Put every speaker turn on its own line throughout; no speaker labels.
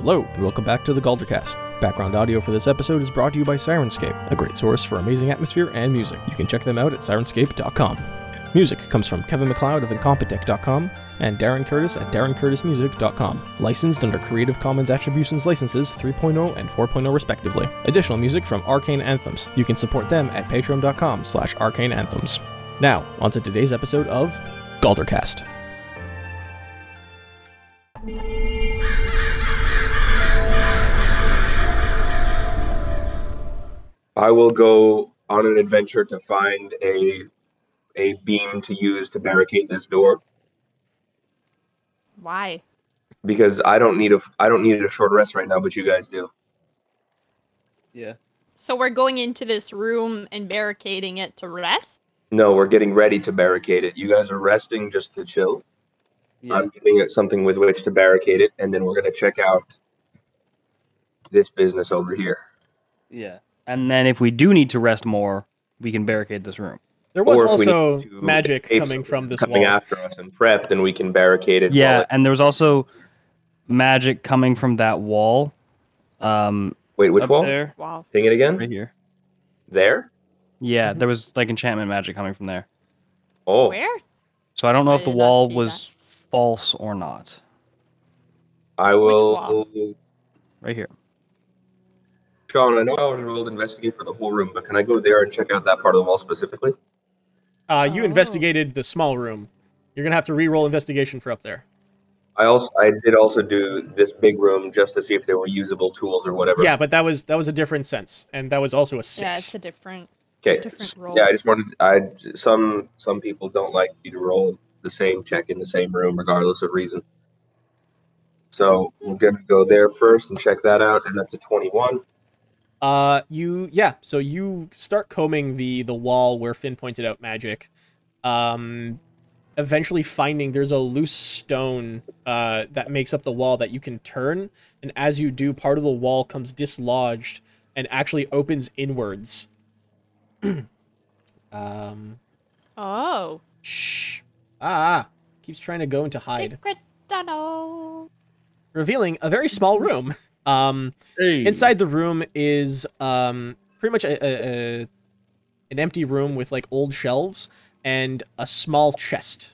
Hello, and welcome back to the Galdercast. Background audio for this episode is brought to you by Sirenscape, a great source for amazing atmosphere and music. You can check them out at sirenscape.com. Music comes from Kevin McLeod of Incompetech.com and Darren Curtis at DarrenCurtisMusic.com, licensed under Creative Commons Attributions Licenses 3.0 and 4.0 respectively. Additional music from Arcane Anthems. You can support them at patreon.com slash arcaneanthems. Now, onto today's episode of Galdercast.
I will go on an adventure to find a a beam to use to barricade this door
Why?
because I don't need a I don't need a short rest right now, but you guys do.
So we're going into this room and barricading it to rest?
No, we're getting ready to barricade it. You guys are resting just to chill. I'm giving it something with which to barricade it, and then we're gonna check out this business over here.
Yeah. And then if we do need to rest more, we can barricade this room.
There was
Or if we
also
need to
magic
escape
coming
something
from
that's
this
coming
wall.
after us and prep, then we can barricade it.
Yeah,
while it-
and there was also magic coming from that wall. Um
Wait, which
up
wall?
there.
Wow.
Sing it again.
Right here.
There.
Yeah,
Mm-hmm.
there was like enchantment magic coming from there.
Oh,
Where?
So I don't know
I
if the
did not
wall
see that.
was false or not.
I
wall?
will.
Right here.
Sean, I know I already rolled investigate for the whole room, but can I go there and check out that part of the wall specifically?
Uh, you
Oh.
investigated the small room. You're gonna have to re-roll investigation for up there.
I also I did also do this big room just to see if there were usable tools or whatever.
Yeah, but that was that was a different sense, and that was also a
Yeah, it's
six.
a different.
Okay.
different roles.
Yeah, I just wanted I some some people don't like you to roll the same check in the same room regardless of reason. So we're gonna go there first and check that out, and that's a twenty-one.
uh, you yeah. So you start combing the the wall where Finn pointed out magic. Um, eventually finding there's a loose stone uh, that makes up the wall that you can turn, and as you do, part of the wall comes dislodged and actually opens inwards. um.
Oh.
Shh. Ah, keeps trying to go into hide,
Secret tunnel.
revealing a very small room. Um, inside the room is um pretty much a, a, a an empty room with like old shelves and a small chest.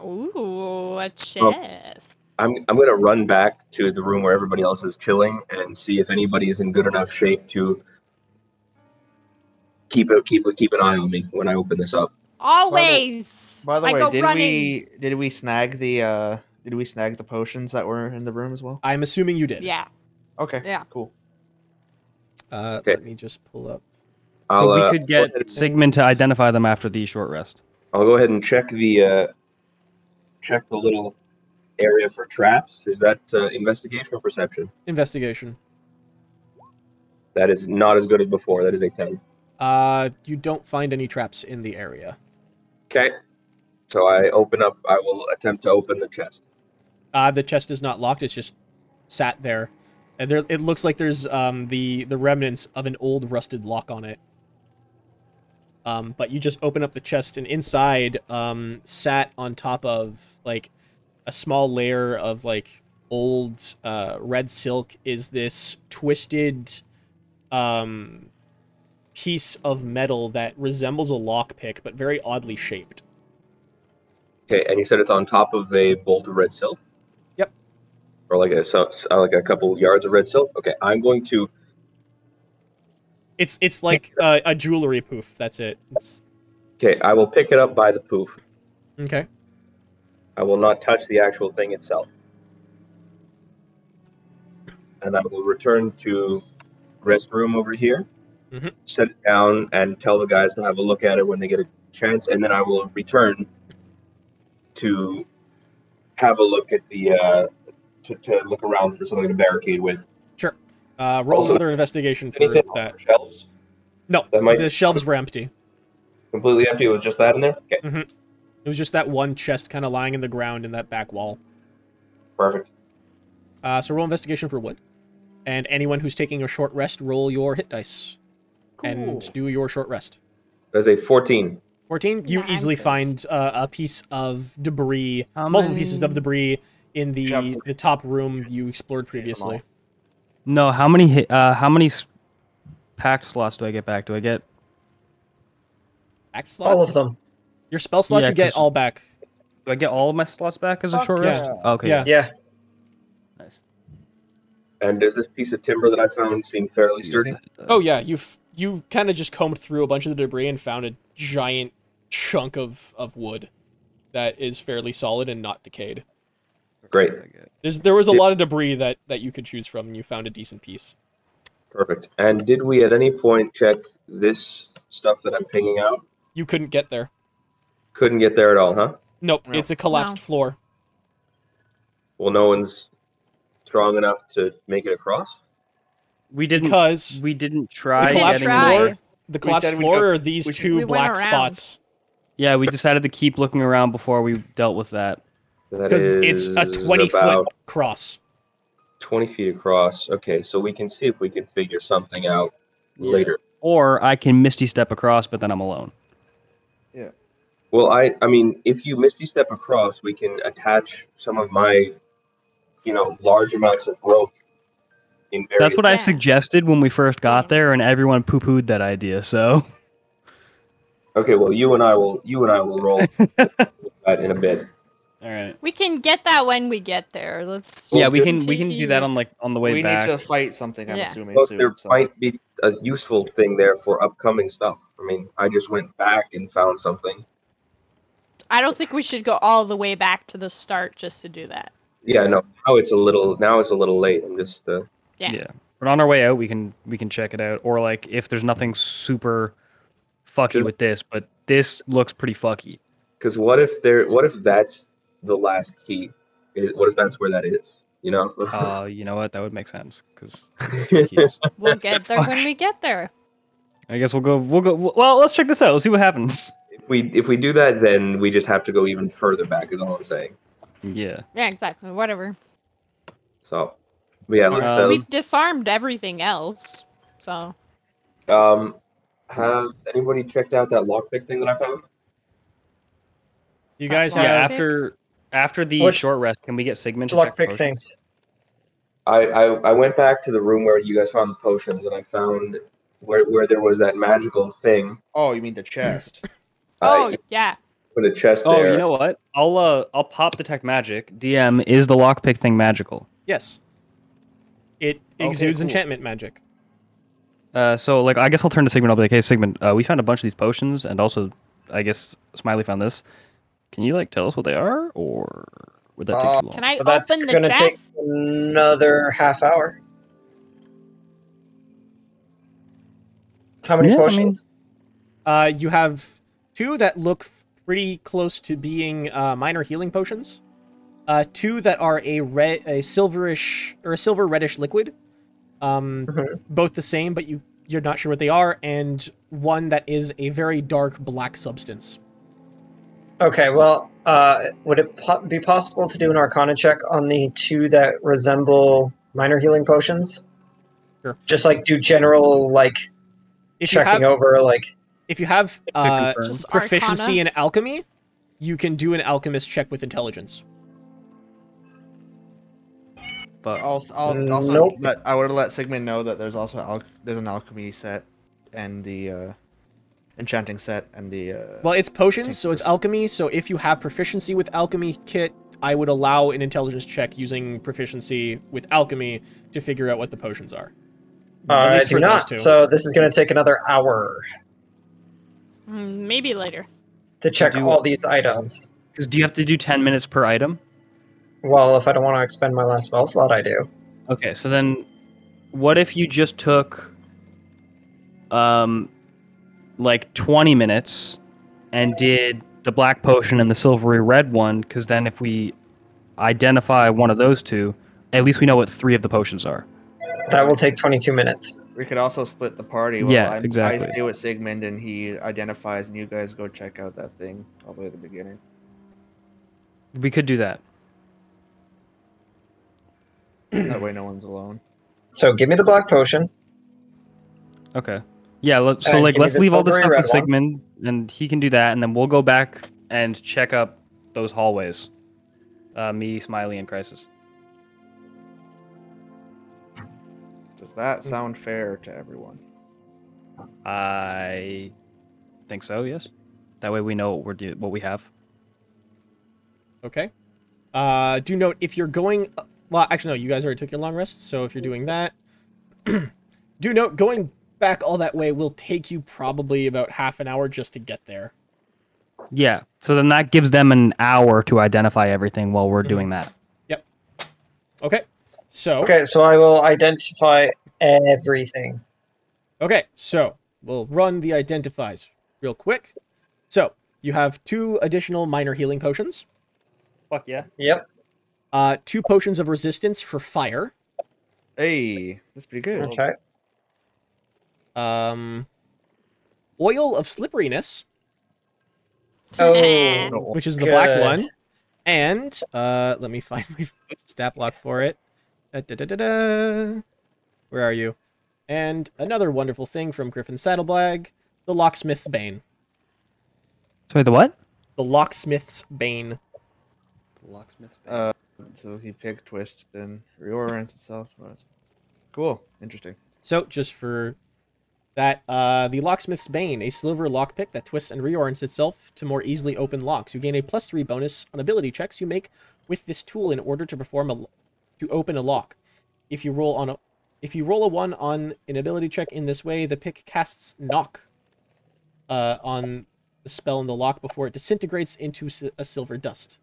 Ooh, a
Oh.
chest.
I'm I'm gonna run back to the room where everybody else is chilling and see if anybody is in good enough shape to keep it keep keep an eye on me when I open this up.
Always.
By the
I
way,
go
did
running.
we did we snag the uh did we snag the potions that were in the room as well?
I'm assuming you did.
Yeah.
Okay.
Yeah.
Cool.
Uh,
Okay.
Let me just pull up.
I'll,
so we
uh,
could
go
get
ahead and-
Sigmund to identify them after the short rest.
I'll go ahead and check the uh, check the little area for traps. Is that uh, investigation or perception?
Investigation.
That is not as good as before. That is a ten.
Uh, you don't find any traps in the area.
Okay. So I open up. I will attempt to open the chest.
Uh, the chest is not locked. It's just sat there, and there it looks like there's um the the remnants of an old rusted lock on it. Um, but you just open up the chest, and inside um sat on top of like a small layer of like old uh red silk is this twisted um piece of metal that resembles a lockpick but very oddly shaped.
Okay. And you said it's on top of a bolt of red silk.
Yep.
Or like a so, so- like a couple yards of red silk. Okay. I'm going to.
It's it's like uh, a jewelry poof. That's it. It's,
Okay. I will pick it up by the poof.
okay.
I will not touch the actual thing itself. And I will return to restroom over here,
Mhm.
set it down, and tell the guys to have a look at it when they get a chance. And then I will return to have a look at the uh, to, to look around for something to barricade with.
Uh, roll
Also-
another investigation for
Anything on
that.
the shelves?
No,
That might-
the shelves were empty.
Completely empty. It was just that in there. Okay,
It was just that one chest kind of lying in the ground in that back wall.
perfect.
Uh, so roll investigation for wood, and anyone who's taking a short rest, roll your hit dice and do your short rest.
There's a 14.
Fourteen, you
Nah, I'm
easily
good.
find uh, a piece of debris,
How
multiple pieces of
many?
debris in the
Yeah, for-
the top room you explored previously.
No, how many hit? Uh, how many s- pack slots do I get back? Do I get?
Act slots?
All of them.
Your spell slots
Yeah,
you get
'cause-
all back.
Do I get all of my slots back as a
Fuck
short
yeah.
rest? Okay.
Yeah.
Yeah.
Nice.
And there's this piece of timber that I found seemed fairly sturdy.
Oh yeah, you have you kind of just combed through a bunch of the debris and found a giant chunk of of wood that is fairly solid and not decayed.
Great.
There's there was a
Yeah.
lot of debris that that you could choose from, and you found a decent piece.
Perfect. And did we at any point check this stuff that I'm pinging out?
You couldn't get there.
Couldn't get there at all, huh?
Nope,
No.
it's a collapsed
No.
floor.
Well, no one's strong enough to make it across.
We didn't.
Because
We didn't
the
try.
We didn't
collapsed
Getting
try.
there.
floor, the collapsed
said we'd
floor
go-
are these
we said-
two
We went
black
around.
spots.
Yeah, we decided to keep looking around before we dealt with that.
That
Because it's
is
a twenty
about
foot cross.
20 feet across. Okay, so we can see if we can figure something out
Yeah.
later.
Or I can misty step across, but then I'm alone.
Well, I I mean, if you misty step across, we can attach some of my, you know, large amounts of rope. In various
That's what I
Yeah.
suggested when we first got there, and everyone poo pooed that idea. So
Okay, well, you and I will you and I will roll that in a bit.
all right.
We can get that when we get there. Let's
Yeah,
Well,
we
so-
can we can do that on like on the way
we
back.
need to fight something. I'm
Yeah.
assuming
Look,
soon.
there
so-
might be a useful thing there for upcoming stuff. I mean, I just went back and found something.
I don't think we should go all the way back to the start just to do that.
Yeah, no, now it's a little now it's a little late. I'm just uh,
Yeah.
But on our way out, we can we can check it out. Or like if there's nothing super fucky
There's-
with this, but this looks pretty fucky.
because what if there what if that's the last key? It- What if that's where that is? You know?
Uh, you know what? That would make sense because Uh,
We'll get there when we get there.
I guess we'll go. We'll go. Well, let's check this out. Let's see what happens.
if we if we do that, then we just have to go even further back. Is all I'm saying.
Yeah.
Yeah, exactly. Whatever.
So, but yeah, let's
Um,
uh,
We've disarmed everything else. So
um, have anybody checked out that lockpick thing that I found?
You
That
guys
Yeah.
Yeah.
have
After after the
Which-
short rest, can we get Sigmund?
It's
to
a
check
lockpick
potions?
thing.
I, I I went back to the room where you guys found the potions, and I found where where there was that magical thing.
Oh, you mean the chest?
Oh
I
yeah.
put a chest
Oh,
there.
you know what? I'll uh, I'll pop detect magic. DM is the lockpick thing magical.
yes. It
Okay,
exudes
cool.
enchantment magic.
Uh, so like I guess I'll turn to Sigmund. I'll be like, hey Sigmund, uh, we found a bunch of these potions, and also I guess Smiley found this. Can you like tell us what they are, or would that take
Uh,
too long?
Can I
But that's
open the
gonna
chest?
take another half hour. How many
Yeah, I mean-
potions?
Uh, you have two that look f- pretty close to being uh, minor healing potions. Uh, two that are a red, a silverish or a silver reddish liquid. Um,
Mhm.
both the same, but you you're not sure what they are, and one that is a very dark black substance.
Okay, well, uh, would it po- be possible to do an Arcana check on the two that resemble minor healing potions?
Sure.
Just like do general like
If you
checking
have,
over, like
if you have uh,
confirm.
Just
proficiency
arcana?
in alchemy, you can do an alchemist check with intelligence.
But
I'll, I'll also
Nope.
let, I would have let Sigmund know that there's also al- there's an alchemy set and the uh, enchanting set and the uh,
Well, it's potions,
Take
so it's alchemy. So if you have proficiency with alchemy kit, I would allow an intelligence check using proficiency with alchemy to figure out what the potions are.
uh,
At
I
least
do
for those
not.
two.
So this is going to take another hour
Mm, maybe later.
to check
Do-
all these items.
because do you have to do ten minutes per item?
Well, if I don't want to expend my last spell slot, I do.
Okay, so then, what if you just took, um, like twenty minutes, and did the black potion and the silvery red one? Because then, if we identify one of those two, at least we know what three of the potions are.
That will take 22 minutes.
we could also split the party. while
Yeah,
I'm-
exactly.
I stay with Sigmund and he identifies, and you guys go check out that thing all the way at the beginning.
We could do that.
that way, no one's alone.
So give me the black potion.
Okay. Yeah. Let, so
Alright,
like,
give me
let's
the
leave all this
silvery
stuff
red
with
one.
Sigmund, and he can do that, and then we'll go back and check up those hallways. Uh, me, Smiley, and Crisis.
Does that
Hmm.
sound fair to everyone?
I think so. Yes. That way we know what we're do- what we have.
Okay. Uh, do note if you're going. Well, actually, no. You guys already took your long rest, so if you're doing that, do note going back all that way will take you probably about half an hour just to get there.
Yeah. So then that gives them an hour to identify everything while
Mhm.
we're doing that.
Okay. So
Okay, so I will identify everything.
Okay, so we'll run the identifies real quick. So you have two additional minor healing potions,
Fuck yeah.
Yep.
uh, two potions of resistance for fire,
Hey, that's pretty good.
Okay.
um, oil of slipperiness,
Oh.
Oh,
which is the black
Good.
one, and uh, let me find my stat block for it. Da-da-da-da. Where are you? And another wonderful thing from Griffin Saddlebag, the locksmith's bane.
So wait, the what?
The locksmith's bane.
Locksmith's
Uh, so he pig twists and reorients itself. But... Cool. Interesting.
So just for that, uh, the Locksmith's Bane, a silver lockpick that twists and reorients itself to more easily open locks. You gain a plus three bonus on ability checks you make with this tool in order to perform a lo- to open a lock. If you roll on a if you roll a one on an ability check in this way, the pick casts knock uh, on the spell in the lock before it disintegrates into s- a silver dust.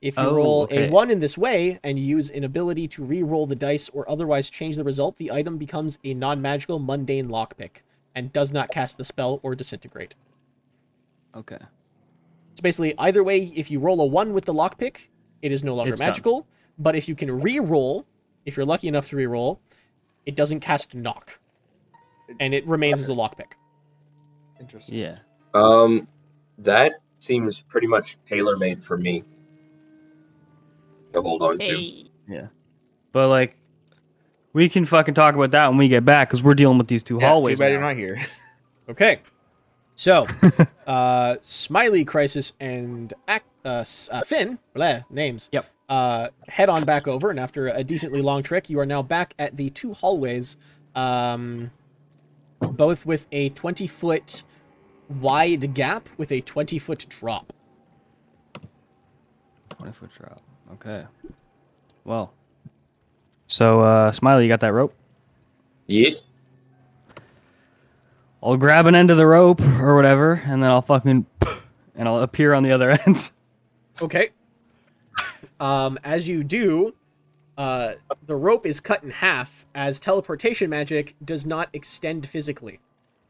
If you
Oh,
roll
okay.
a one in this way and you use an ability to re-roll the dice or otherwise change the result, the item becomes a non-magical mundane lockpick and does not cast the spell or disintegrate.
Okay.
So basically, either way, if you roll a one with the lockpick, it is no longer
It's done.
magical. But if you can re-roll, if you're lucky enough to re-roll, it doesn't cast knock, and it remains as a lockpick.
Interesting.
Yeah.
Um, that seems pretty much tailor made for me to hold on to.
Hey.
But like, we can fucking talk about that when we get back because we're dealing with these two
Yeah,
hallways.
Too bad
now.
you're not here.
Okay, so uh, Smiley, Crisis, and Ac- uh, S- uh, Finn, bleh, names.
Yep.
Uh, head on back over, and after a decently long trek, you are now back at the two hallways, um, both with a twenty-foot wide gap with a twenty-foot drop.
Twenty foot drop. Okay. Well. So uh Smiley, you got that rope?
Yeah.
I'll grab an end of the rope or whatever, and then I'll fucking and I'll appear on the other end.
Okay. Um, as you do, uh, the rope is cut in half as teleportation magic does not extend physically.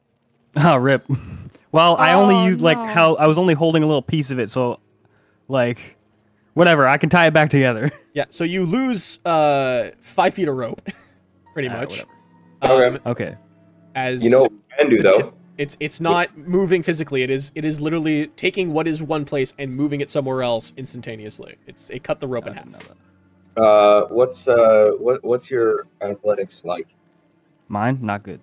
oh rip. Well, I only
Oh,
used like
no.
how I was only holding a little piece of it, so like whatever, I can tie it back together.
Yeah, so you lose uh, five feet of rope, pretty
Ah,
much.
whatever.
Um,
Okay.
As
You know what we can do
the
though?
ti- it's it's not moving physically. It is it is literally taking what is one place and moving it somewhere else instantaneously. It's it cut the rope in
I
half.
didn't know that.
Uh, what's uh, what what's your athletics like?
Mine, not good.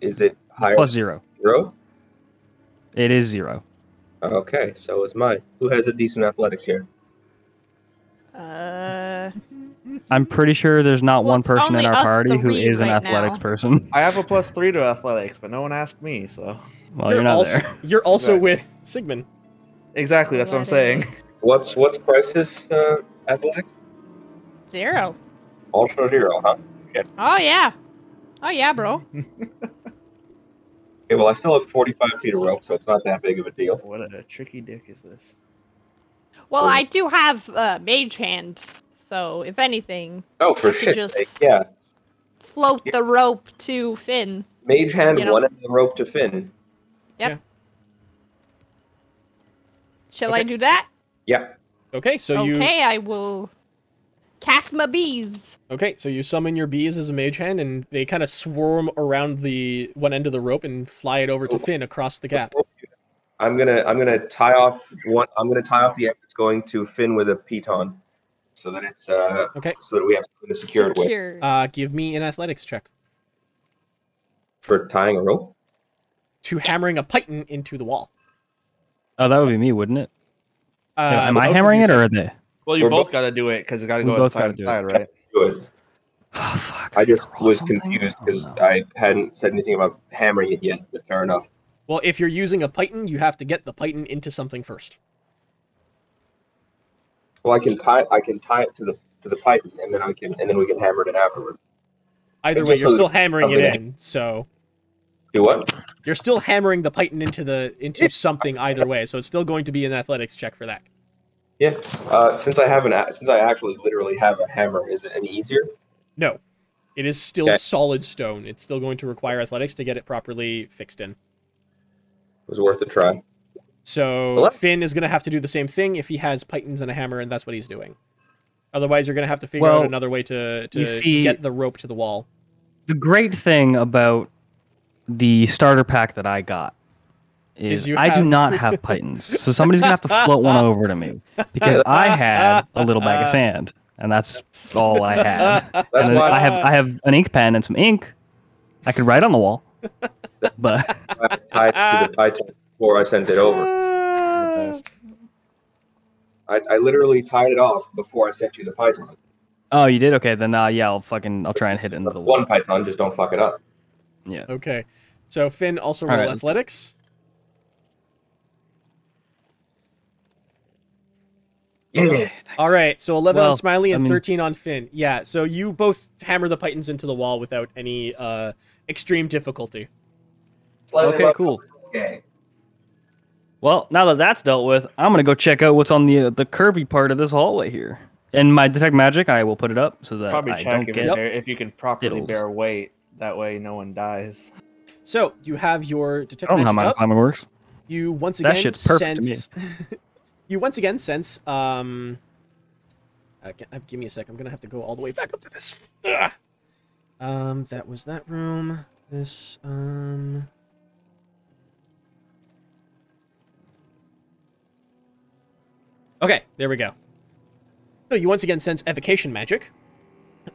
Is it higher
Plus
than
zero.
zero?
It is zero.
Okay, so is mine. Who has a decent athletics here?
Uh,
I'm pretty sure there's not
Well,
one
it's
person in
only
our
us
party who
three
is an
right
athletics
now.
person.
I have a plus three to athletics, but no one asked me, so.
Well, you're, not
also,
there.
You're also
Right.
with Sigmund.
Exactly, that's what I'm saying.
What's what's crisis uh, athletics?
zero.
Ultra zero, huh?
Oh yeah. Oh yeah, bro.
Okay, well I still have 45 feet of rope, so it's not that big of a deal.
What a tricky dick is this?
Well,
Cool.
I do have uh, mage hand, so if anything,
Oh, for
You could
shit!
just-
sake, Yeah,
float the rope to Finn.
mage hand
You know-
one end of the rope to Finn.
Shall I
Okay.
do that?
Yeah.
Okay, so you
okay, I will cast my bees.
Okay, so you summon your bees as a mage hand, and they kind of swarm around the one end of the rope and fly it over to
Oh.
Finn across the gap.
I'm gonna I'm gonna tie off one. I'm gonna tie off the end that's going to Finn with a piton, so that it's uh
Okay,
so that we have something to secure it with
Secure.
uh, give me an athletics check
for tying a rope.
to hammering a python into the wall.
Oh, that would be me, wouldn't it?
Uh,
No, am I
both of
hammering
you
it or
take-
are they?
Well, you
We're
both
both-
got to do it because it got to
We
go
both
inside
gotta do it.
side, right?
Good.
Oh, fuck.
I just
gotta roll
was
something?
confused
Oh,
because
no.
I hadn't said anything about hammering it yet, but fair enough.
Well, if you're using a python, you have to get the python into something first.
Well, I can tie I can tie it to the to the python, and then I can and then we can hammer it in afterward.
Either
It's
way,
just
you're
so
still hammering it
something-
in. So
Do what?
you're still hammering the python into the into something either way. So it's still going to be an athletics check for that.
Yeah. Uh, since I have an a- since I actually literally have a hammer, is it any easier?
No, it is still
Okay.
solid stone. It's still going to require athletics to get it properly fixed in.
It was worth a try.
So
Hello?
Finn is going to have to do the same thing if he has pythons and a hammer, and that's what he's doing. Otherwise, you're going to have to figure
Well,
out another way to, to
you see-
get the rope to the wall.
The great thing about the starter pack that I got
Is
is,
you
I do
have-
not have pythons. So somebody's going to have to float one over to me because I had a little bag of sand and that's all I had.
That's
And
why
I have I have an ink pen and some ink. I could write on the wall. But
I tied it to the python before I sent it over. I, I literally tied it off before I sent you the python.
oh, you did okay. Then uh, yeah, I'll fucking I'll try and hit it into the wall.
One python, just don't fuck it up.
Okay. So Finn also
All
roll
right.
athletics.
Yeah.
All right. So 11
Well,
on Smiley
I
and
mean-
13 on Finn. Yeah. So you both hammer the pythons into the wall without any uh, extreme difficulty.
Okay, cool.
Okay.
Well, now that that's dealt with, I'm gonna go check out what's on the the curvy part of this hallway here. And my detect magic, I will put it up so that
Probably
I
check
don't
if,
get.
there, if you can properly
diddles.
bear weight. That way, no one dies.
So you have your detect
I don't know how
magic
my
up.
climbing works.
You once
That
again
shit's perfect to me.
sense. you once again sense. Um, uh, g- uh, give me a sec. I'm gonna have to go all the way back up to this. Ugh. Um, that was that room. This. Um. Okay, there we go. So you once again sense evocation magic.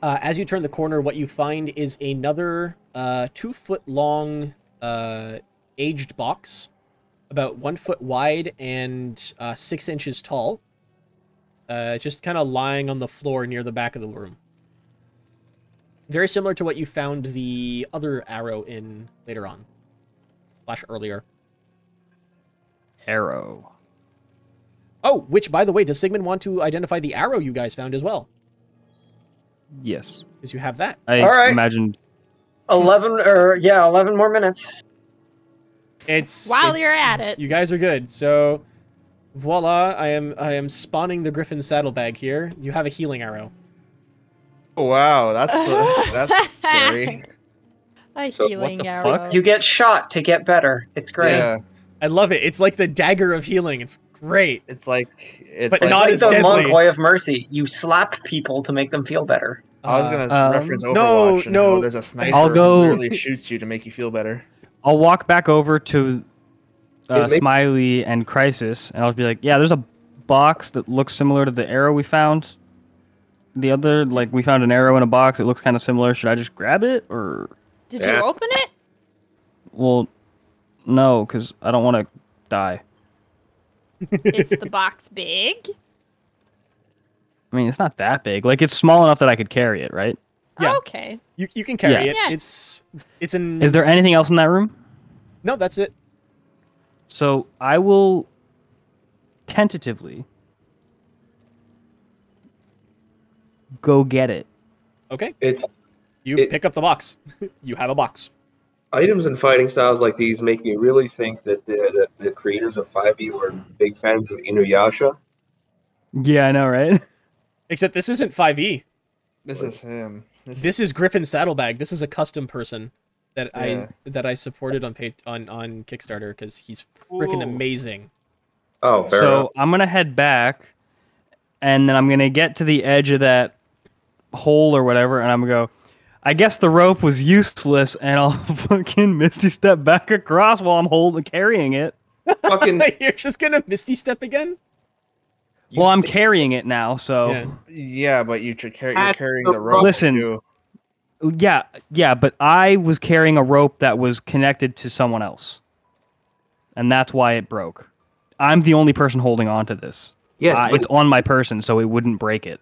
Uh, as you turn the corner, what you find is another uh, two foot long uh, aged box, about one foot wide and uh, six inches tall, uh, just kind of lying on the floor near the back of the room. Very similar to what you found the other arrow in later on, slash earlier.
Arrow.
Oh, which, by the way, does Sigmund want to identify the arrow you guys found as well?
Yes,
Because you have that.
I
All right.
imagined.
11 Oh, or yeah, 11 more minutes.
It's
While
it-
you're at it,
You guys are good. So, voila! I am I am spawning the Griffin saddlebag here. You have a healing arrow.
Wow, that's uh, that's scary.
a
So what
healing
the fuck?
arrow.
You get shot to get better. It's great.
Yeah,
I love it. It's like the dagger of healing. It's great.
it's like it's
But
like,
not
Like
as
the
deadly.
monk way of mercy. You slap people to make them feel better.
I was
Uh,
gonna
Um,
reference Overwatch.
no,
and
no,
how there's a sniper
I'll go-
who literally shoots you to make you feel better.
I'll walk back over to uh,
It makes-
Smiley and Crisis, and I'll be like, "Yeah, there's a box that looks similar to the arrow we found. The other, like, we found an arrow in a box. It looks kind of similar. Should I just grab it, or
Did
Yeah.
you open it?
well, no, because I don't want to die.
Is the box big?
I mean, it's not that big. Like, it's small enough that I could carry it, right?
Yeah.
Okay.
You, you can carry
Yeah.
it.
Yeah.
It's it's an
Is there anything else in that room?
no. That's it.
So I will tentatively go get it.
Okay.
It's
You
It-
pick up the box. you have a box.
items and fighting styles like these make me really think that the that the creators of 5e were big fans of Inuyasha.
Yeah, I know, right?
Except this isn't 5e.
This is him. This,
This is Griffin Saddlebag. This is a custom person that
Yeah.
I that I supported on page, on on Kickstarter because he's freaking
Ooh.
amazing.
Oh, fair
so
enough.
I'm gonna head back, and then I'm gonna get to the edge of that hole or whatever, and I'm gonna go. I guess the rope was useless, and I'll fucking misty step back across while I'm holding carrying it.
Fucking
You're just gonna Misty Step again.
Well, I'm carrying it now, so
Yeah.
yeah, but you should carry. You're
At
carrying
the
the rope.
Listen.
too.
yeah, yeah. But I was carrying a rope that was connected to someone else, and that's why it broke. I'm the only person holding on to this.
Yes,
Uh,
but
it's on my person, so it wouldn't break it.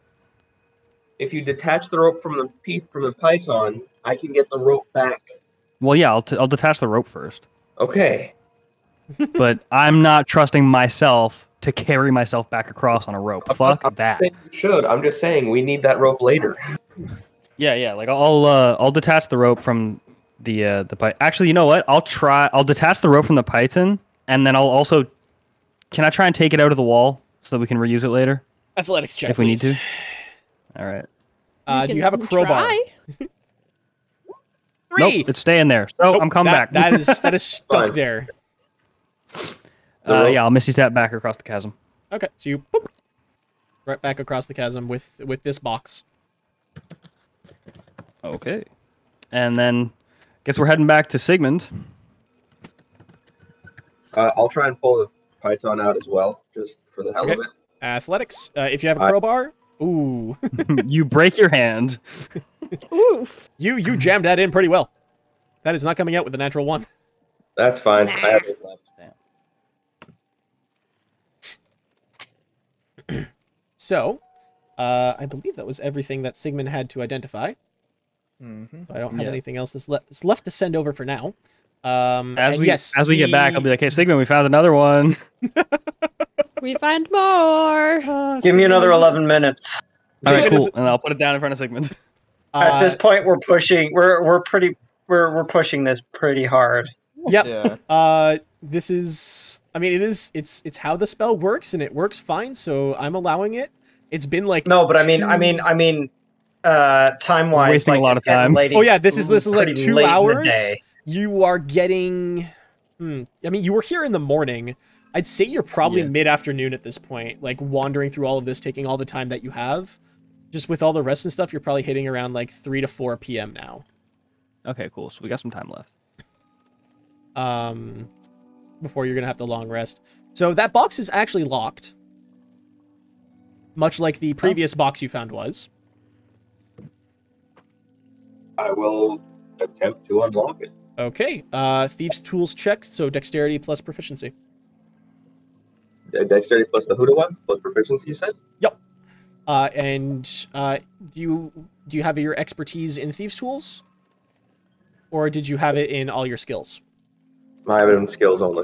if you detach the rope from the pe- from the python, I can get the rope back.
Well, yeah, I'll, t- I'll detach the rope first,
Okay.
but I'm not trusting myself to carry myself back across on a
Uh,
rope. Fuck that.
You should. I'm just saying we need that rope later.
Yeah, yeah. Like I'll uh, I'll detach the rope from the uh, the pi- Actually, you know what? I'll try. I'll detach the rope from the python, and then I'll also. Can I try and take it out of the wall so that we can reuse it later
Athletics check.
if we need
please.
to? All right.
Uh, do
can
you have a crowbar?
try.
Three.
Nope, it's staying there. So
Nope,
I'm coming
that-
back.
that is that is stuck
Fine.
there.
uh, yeah, I'll missy step back across the chasm.
Okay, so you boop, right back across the chasm with with this box.
Okay. And then, guess we're heading back to Sigmund.
Uh, I'll try and pull the python out as well, just for the hell of
Okay.
it.
Athletics. Uh, if you have a
I-
crowbar, ooh,
you break your hand.
Uh,
Oof.
you you jammed that in pretty well. That is not coming out with a natural one.
That's fine. I have it left.
So, uh, I believe that was everything that Sigmund had to identify.
Mm-hmm.
I don't have
Yeah.
anything else that's, le- that's left to send over for now. Um,
As
and
we
yes,
as we get back, I'll be
the-
like, "Hey, Sigmund, we found another one."
We find more.
Uh,
Give me
Sigmund
another
is-
11 minutes.
All right,
Sigmund is-
cool. And I'll put it down in front of Sigmund.
At
uh,
this point, we're pushing. We're we're pretty. We're we're pushing this pretty hard.
Yep.
Yeah.
Uh, this is. I mean, it is. It's it's how the spell works, and it works fine. So I'm allowing it. It's been like
No, but I mean, I mean, I mean, uh, time wise,
Hmm. wasting a
like
lot
it's
of time.
getting late-
Oh, yeah, this is- this is like
pretty
two
late in the
hours?
day.
you are getting hmm, i mean you were here in the morning i'd say you're probably
Yeah.
mid-afternoon at this point like wandering through all of this taking all the time that you have just with all the rest and stuff you're probably hitting around like 3 to 4 p.m now
Okay, cool. So we got some time left.
um before you're gonna have to long rest so that box is actually locked much like the previous box you found was
I will attempt to unlock it.
okay uh thieves tools check so dexterity plus proficiency
De- Dexterity plus the Huda one plus proficiency. You said.
uh and uh do you do you have your expertise in thieves tools or did you have it in all your skills
I have it in skills only.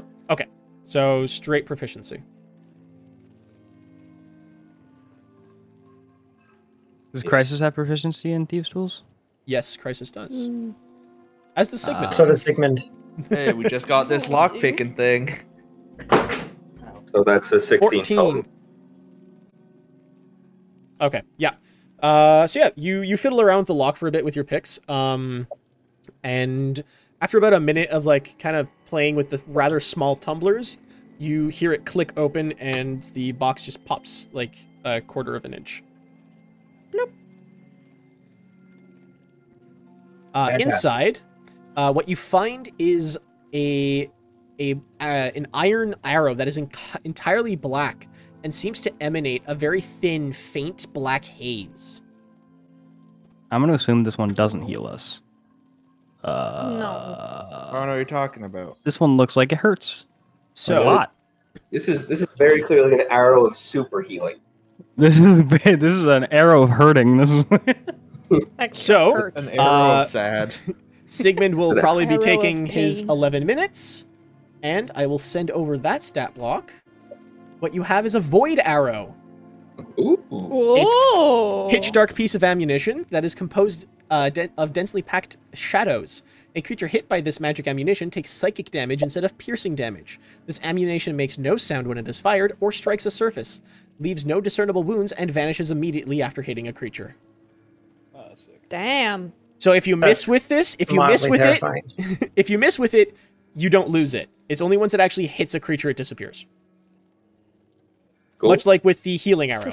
so straight proficiency
Does Crisis have proficiency in thieves' tools?
yes crisis does
Mm.
as the sigma
Ah.
So does Sigmund.
hey, we just got this
Oh,
lock
dude.
picking thing.
So that's a sixteen.
14 okay yeah uh so yeah you you fiddle around with the lock for a bit with your picks um and after about a minute of like kind of playing with the rather small tumblers you hear it click open and the box just pops like a quarter of an inch Uh,
Fantastic.
inside, uh, what you find is a a uh, an iron arrow that is enc entirely black and seems to emanate a very thin, faint black haze.
I'm gonna assume this one doesn't heal us. Uh,
I don't know what you're talking about.
This one looks like it hurts a
So,
lot.
This is this is very clearly an arrow of super healing.
This is bad. this is an arrow of hurting. This is
Extra
So-
hurt.
An arrow
Uh,
of sad.
Sigmund will probably be
Arrow of
taking his
pain.
11 minutes, and I will send over that stat block. What you have is a void arrow.
Ooh.
Oh.
Whoa.
Pitch dark piece of ammunition that is composed uh, den- of densely packed shadows. A creature hit by this magic ammunition takes psychic damage instead of piercing damage. This ammunition makes no sound when it is fired or strikes a surface, leaves no discernible wounds, and vanishes immediately after hitting a creature.
Damn.
So if you miss
That's
with this, if you miss
Mildly
with
terrifying.
it, if you miss with it, you don't lose it. It's only once it actually hits a creature it disappears.
Cool.
Much like with the healing arrow. and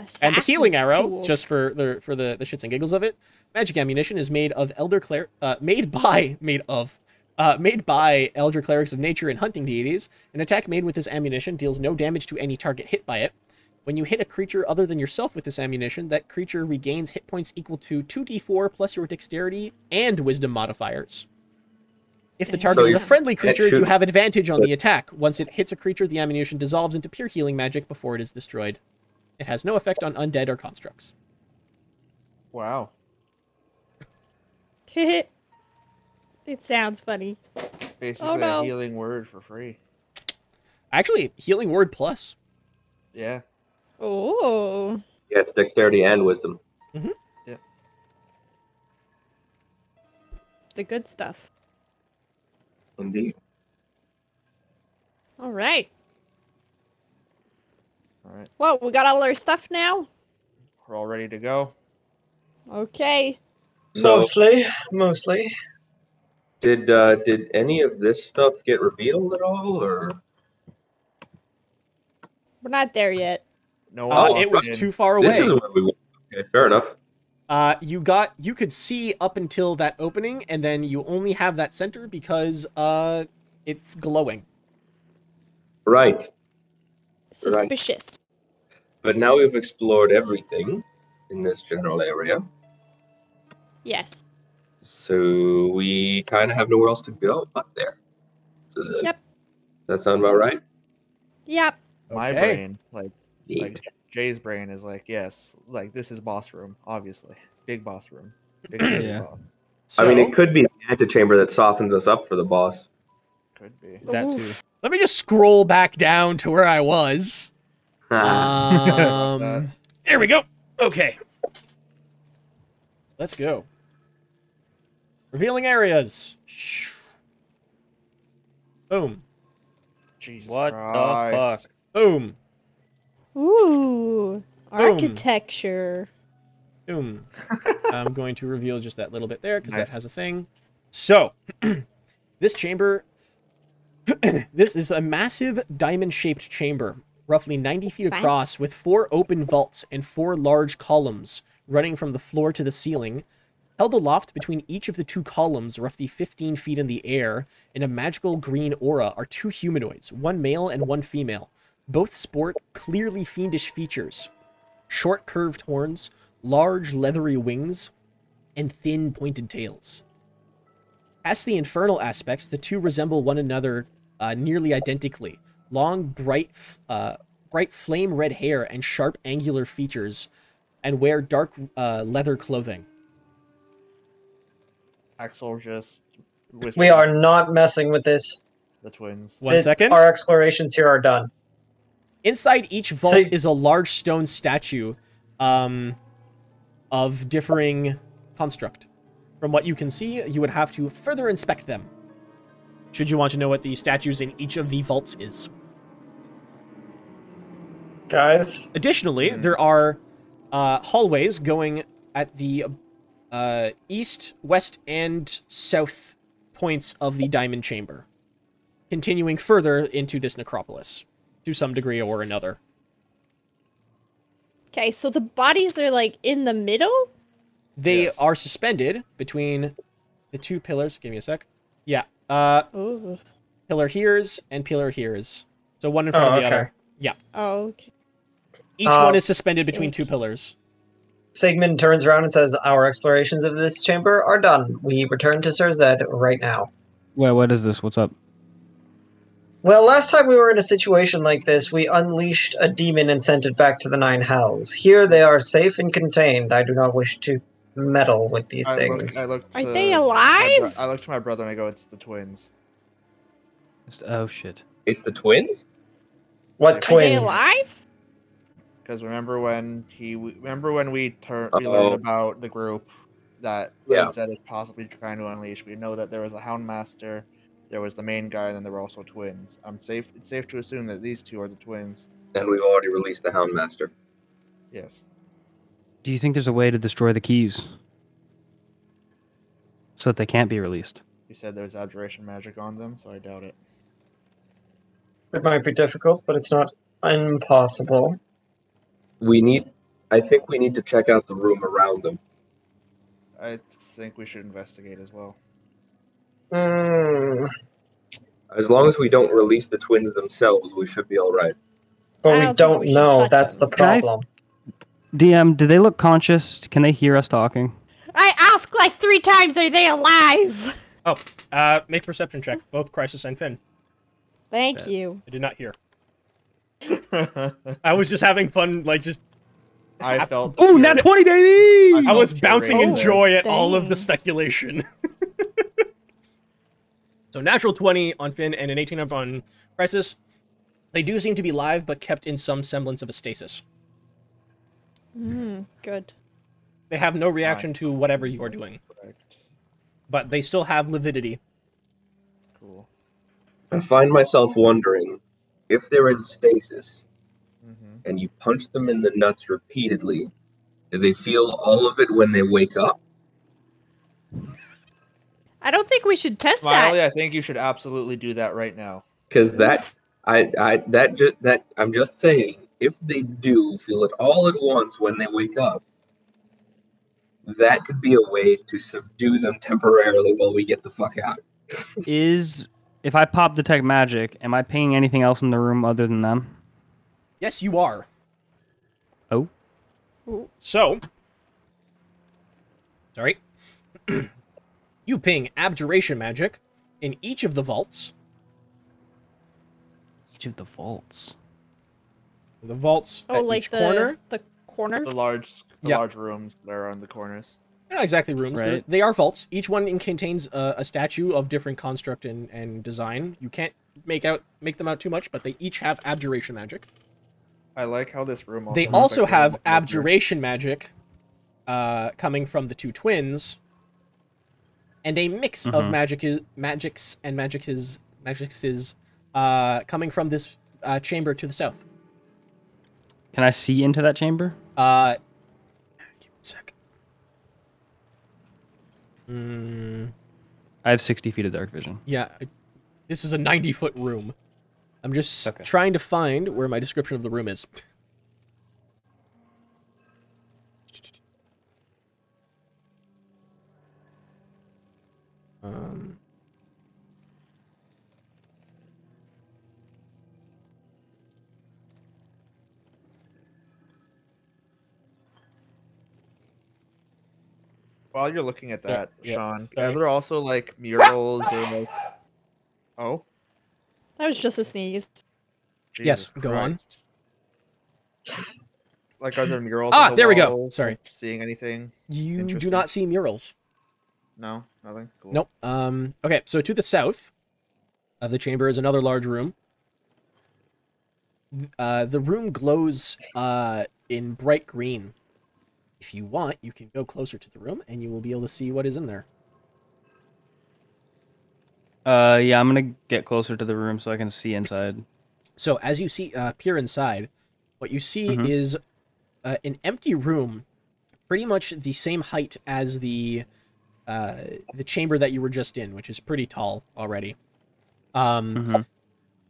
the
Assassin's
healing arrow,
tools.
just for the for the, the shits and giggles of it, magic ammunition is made of elder cler uh, made by made of uh, made by elder clerics of nature and hunting deities. An attack made with this ammunition deals no damage to any target hit by it. When you hit a creature other than yourself with this ammunition, that creature regains hit points equal to 2d4 plus your dexterity and wisdom modifiers. If the
And
target
So
is a
you-
friendly creature, you
should-
have advantage on the attack. Once it hits a creature, the ammunition dissolves into pure healing magic before it is destroyed. It has no effect on undead or constructs.
Wow.
it sounds funny.
Basically
Oh, no.
a healing word for free.
Actually, healing word plus.
Yeah.
Oh.
Yeah, it's dexterity and wisdom.
the good stuff.
Indeed.
All right.
All right.
Well, we got all our stuff now.
We're all ready to go.
Okay.
So
mostly, mostly.
did uh, did any of this stuff get revealed at all, or
We're not there yet.
No.
Uh,
one
it was
walked in.
too far
this
away.
isn't what we want? Okay, fair enough.
Uh, you got you could see up until that opening, and then you only have that center because uh, it's glowing.
Right, Right.
Suspicious.
but now we've explored everything in this general area,
Yes.
so we kind of have nowhere else to go but there. Does
Yep.
That sound about right?
Yep.
My
Okay.
brain, like
Neat.
like Jay's brain, is like yes, like this is boss room, obviously, big boss room. Big scary
Yeah.
boss.
So
I mean, it could be the antechamber that softens us up for the boss.
Could be.
That too.
Oof.
let me just scroll back down to where I was. Uh, Um, there we go. Okay. Let's go. Revealing areas. Boom.
Jesus
What the
Christ.
fuck?
Boom.
Ooh. Architecture.
Boom. I'm going to reveal just that little bit there because
Nice.
that has a thing. So, this chamber, this is a massive diamond shaped chamber, roughly 90 feet
Fine.
across, with four open vaults and four large columns running from the floor to the ceiling. Held aloft between each of the two columns, roughly 15 feet in the air, in a magical green aura, are two humanoids, one male and one female. Both sport clearly fiendish features short curved horns, large leathery wings, and thin pointed tails. As to the infernal aspects, the two resemble one another uh, nearly identically. Long, bright, f- uh, bright flame red hair and sharp angular features, and wear dark uh, leather clothing.
Axel just. Whispers
We are not messing with this.
the twins.
One
Th-
second.
Our explorations here are done.
Inside each vault
So-
is a large stone statue um, of differing construct. From what you can see, you would have to further inspect them. Should you want to know what the statues in each of the vaults is.
Guys,
Additionally,
Hmm.
Mm.
there are uh, hallways going at the uh, east, west, and south points of the Diamond Chamber, continuing further into this necropolis to some degree or another.
Okay, so the bodies are like in the middle?
They
Yes.
are suspended between the two pillars. Give me a sec. Yeah. Uh,
Ooh.
pillar here's and pillar here's. So one in front
Oh,
of the
okay.
other.
Oh, okay.
Each
Uh,
one is suspended between two pillars.
Sigmund turns around and says, Our explorations of this chamber are done. We return to Serzed right now.
Well, what is this? What's up?
Well, last time we were in a situation like this, we unleashed a demon and sent it back to the Nine Hells. Here they are safe and contained. I do not wish to meddle with these
I look,
things.
I look
Are
to
they
my bro-
alive?
I look to my brother and I go, "It's the twins."
It's- oh shit.
It's the twins?
what
Are they
twins?
alive?
Because remember when he remember when we turn we learned
Uh-oh.
about the group that
Yeah.
that is possibly trying to unleash. We know that there was a houndmaster, there was the main guy, and then there were also twins. I'm safe. It's safe to assume that these two are the twins.
And we've already released the Houndmaster.
Yes.
Do you think there's a way to destroy the keys so that they can't be released?
You said there's abjuration magic on them, so I doubt it.
It might be difficult, but it's not impossible.
We need. I think we need to check out the room around them.
I think we should investigate as well.
Hmm.
As long as we don't release the twins themselves, we should be all right.
I
But we
don't think
don't
we should
know.
touch
That's the
them.
Can I-
problem.
DM, do they look conscious? Can they hear us talking?
I asked like three times, are they alive?
Uh, make perception check, both Crisis and Finn.
Thank
Yeah.
you.
I did not hear.
I
I was just having fun, like just
felt. the
Ooh,
pure-
not 20, baby!
I
Oh,
was
you're
bouncing in
right.
joy at all of the
Dang.
speculation. so natural 20 on Finn and an 18 up on Crisis. They do seem to be live, but kept in some semblance of a stasis.
Mm, good.
They have no reaction to whatever you are doing,
Correct.
but they still have lividity.
Cool.
I find myself wondering if they're in stasis
Mm-hmm.
and you punch them in the nuts repeatedly, do they feel all of it when they wake up?
I don't think we should test
Smiley,
that.
I think you should absolutely do that right now.
Because that, I, I, that, ju- that, I'm just saying, if they do feel it all at once when they wake up, that could be a way to subdue them temporarily while we get the fuck out.
Is, if I pop Detect Magic, am I pinging anything else in the room other than them?
Yes, you are.
Oh.
So, sorry. you ping abjuration magic in each of the vaults.
Each of the vaults.
The vaults
Oh,
at
like
each
the
corner.
the corners.
The large, the
Yeah.
large rooms that are on the corners.
They're not exactly rooms. they're-
Right.
They are vaults. Each one in- contains a, a statue of different construct and, and design. You can't make out make them out too much, but they each have abjuration magic.
I like how this room. Also
they
has, like,
also
a
have
little filter.
abjuration magic uh, coming from the two twins, and a mix of
Mhm.
magic is, magics and magic is magics is uh, coming from this uh, chamber to the south.
Can I see into that chamber?
Uh, give me a sec. Mm,
I have 60 feet of dark vision.
Yeah, I- this is a 90 foot room. I'm just
Okay.
trying to find where my description of the room is. um,
While you're looking at
Yeah,
that,
yeah,
Sean,
sorry.
are there also like murals or like? Oh,
That was just a sneeze.
Yes,
Jesus
go on.
Christ. Like, are there murals? on
ah,
the
there we go.
walls?
Sorry,
Seeing anything?
you do
Interesting.
not see murals.
No, nothing. Cool.
Nope. Um. Okay, so to the south of the chamber is another large room. Th- Uh, the room glows uh in bright green. If you want, you can go closer to the room, and you will be able to see what is in there.
Uh, yeah, I'm gonna get closer to the room so I can see inside.
So as you see, uh, peer inside, what you see
Mhm.
is uh, an empty room, pretty much the same height as the uh, the chamber that you were just in, which is pretty tall already. Um,
Mhm.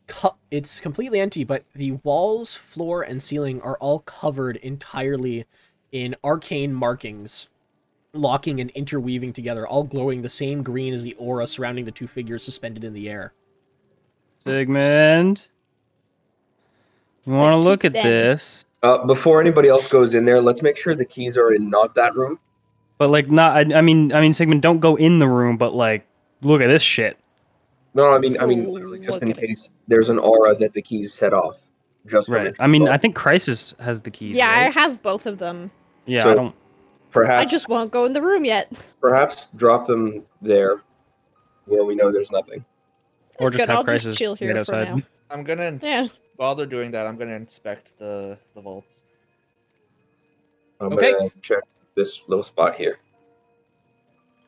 co- it's completely empty, but the walls, floor, and ceiling are all covered entirely in arcane markings, locking and interweaving together, all glowing the same green as the aura surrounding the two figures suspended in the air.
Sigmund, you want to
Let's
look
keep
at
them.
this,
Uh, before anybody else goes in there, let's make sure the keys are in not that room.
but like, not. I, I mean, I mean, Sigmund, don't go in the room, but like, look at this shit.
No, I mean, I mean,
Oh,
literally, just
look
in
at it.
case there's an aura that the keys set off. Just from
Right.
it.
I mean, I think Crisis has the keys.
yeah, I
right?
have both of them.
yeah.
So-
I don't.
perhaps
I just won't go in the room yet.
perhaps drop them there, where we know there's nothing.
Or
That's
just
good.
have
I'll
Crisis
just chill
wait
here for
outside.
now.
I'm gonna ins-
Yeah.
while they're doing that. I'm gonna inspect the the vaults.
I'm
Okay.
gonna check this little spot here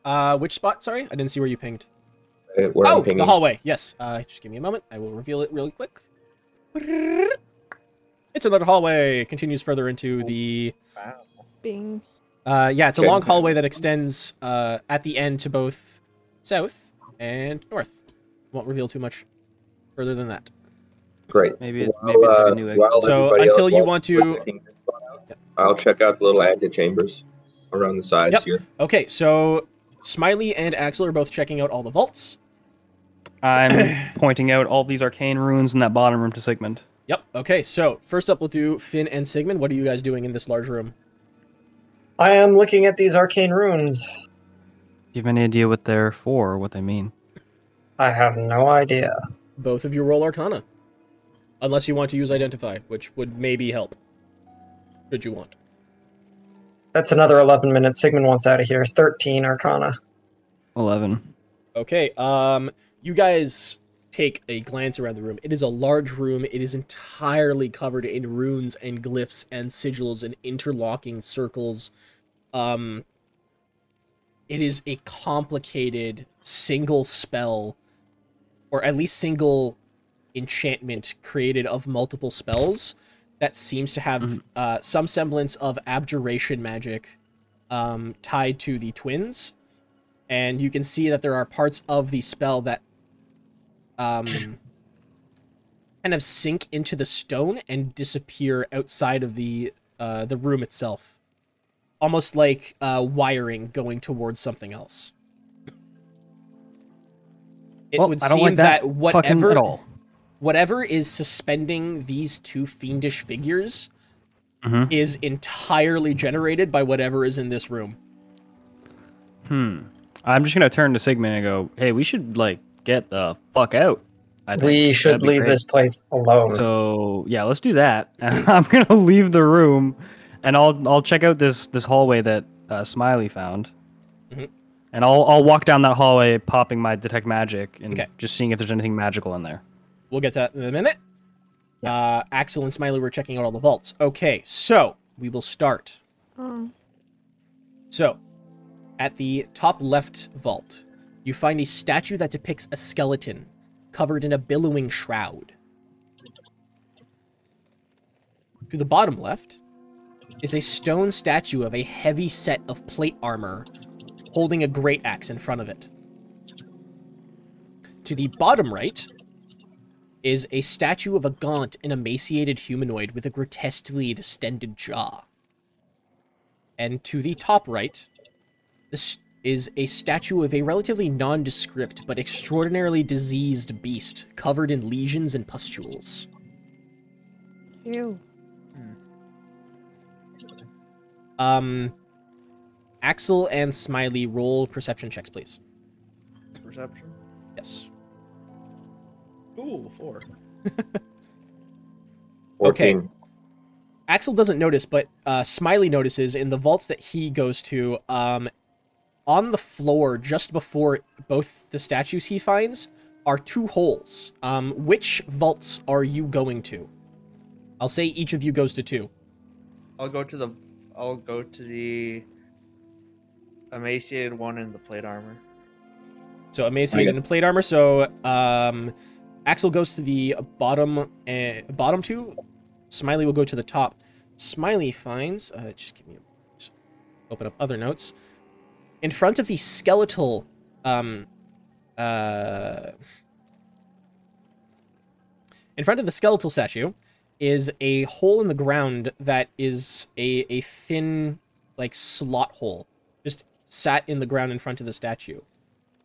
Uh, which spot? Sorry, I didn't see where you pinged.
uh, where
oh,
I'm pinging.
the hallway. Yes. Uh, just give me a moment. I will reveal it really quick. It's another hallway. It continues further into the.
Wow.
Bing.
Uh, yeah, it's a
Okay.
long hallway that extends uh, at the end to both south and north. Won't reveal too much further than that.
Great.
Maybe it,
While,
maybe it's like
uh,
a new.
while
exit.
So
everybody
until
else
you
walks
want
through
to-
checking this spot out, I'll check out the little antechambers around the sides
Yep.
here.
Okay, so Smiley and Axel are both checking out all the vaults.
I'm pointing out all these arcane runes in that bottom room to Sigmund.
Yep. Okay, so first up, we'll do Finn and Sigmund. What are you guys doing in this large room?
I am looking at these arcane runes.
Do you have any idea what they're for or what they mean?
I have no idea.
Both of you roll Arcana, unless you want to use Identify, which would maybe help. Should you want?
That's another 11 minutes. Sigmund wants out of here. 13 Arcana.
11.
Okay. Um, you guys take a glance around the room. It is a large room. It is entirely covered in runes and glyphs and sigils and interlocking circles. Um, it is a complicated single spell, or at least single enchantment created of multiple spells that seems to have
Mhm.
uh, some semblance of abjuration magic um, tied to the twins and you can see that there are parts of the spell that um kind of sink into the stone and disappear outside of the uh the room itself almost like uh wiring going towards something else it
Well,
would
I don't
seem
like that
that,
Fucking
whatever
at all.
whatever is suspending these two fiendish figures
Mhm.
is entirely generated by whatever is in this room
Hmm. I'm just gonna turn to Sigmund and go, "Hey, we should like get the fuck out." I think.
We should
That'd be
leave
great.
this place alone.
So yeah, let's do that. And I'm gonna leave the room, and I'll I'll check out this this hallway that uh, Smiley found,
Mhm.
and I'll I'll walk down that hallway, popping my detect magic and
Okay.
just seeing if there's anything magical in there.
We'll get to that in a minute. Uh, Axel and Smiley were checking out all the vaults. Okay, so we will start.
Mm.
So, at the top left vault, you find a statue that depicts a skeleton covered in a billowing shroud. To the bottom left is a stone statue of a heavy set of plate armor holding a great axe in front of it. To the bottom right is a statue of a gaunt and emaciated humanoid with a grotesquely distended jaw. And to the top right, this is a statue of a relatively nondescript but extraordinarily diseased beast covered in lesions and pustules.
Ew.
Um, Axel and Smiley roll perception checks, please.
Perception.
Yes.
Ooh, four.
14.
Axel doesn't notice, but uh, Smiley notices in the vaults that he goes to. Um, on the floor, just before both the statues he finds, are two holes. Um, which vaults are you going to? I'll say each of you goes to two.
I'll go to the. I'll go to the. Emaciated one in the plate armor.
So emaciated
Okay.
in plate armor. So um, Axel goes to the bottom uh, bottom two. Smiley will go to the top. Smiley finds. Uh, just give me a. just Open up other notes. In front of the skeletal, um, uh, in front of the skeletal statue, is a hole in the ground that is a a thin like slot hole, just sat in the ground in front of the statue.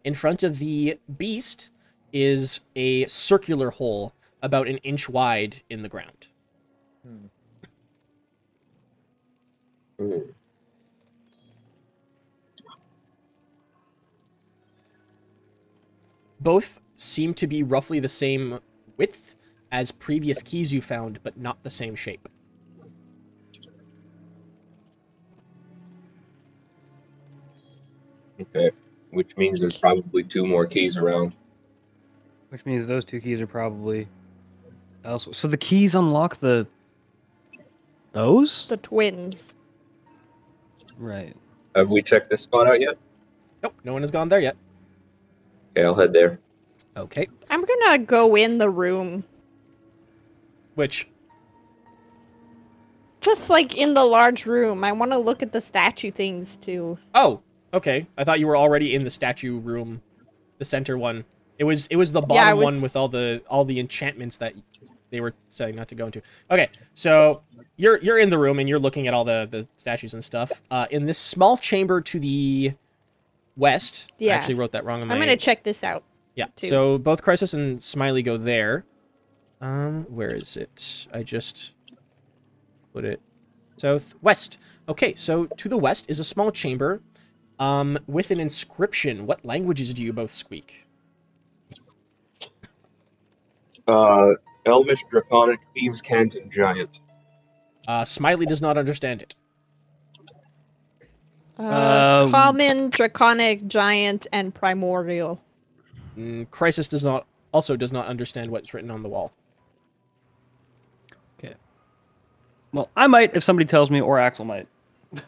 In front of the beast is a circular hole about an inch wide in the ground.
Hmm.
Mm.
Both seem to be roughly the same width as previous keys you found, but not the same shape.
Okay. Which means there's probably two more keys around.
Which means those two keys are probably elsewhere. So the keys unlock the those
The twins.
right.
Have we checked this spot out yet?
Nope, no one has gone there yet.
Okay, I'll head there.
Okay.
I'm gonna go in the room.
Which,
Just like in the large room. I wanna look at the statue things too.
oh, okay. I thought you were already in the statue room, the center one. It was it was the bottom
Yeah, I
one
was-
with all the all the enchantments that they were saying not to go into. Okay, so you're you're in the room and you're looking at all the the statues and stuff. Uh, in this small chamber to the west, I
Yeah.
actually wrote that wrong on my.
I'm gonna check this out.
Yeah.
too.
So both Crisis and Smiley go there. Um, where is it? I just put it southwest. Okay, so to the west is a small chamber, um, with an inscription. What languages do you both speak?
Uh, Elvish, Draconic, Thieves' Cant, and Giant.
Uh, Smiley does not understand it.
Uh,
Um,
common, draconic, giant, and primordial.
Mm, Crisis does not also does not understand what's written on the wall.
Well, I might if somebody tells me, or Axel might.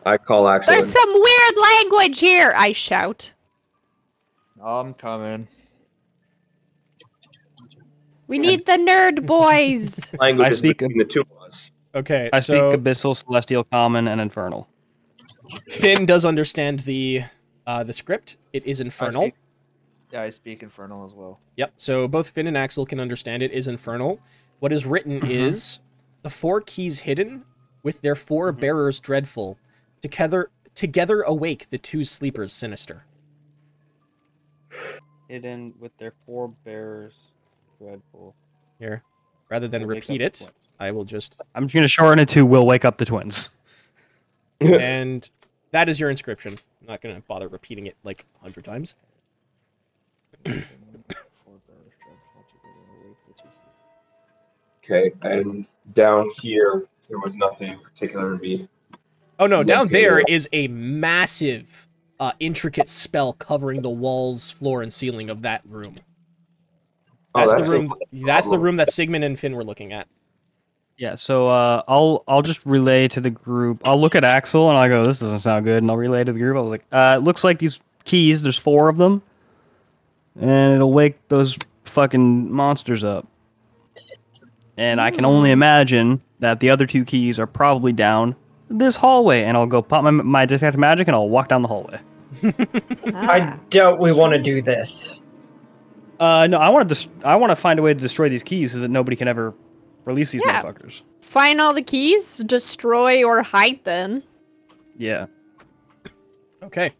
I call Axel.
There's
in.
some weird language here. I shout.
I'm coming.
We need the nerd boys.
Language
I
is
speak-
between the two of us.
Okay,
I
so
speak Abyssal, Celestial, Common, and Infernal.
Finn does understand the uh, the script. It is infernal.
speak- Yeah, I speak Infernal as well.
Yep. So both Finn and Axel can understand it is infernal. What is written
Mhm.
is the four keys hidden with their 4
Mhm.
bearers dreadful. Together together awake the two sleepers sinister.
Hidden with their four bears, dreadful.
Here. Rather than repeat it, I will just
I'm just gonna shorten it to "Will wake up the twins."
and that is your inscription. I'm not gonna bother repeating it like a hundred times.
Okay, and down here there was nothing particular to me.
Oh no, down
Okay.
there is a massive uh, intricate spell covering the walls, floor, and ceiling of that room.
Oh,
That's
that's
the
a
room. That's the
problem.
room that Sigmund and Finn were looking at.
Yeah, so uh, I'll I'll just relay to the group. I'll look at Axel and I go, "This doesn't sound good," and I'll relay to the group. I was like, uh, "It looks like these keys. There's four of them, and it'll wake those fucking monsters up." And I can only imagine that the other two keys are probably down this hallway. And I'll go pop my my detect magic and I'll walk down the hallway.
Ah.
I doubt we want to do this.
Uh, no, I want to dis- I want to find a way to destroy these keys so that nobody can ever release these
Yeah.
motherfuckers.
Find all the keys, destroy or hide them.
Yeah.
Okay.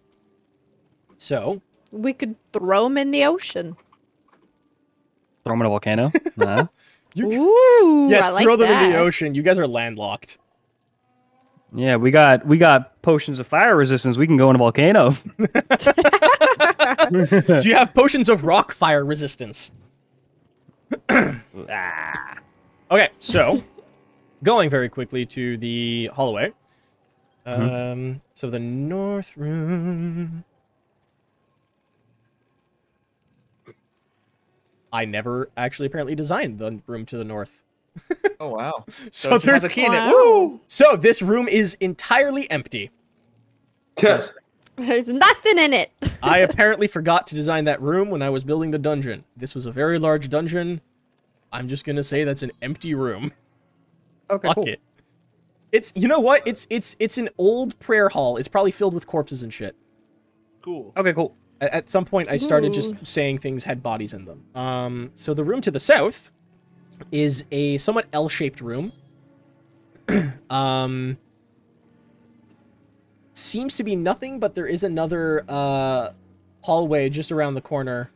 So
We could throw them in the ocean.
Throw them in a volcano. Nah.
You c-
Ooh,
yes,
I like
throw them in the
that.
ocean. You guys are landlocked.
Yeah, we got we got potions of fire resistance. We can go in a volcano.
Do you have potions of rock fire resistance?
Ah.
Okay, so going very quickly to the hallway. Um, so the north room. I never actually apparently designed the room to the north.
Oh wow!
So,
it has
there's
a key in it.
Wow.
so this room is entirely empty.
Yes.
There's nothing in it.
I apparently forgot to design that room when I was building the dungeon. This was a very large dungeon. I'm just gonna say that's an empty room.
Okay.
Fuck
cool.
it. It's you know what? It's it's it's an old prayer hall. It's probably filled with corpses and shit.
Cool.
Okay. Cool.
A- At, some point, I started just saying things had bodies in them. Um, so the room to the south is a somewhat L-shaped room. um, seems to be nothing, but there is another uh hallway just around the corner,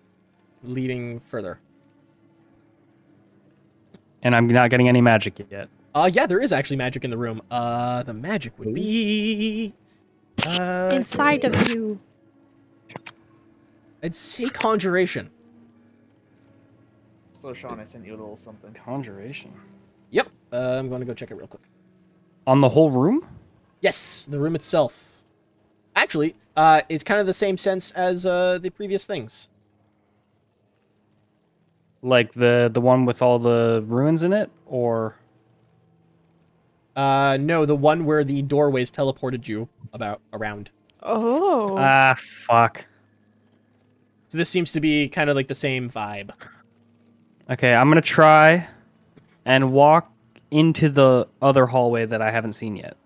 leading further.
And I'm not getting any magic yet.
Uh, yeah, there is actually magic in the room. Uh, the magic would be. Uh,
Inside of you.
I'd say conjuration.
So Sean, I sent you a little something.
Conjuration.
Yep. Uh, I'm going to go check it real quick.
On the whole room?
Yes, the room itself. Actually, uh, it's kind of the same sense as uh, the previous things.
Like the the one with all the ruins in it, or
Uh, no, the one where the doorways teleported you about around.
Oh.
ah fuck.
So this seems to be kind of like the same vibe.
Okay, I'm gonna try and walk into the other hallway that I haven't seen yet.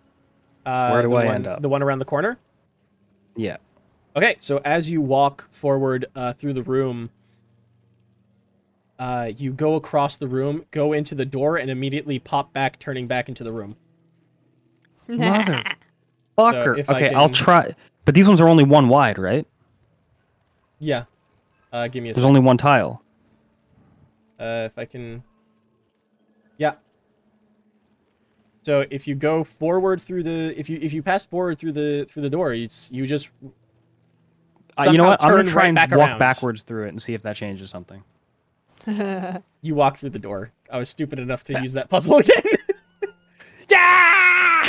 Uh,
Where do
the
I
one-
end up?
The one around the corner.
Yeah.
Okay, so as you walk forward uh, through the room, uh, you go across the room, go into the door, and immediately pop back, turning back into the room.
Mother. Fucker.
if I
okay, I'll
can-
try. But these ones are only one wide, right?
Yeah. Uh, give me a
There's
second.
only one tile.
Uh, if I can. Yeah. So if you go forward through the, if you if you pass forward through the through the door, you s- you just.
Uh, you know
somehow
what? I'm gonna
turn
try
right
and
back
walk
around.
backwards through it and see if that changes something.
You walk through the door. I was stupid enough to use that puzzle again.
Yeah!
I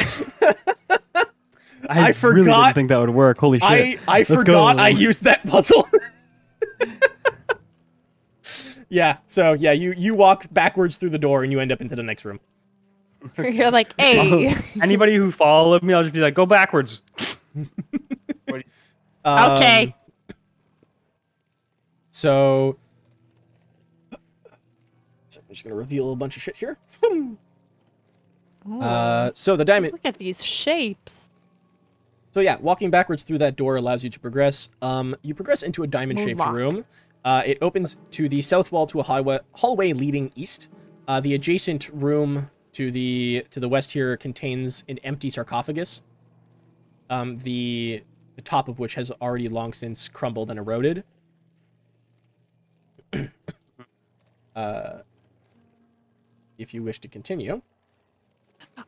Ah! really
forgot-
didn't think that would work. Holy shit.
I I
Let's go.
forgot I used that puzzle. yeah. So yeah, you you walk backwards through the door and you end up into the next room.
You're like, hey,
Anybody who followed me, I'll just be like, go backwards.
Um,
Okay.
So, so I'm just gonna reveal a bunch of shit here. Uh, so the diamond.
look at these shapes.
So yeah, walking backwards through that door allows you to progress. Um, you progress into a diamond-shaped
Moonwalk.
room. Uh, it opens to the south wall to a hallway, hallway leading east. Uh, the adjacent room to the to the west here contains an empty sarcophagus. Um, the the top of which has already long since crumbled and eroded. uh, if you wish to continue,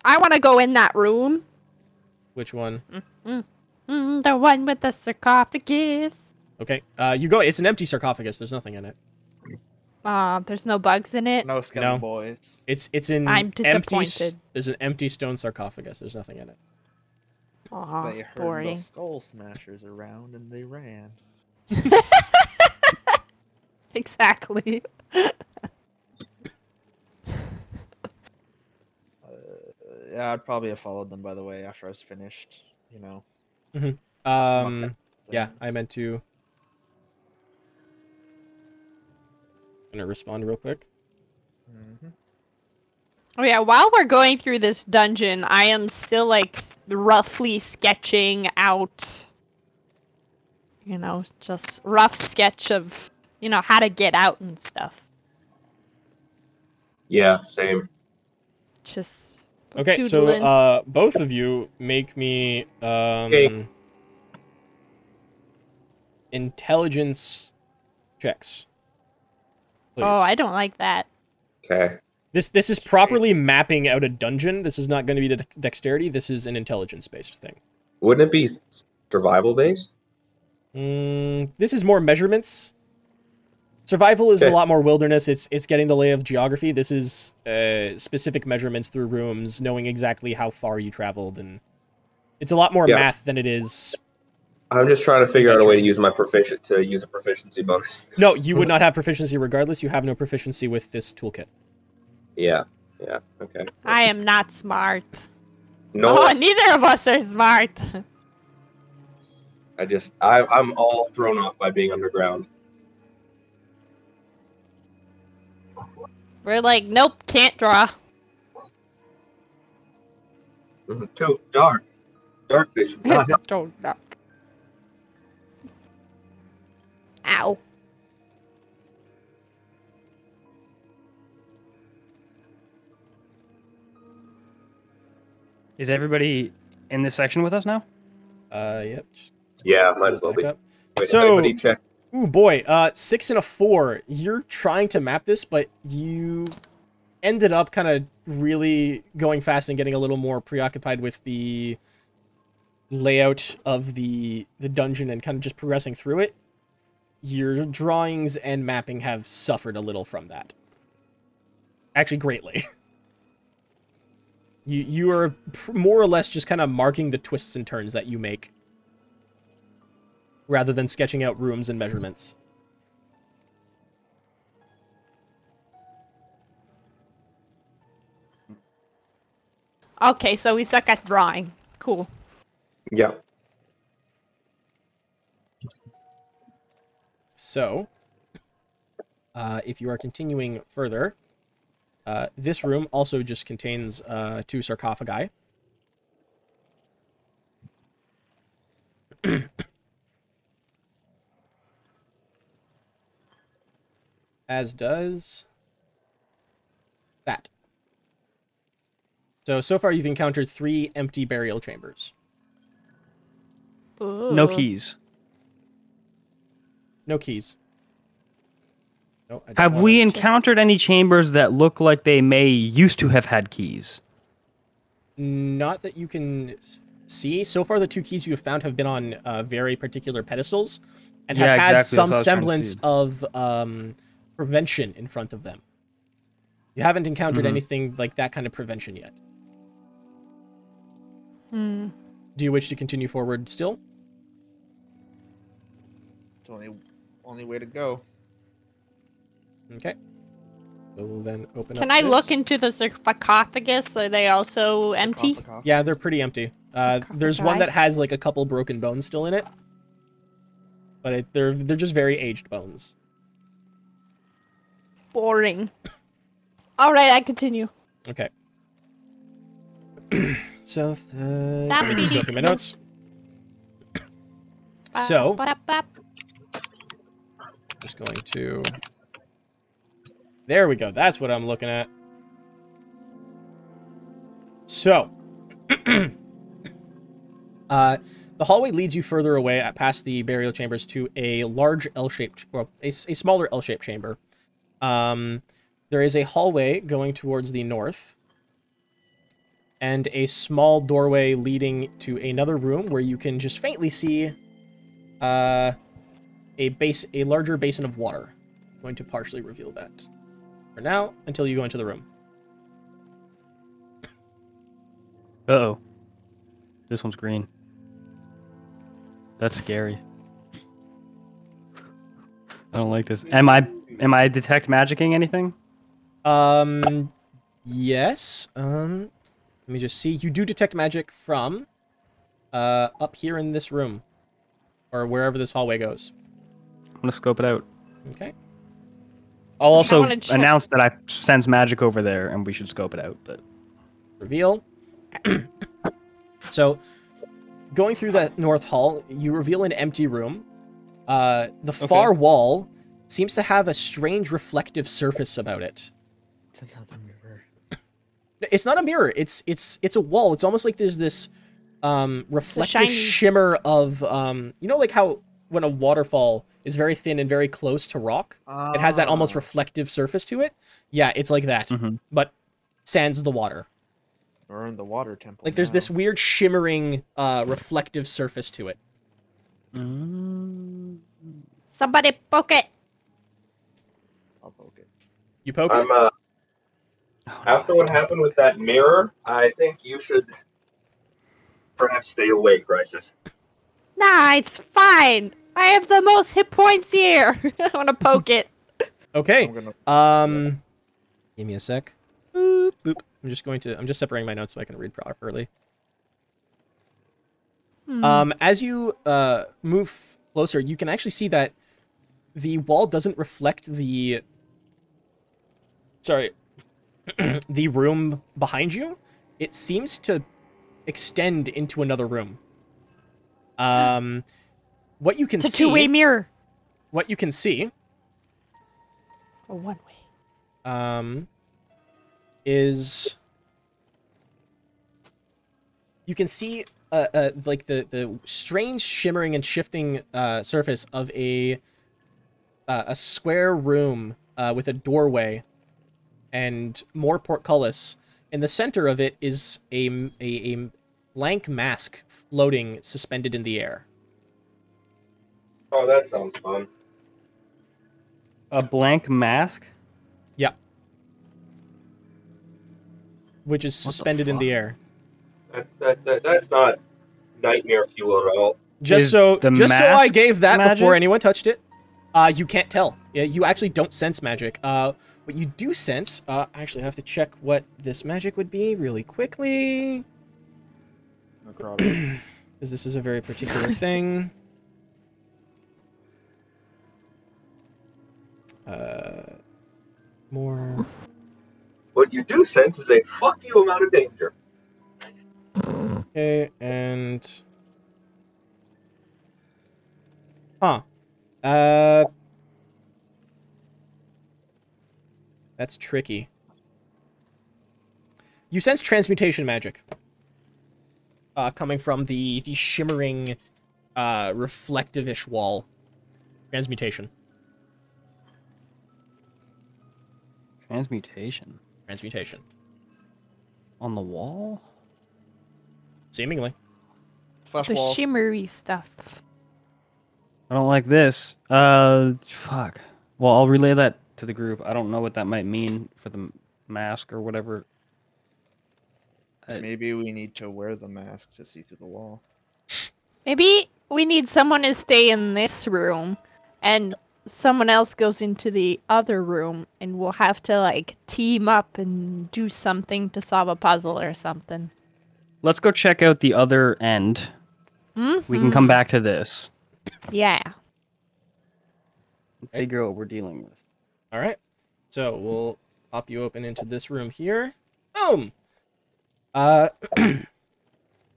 I want to go in that room.
which one?
Mm, the one with the sarcophagus.
Okay, uh, you go. It's an empty sarcophagus. There's nothing in it.
Aw, there's no bugs in it.
No
No.
skeleton boys.
It's it's in
I'm
empty. s-
disappointed.
There's an empty stone sarcophagus. There's nothing in it.
Aw,
they heard
boring.
the skull smashers around and they ran.
Exactly.
Uh, yeah, I'd probably have followed them by the way after I was finished. You know.
Um, yeah,
things.
I meant to. Gonna respond real quick.
Mhm.
Oh yeah, while we're going through this dungeon, I am still like s- roughly sketching out you know, just rough sketch of, you know, how to get out and stuff.
Yeah, same.
Just
Okay,
doodling.
so uh, both of you make me um,
Okay.
intelligence checks. Please.
Oh, I don't like that.
Okay.
This this is properly mapping out a dungeon. This is not going to be de- dexterity. This is an intelligence based thing.
Wouldn't it be survival based?
Mm, this is more measurements. Survival is a
Okay.
lot more wilderness. It's it's getting the lay of geography. This is uh, specific measurements through rooms, knowing exactly how far you traveled, and it's a lot more
Yeah.
math than it is.
I'm just trying to figure out a way to use my proficient to use a proficiency bonus.
No, you
Mm-hmm.
would not have proficiency regardless. You have no proficiency with this toolkit.
Yeah. Yeah. Okay.
I am not smart.
No,
Oh, neither of us are smart.
I just I, I'm all thrown off by being underground.
We're like, nope, can't draw.
Mhm, Too dark. Dark vision. Ah, no.
Don't knock. Ow.
Is everybody in this section with us now?
Uh, yep. just
yeah, might
pull
as
it
well
back
be.
up.
Wait,
So-
everybody check.
Ooh boy, uh, six and a four. You're trying to map this, but you ended up kind of really going fast and getting a little more preoccupied with the layout of the the dungeon and kind of just progressing through it. Your drawings and mapping have suffered a little from that. Actually, greatly. You you are pr- more or less just kind of marking the twists and turns that you make rather than sketching out rooms and measurements.
Okay, so we suck at drawing. Cool.
Yeah.
So, uh, if you are continuing further, uh, this room also just contains uh, two sarcophagi. As does that. So, so far you've encountered three empty burial chambers.
No
Ooh.
keys.
No keys. No, I don't
Have
wanna
we
check.
encountered any chambers that look like they may used to have had keys?
Not that you can s- see. So far, the two keys you have found have been on uh, very particular pedestals, and have
Yeah,
had
exactly, that's what I
some
was trying to
semblance
see.
of um, prevention in front of them. You haven't encountered
Mhm.
anything like that kind of prevention yet.
Hmm.
Do you wish to continue forward still?
It's only only way to go.
Okay. We'll then open up.
Can I look
this.
into the sarcophagus? Are they also empty?
Sarcophagus.
Yeah, they're pretty empty. Uh, there's one that has like a couple broken bones still in it, but it, they're they're just very aged bones.
Boring. All right, I continue.
Okay. so uh,
That
let me just go through my notes. So-
Bop, bop, bop.
Just going to. There we go. That's what I'm looking at. So, uh, the hallway leads you further away uh, past the burial chambers to a large L-shaped, well, a, s- a smaller L-shaped chamber. Um, there is a hallway going towards the north, and a small doorway leading to another room where you can just faintly see, uh, a base a larger basin of water. I'm going to partially reveal that for now until you go into the room.
Uh oh. This one's green. That's scary. I don't like this. Am I am I detect magicking anything?
Um yes. Um let me just see. You do detect magic from uh up here in this room or wherever this hallway goes.
I'm gonna scope it out.
Okay.
I'll also
wanna check-
announce that I sense magic over there, and we should scope it out. But
Reveal. so going through that north hall, you reveal an empty room. Uh the
Okay.
far wall seems to have a strange reflective surface about it.
Take out the mirror.
it's not a mirror it's it's it's a wall it's almost like there's this um reflective
shiny-
shimmer of um you know like how when a waterfall is very thin and very close to rock it has that almost
Ah. Mm-hmm.
reflective surface to it yeah it's like that
Mhm.
but sands the water
We're in the water temple.
like there's this
now.
weird shimmering uh reflective surface to it
Somebody poke it.
I'll poke it.
you poke
I'm
it
uh, after what happened with that mirror, I think you should perhaps stay away, Crisis.
Nah, it's fine. I have the most hit points here. I want to poke it.
okay
I'm gonna
Um, give me a sec. Boop, boop. I'm just going to. I'm just separating my notes so I can read properly.
Hmm.
Um, as you uh move closer, you can actually see that the wall doesn't reflect the. Sorry, the room behind you. It seems to extend into another room. Um, what you can
It's a
see.
two-way mirror.
what you can see.
Or one way.
um, is you can see uh, uh, like the the strange shimmering and shifting uh, surface of a uh, a square room uh, with a doorway and more portcullis. In the center of it is a, m- a a blank mask floating suspended in the air.
Oh, that sounds fun.
a blank mask.
Which is
What the
suspended in the air.
That's that, that that's not nightmare fuel at all.
Just
Is
so,
the
just so I
mask
gave that before
magic?
anyone touched it. Uh, you can't tell. Yeah, You actually don't sense magic. Uh, what you do sense, uh, actually, I have to check what this magic would be really quickly,
necrotic.
because this is a very particular thing. Uh, more.
What you do sense is a fuck you amount of danger.
Okay, and huh, uh, that's tricky. You sense transmutation magic, uh, coming from the the shimmering, uh, reflective-ish wall. Transmutation,
Transmutation
transmutation,
on the wall.
seemingly.
Flash
The
wall.
shimmery stuff.
I don't like this. Uh, fuck. Well, I'll relay that to the group. I don't know what that might mean for the m- mask or whatever. Uh,
Maybe we need to wear the mask to see through the wall.
Maybe we need someone to stay in this room and someone else goes into the other room and we'll have to like team up and do something to solve a puzzle or something.
Let's go check out the other end. We can come
Mhm.
back to this.
Yeah.
and Figure out what we're dealing with.
All right. So we'll pop you open into this room here. Boom. Uh.
We got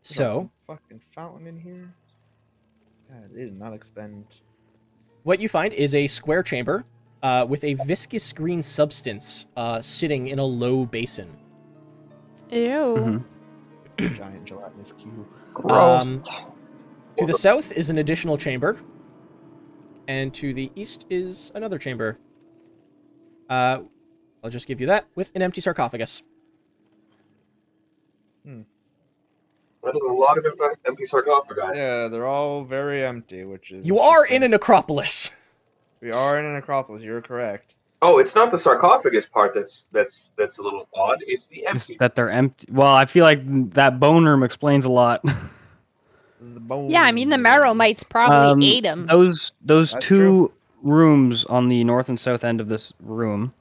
so
a fucking fountain in here. God, they did not expend.
what you find is a square chamber uh, with a viscous green substance uh, sitting in a low basin.
Ew.
Mhm.
a Giant gelatinous cube.
Gross.
To the south is an additional chamber, and to the east is another chamber. Uh, I'll just give you that with an empty sarcophagus.
That is a lot of empty- empty sarcophagi.
Yeah, they're all very empty, which is.
You are in
interesting.
an necropolis.
We are in an necropolis. You're correct.
Oh, it's not the sarcophagus part that's that's that's a little odd. It's the
Just
empty.
that they're empty. Well, I feel like that bone room explains a lot.
The bone.
Yeah, I mean the marrow mites
Um,
probably ate 'em. ate him.
Those those
That's
two
true.
rooms on the north and south end of this room.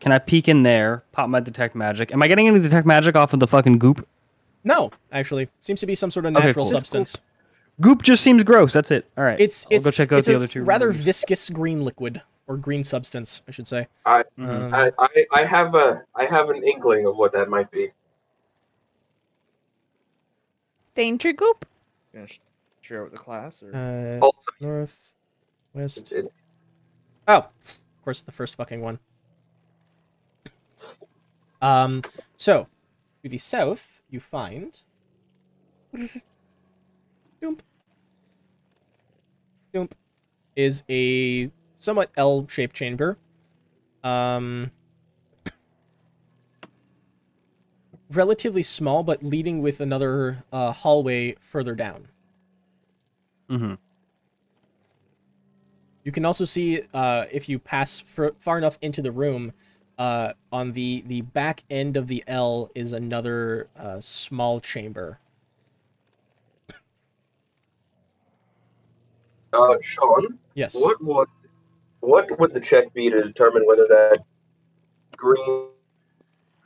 Can I peek in there? Pop my detect magic. Am I getting any detect magic off of the fucking goop?
No, actually, seems to be some sort of
Okay,
natural
cool.
substance.
Goop just seems gross. That's it. All right.
It's
I'll
it's,
go check out
it's
the
a
other two.
rather
rooms.
viscous green liquid or green substance, I should say.
I-
Mhm.
Um,
I, I I have a I have an inkling of what that might be.
Danger goop.
Gonna sh- share it with the class, or
uh,
Also,
north, west.
it's, it,
Oh, of course, the first fucking one. Um, so to the south, you find. Doomp. Doomp is a somewhat L-shaped chamber. Um, relatively small, but leading with another uh, hallway further down.
Mhm.
You can also see uh, if you pass fr- far enough into the room, uh, on the the back end of the L is another uh, small chamber.
uh, Sean,
Yes.
what would what would the check be to determine whether that green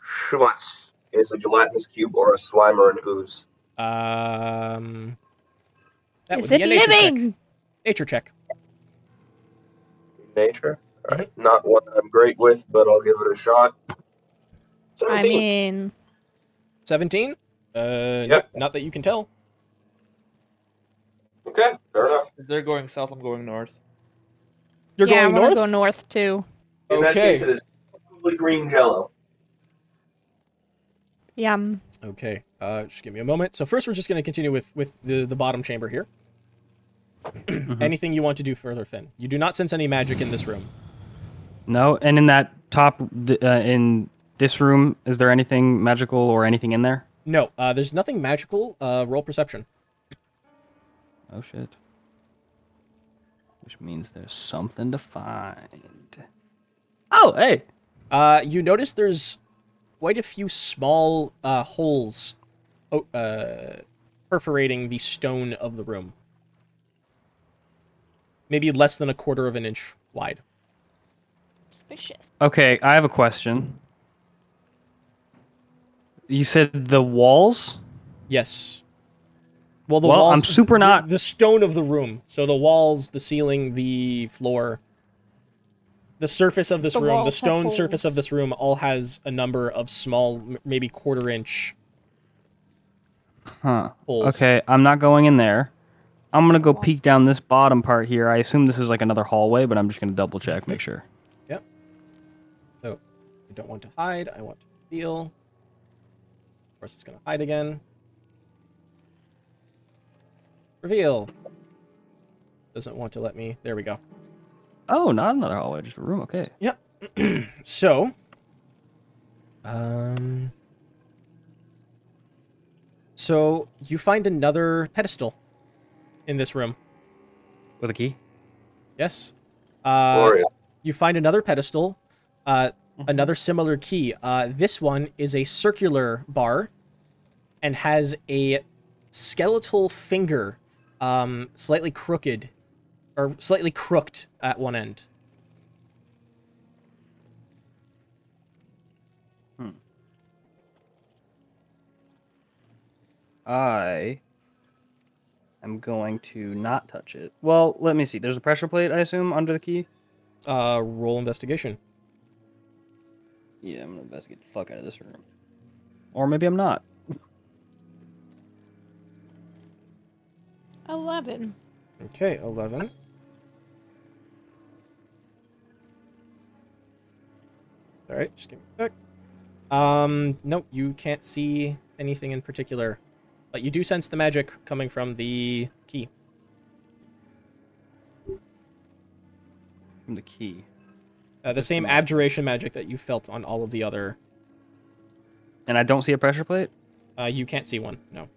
schmutz is a gelatinous cube or a slime or an ooze?
Um. That
Is
would
it
be a nature Check.
living?
Nature check.
Nature. All right.
Mm-hmm.
Not one that I'm great with, but I'll give it a shot.
I
Seventeen.
mean,
Seventeen. Uh.
Yep.
no- not that you can tell.
okay. Fair enough.
if they're going south. I'm going north.
You're
yeah,
going
I wanna
north.
go north too.
In that
Okay.
case, it is probably green jello.
Yum.
Okay. Uh. Just give me a moment. So first, we're just gonna continue with with the the bottom chamber here.
Mm-hmm.
Anything you want to do further, Finn? You do not sense any magic in this room.
No. And in that top, th- uh, in this room, is there anything magical or anything in there?
No. Uh. There's nothing magical. Uh. Roll perception.
Oh shit. Which means there's something to find. Oh hey.
Uh, you notice there's quite a few small uh, holes o- uh, perforating the stone of the room. Maybe less than a quarter of an inch wide.
Suspicious.
Okay, I have a question. You said the walls?
Yes. Well, the
Well,
walls.
I'm super
the-
not-
the stone of the room. So the walls, the ceiling, the floor, the surface of this
The
room,
walls
the
have
stone surface of
holes.
this room, all has a number of small, m- maybe quarter inch
Huh.
holes.
Okay, I'm not going in there. I'm gonna go
Wall.
peek down this bottom part here. I assume this is like another hallway, but I'm just gonna double check, make sure.
I don't want to hide. I want to feel. Of course, it's going to hide again. Reveal. Doesn't want to let me. There we go.
Oh, not another hallway, just a room. Okay.
so, um, so you find another pedestal in this room.
With a key.
Yes. Uh,
Glorious.
You find another pedestal, uh, another similar key. Uh, this one is a circular bar, and has a skeletal finger, um, slightly crooked, or slightly crooked at one end.
I am going to not touch it. Well, let me see. There's a pressure plate, I assume, under the key.
Uh, roll investigation.
Yeah, I'm gonna investigate the fuck out of this room. Or maybe I'm not.
Eleven.
Okay, eleven. All right, just give me a sec. Um, no, you can't see anything in particular, but you do sense the magic coming from the key.
From the key.
Uh, the same abjuration magic that you felt on all of the other.
And I don't see a pressure plate?
Uh, you can't see one. No.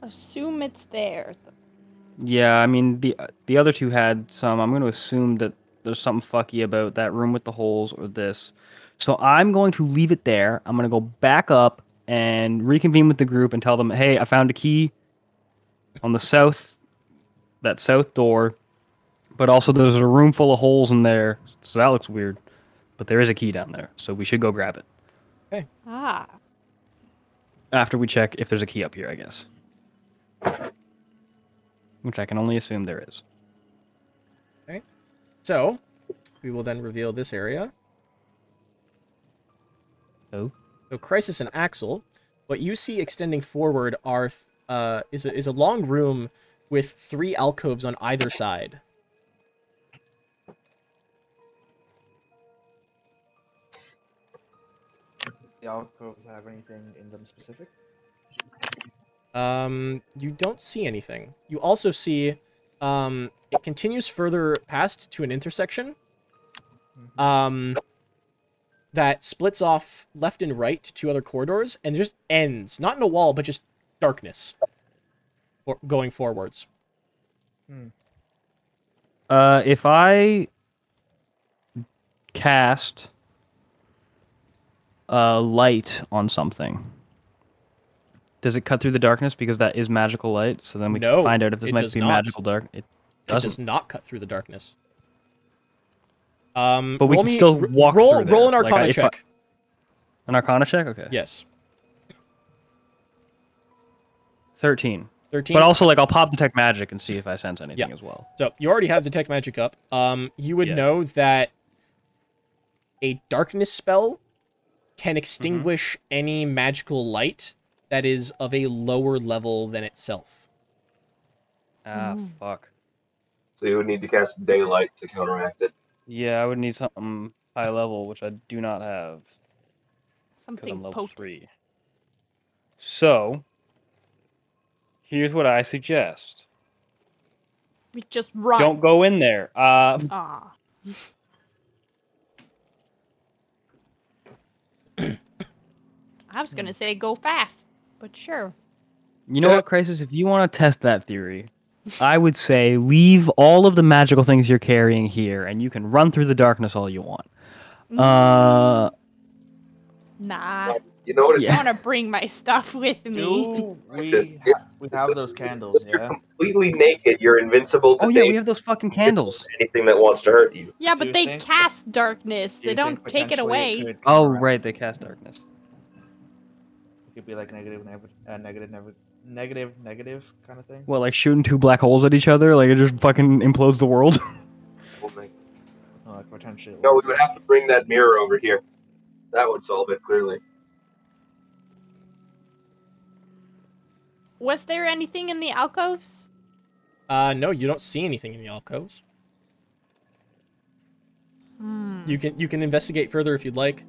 Assume it's there.
Yeah, I mean the the other two had some. I'm going to assume that there's something fucky about that room with the holes or this. So I'm going to leave it there. I'm going to go back up and reconvene with the group and tell them, "Hey, I found a key on the south that south door, but also there's a room full of holes in there. So that looks weird, but there is a key down there. So we should go grab it
Ah.
after we check if there's a key up here, I guess." Which I can only assume there is.
So, we will then reveal this area.
Oh.
So Crisis and Axel, what you see extending forward are uh, is a, is a long room with three alcoves on either side.
The alcoves have anything in them specific?
Um, you don't see anything. You also see um, it continues further past to an intersection
Mhm.
um, that splits off left and right to two other corridors and just ends, not in a wall, but just darkness for, going forwards.
Uh, if I cast uh, light on something, does it cut through the darkness because that is magical light? So then we
No,
can find out if this
it
might
does
be
not.
magical dark. It
It does
doesn't.
not cut through the darkness. Um,
But we
roll
can
me-
still
r-
walk
roll,
through
Roll an
there. Like, I-
Arcana
if I-
check.
An Arcana check, okay.
Yes,
Thirteen.
thirteen.
But also, like, I'll pop detect magic and see if I sense anything
Yeah.
as well.
so you already have detect magic up. Um, you would
Yeah.
know that a darkness spell can extinguish any magical light that is of a lower level than itself.
Ah,
Mm.
fuck.
So you would need to cast daylight to counteract it.
Yeah, I would need something high level, which I do not have because
Something
I'm level
potent.
three. So, here's what I suggest.
We just run.
Don't go in there. Uh,
Ah. I was gonna say go fast, but sure.
you know what, Crisis? If you want to test that theory, I would say leave all of the magical things you're carrying here, and you can run through the darkness all you want. Uh,
nah.
You know what? It
Yeah.
I wanna bring my stuff with me.
Do
Crisis.
we,
If-
ha- we have those
if
candles,
You're
yeah?
completely naked. You're invincible to
oh yeah, we
danger,
have those fucking candles.
anything that wants to hurt you.
Yeah,
you
but they
think-
cast darkness.
Do
They
you
don't
think
take it
potentially
away.
could come
Oh
around?
right, they cast darkness.
It could be like negative, negative, uh, negative, never, negative, negative kind of thing.
What, like shooting two black holes at each other? Like it just fucking implodes the world. Oh
We'll make-
Or like potentially.
No, we
lots
would
of-
have to bring that mirror over here. That would solve it clearly.
Was there anything in the alcoves?
Uh, no, you don't see anything in the alcoves.
Hmm.
You can you can investigate further if you'd like.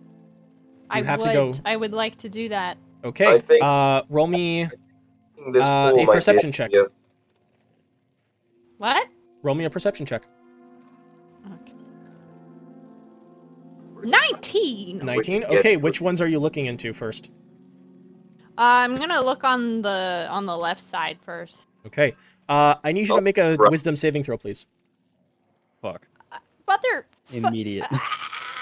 I
have to
would.
go-
I would like to do that.
Okay.
think-
Uh, roll me
This
Uh,
pool might
a
be
perception check.
Yeah.
What?
roll me a perception check.
Okay. Nineteen.
Nineteen.
can get-
Okay, which ones are you looking into first?
Uh, I'm gonna look on the on the left side first.
Okay. Uh, I need you
Oh,
to make a
right.
wisdom saving throw, please.
Fuck.
Mother.
Immediate.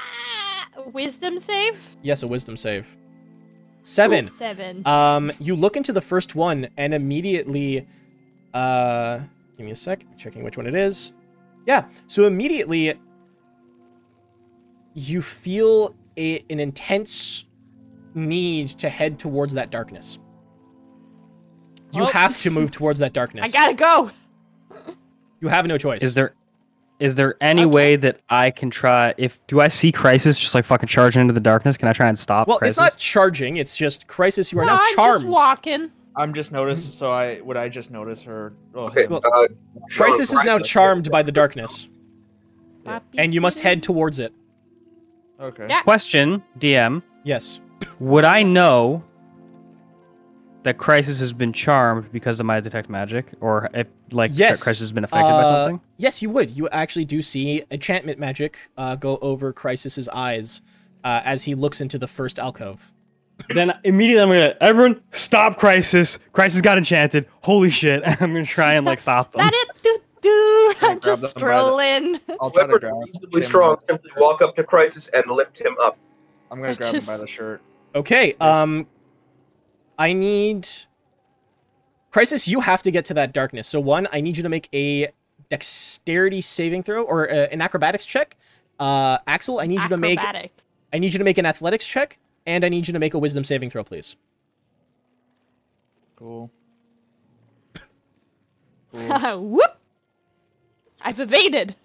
Wisdom save?
Yes, a wisdom save. Seven.
Seven.
Um, you look into the first one and immediately, uh, give me a sec, checking which one it is. Yeah, so immediately you feel a, an intense need to head towards that darkness. You
Oh.
have to move towards that darkness.
I gotta go.
You have no choice.
Is there is there any
Okay.
way that I can try if do I see Crisis just like fucking charging into the darkness? Can I try and stop
well,
Crisis?
it's not charging. It's just crisis. You are
no,
now
I'm
charmed.
just walking.
I'm just noticed. So I would I just notice her? Well,
Okay.
him.
uh,
Crisis is now charmed by the darkness,
Boppy
and you must
doo.
head towards it.
okay.
Yeah.
Question, DM.
Yes.
Would I know that Crisis has been charmed because of my detect magic, or if like
Yes,
Crisis has been affected by
Uh,
something?
Yes, you would. You actually do see enchantment magic uh, go over Crisis's eyes uh, as he looks into the first alcove.
Then immediately I'm gonna everyone stop Crisis. Crisis got enchanted. Holy shit! And I'm gonna try and like stop them.
That is, dude. dude
Can I
I'm
grab
just
them by the-
strolling.
I'll try to
Whoever's
grab.
reasonably
him.
strong simply walk up to Crisis and lift him up.
I'm gonna
I
grab him by
just-
the shirt.
Okay. Um, I need Crisis. You have to get to that darkness. So one, I need you to make a dexterity saving throw or uh, an acrobatics check. Uh, Axel, I need you to make
Acrobatics.
I need you to make an athletics check, and I need you to make a wisdom saving throw, please.
Cool. Cool.
Whoop! I've evaded.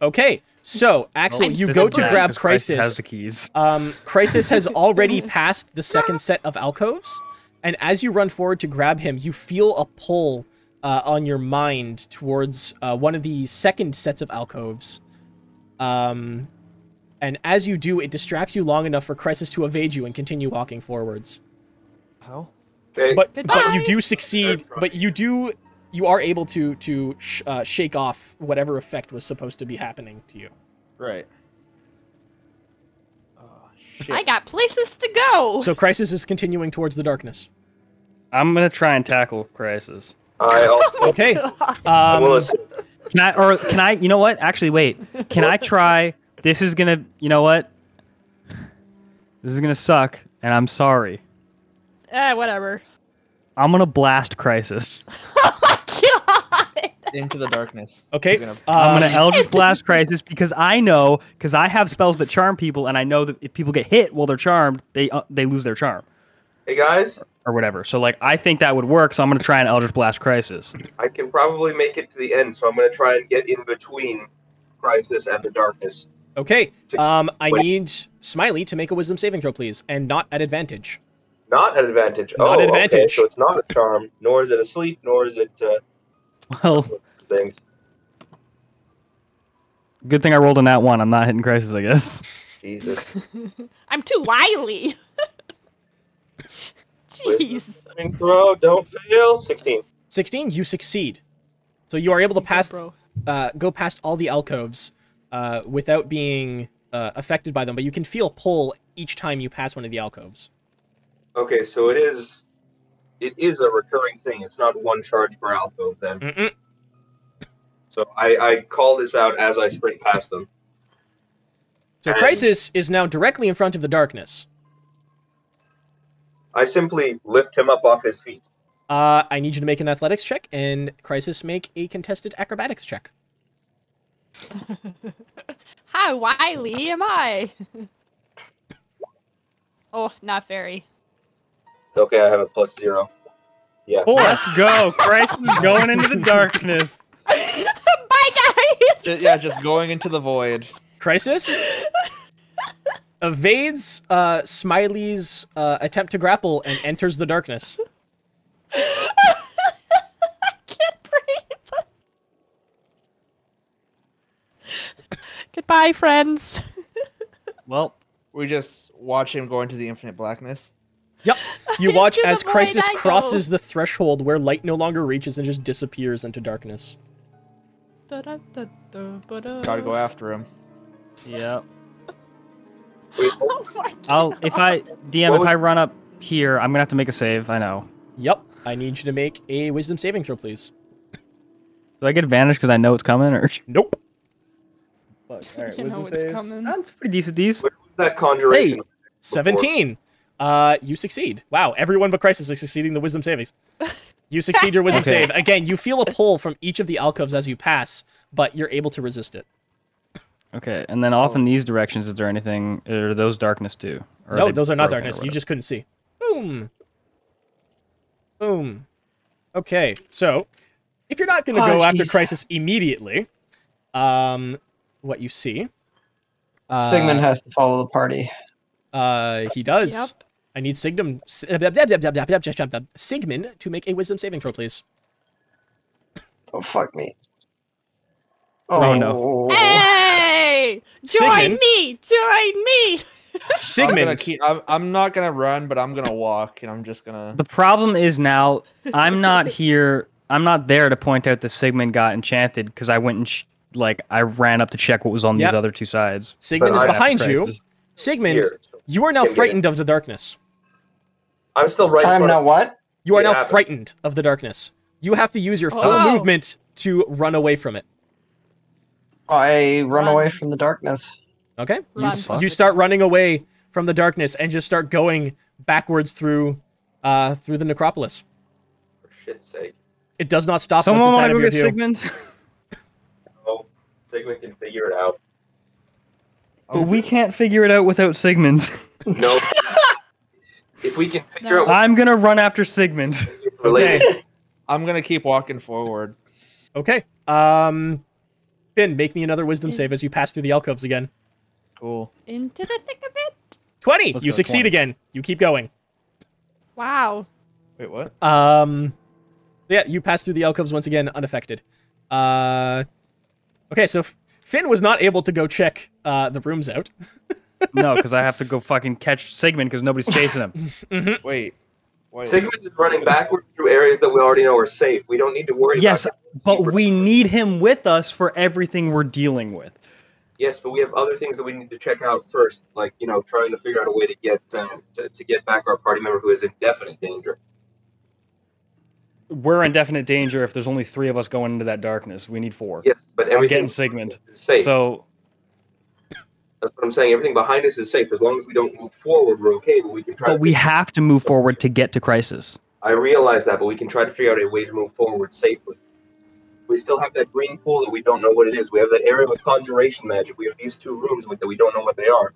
Okay. So Axel,
Oh,
you
This
go
is
to
bad,
grab
'cause Crisis has
Crisis.
the keys.
Um, Crisis has already passed the second set of alcoves, and as you run forward to grab him, you feel a pull uh, on your mind towards uh, one of the second sets of alcoves. Um, and as you do, it distracts you long enough for Crisis to evade you and continue walking forwards.
How?
Okay.
But but
Goodbye.
you do succeed. But you do you are able to to sh- uh, shake off whatever effect was supposed to be happening to you.
Right. Oh, shit.
I got places to go.
So Crisis is continuing towards the darkness.
I'm gonna try and tackle Crisis.
I also
Okay.
Oh God.
Um,
will assist
Can I or can I? You know what? Actually, wait. Can I try? This is gonna. You know what? This is gonna suck, and I'm sorry.
Eh, whatever.
I'm gonna blast Crisis.
Oh my god!
into the darkness.
Okay.
We're gonna-
I'm
um,
gonna Eldritch Blast Crisis because I know because I have spells that charm people, and I know that if people get hit while they're charmed, they uh, they lose their charm
Hey guys,
or whatever. So like I think that would work. So I'm gonna try and Eldritch Blast Crisis.
I can probably make it to the end, so I'm gonna try and get in between Crisis and the Darkness.
Okay. Um, I
Wait.
need Smiley to make a wisdom saving throw, please, and not at advantage.
Not an advantage.
Not
oh,
an
Okay,
advantage.
so it's not a charm, nor is it asleep, nor is it uh,
Well,
things.
good thing I rolled on that one. I'm not hitting Crisis, I guess.
Jesus.
I'm too wily. Jeez.
Saving Throw, don't fail. 16.
16, you succeed. So you are able to pass,
Bro.
uh, go past all the alcoves uh, without being uh, affected by them, but you can feel pull each time you pass one of the alcoves.
Okay, so it is. It is a recurring thing. It's not one charge per alcove then.
Mm-mm.
So I, I call this out as I sprint past them.
So
Um,
Crisis is now directly in front of the darkness.
I simply lift him up off his feet.
Uh, I need you to make an athletics check, and Crisis make a contested acrobatics check.
How wily am I? oh, not very.
It's okay, I have a plus zero.
Oh,
Let's go. Crisis is going into the darkness.
Bye,
Ju-
guys.
yeah, just going into the void.
Crisis evades uh, Smiley's uh, attempt to grapple and enters the darkness.
I can't breathe. Goodbye, friends.
Well,
We just watch him go into the infinite blackness.
You
Into
watch
the
as
void
Crisis
I go.
crosses the threshold where light no longer reaches and just disappears into darkness.
Gotta
Gotta
go after him.
yeah.
Wait,
Oh my
I'll if I DM
What
if
would-
I run up here, I'm gonna have to make a save. I know.
Yep. I need you to make a wisdom saving throw, please.
Do I get advantage because I know it's coming, or
Nope.
Fuck. All right.
you know
Wisdom
what's
save.
coming.
I'm pretty decent these.
That conjuration.
17. Uh, you succeed. Wow, everyone but Crisis is succeeding the wisdom savings. You succeed your wisdom
Okay.
save. Again, you feel a pull from each of the alcoves as you pass, but you're able to resist it.
Okay, and then off in these directions, is there anything? Are those darkness too? Or
no,
they
those are not
broken or
darkness. You
whatever?
just couldn't see. Boom. Boom. Okay, so if you're not going to go
Oh,
after
jeez.
Crisis immediately, um, what you see. Uh,
Sigmund has to follow the party.
Uh, he does.
Yep.
I need Sigmund, uh, Sigmund to make a wisdom saving throw, please.
Oh fuck me.
Oh, no.
Hey! Join
Sigmund?
me! Join me!
I'm, gonna
Sigmund.
keep, I'm, I'm not gonna run, but I'm gonna walk, and I'm just gonna.
The problem is now I'm not here. I'm not there to point out that Sigmund got enchanted because I went and sh- like I ran up to check what was on
Yep.
these other two sides.
Sigmund is
Right after
behind you.
Crisis.
Sigmund,
Here.
you are now
Can't get it.
frightened of the darkness.
I'm still right. in
I'm
front
now
of-
what?
You are
Yeah,
now
but-
frightened of the darkness. You have to use your full
Oh.
movement to run away from it.
I run,
Run.
away from the darkness.
Okay? You,
Run.
s-
Fuck.
you start running away from the darkness and just start going backwards through uh through the necropolis.
For shit's sake.
It does not stop
Someone
once it's
want
out
to
of
go
your
get
view.
Sigmund?
Oh, Sigmund can figure it out.
But we can't figure it out without Sigmund.
No. if we can figure
No.
out what
I'm gonna run after Sigmund.
it's related,
I'm gonna keep walking forward.
Okay. Um Finn, make me another wisdom save as you pass through the alcoves again.
Cool.
Into the thick of it.
20.
Let's
you
go,
succeed
20.
again. You keep going.
Wow.
Wait, what?
Um, yeah, you pass through the alcoves once again unaffected. Uh, okay, so F- Finn was not able to go check uh, the rooms out.
no, because I have to go fucking catch Sigmund because nobody's chasing him.
Mm-hmm.
Wait. Wait.
Sigmund is running backward through areas that we already know are safe. We don't need to worry.
yes,
About
but we need him with us for everything we're dealing with.
yes, but we have other things that we need to check out first, like you know, trying to figure out a way to get uh, to, to get back our party member who is in definite danger.
We're in definite danger if there's only three of us going into that darkness. We need four.
Yes, but
I'm
everything
getting Sigmund.
is safe.
So
That's what I'm saying. Everything behind us is safe as long as we don't move forward. We're okay, but we can try.
But
to
we
figure-
have to move forward to get to crisis.
I realize that, but we can try to figure out a way to move forward safely. We still have that green pool that we don't know what it is. We have that area with conjuration magic. We have these two rooms with, that we don't know what they are.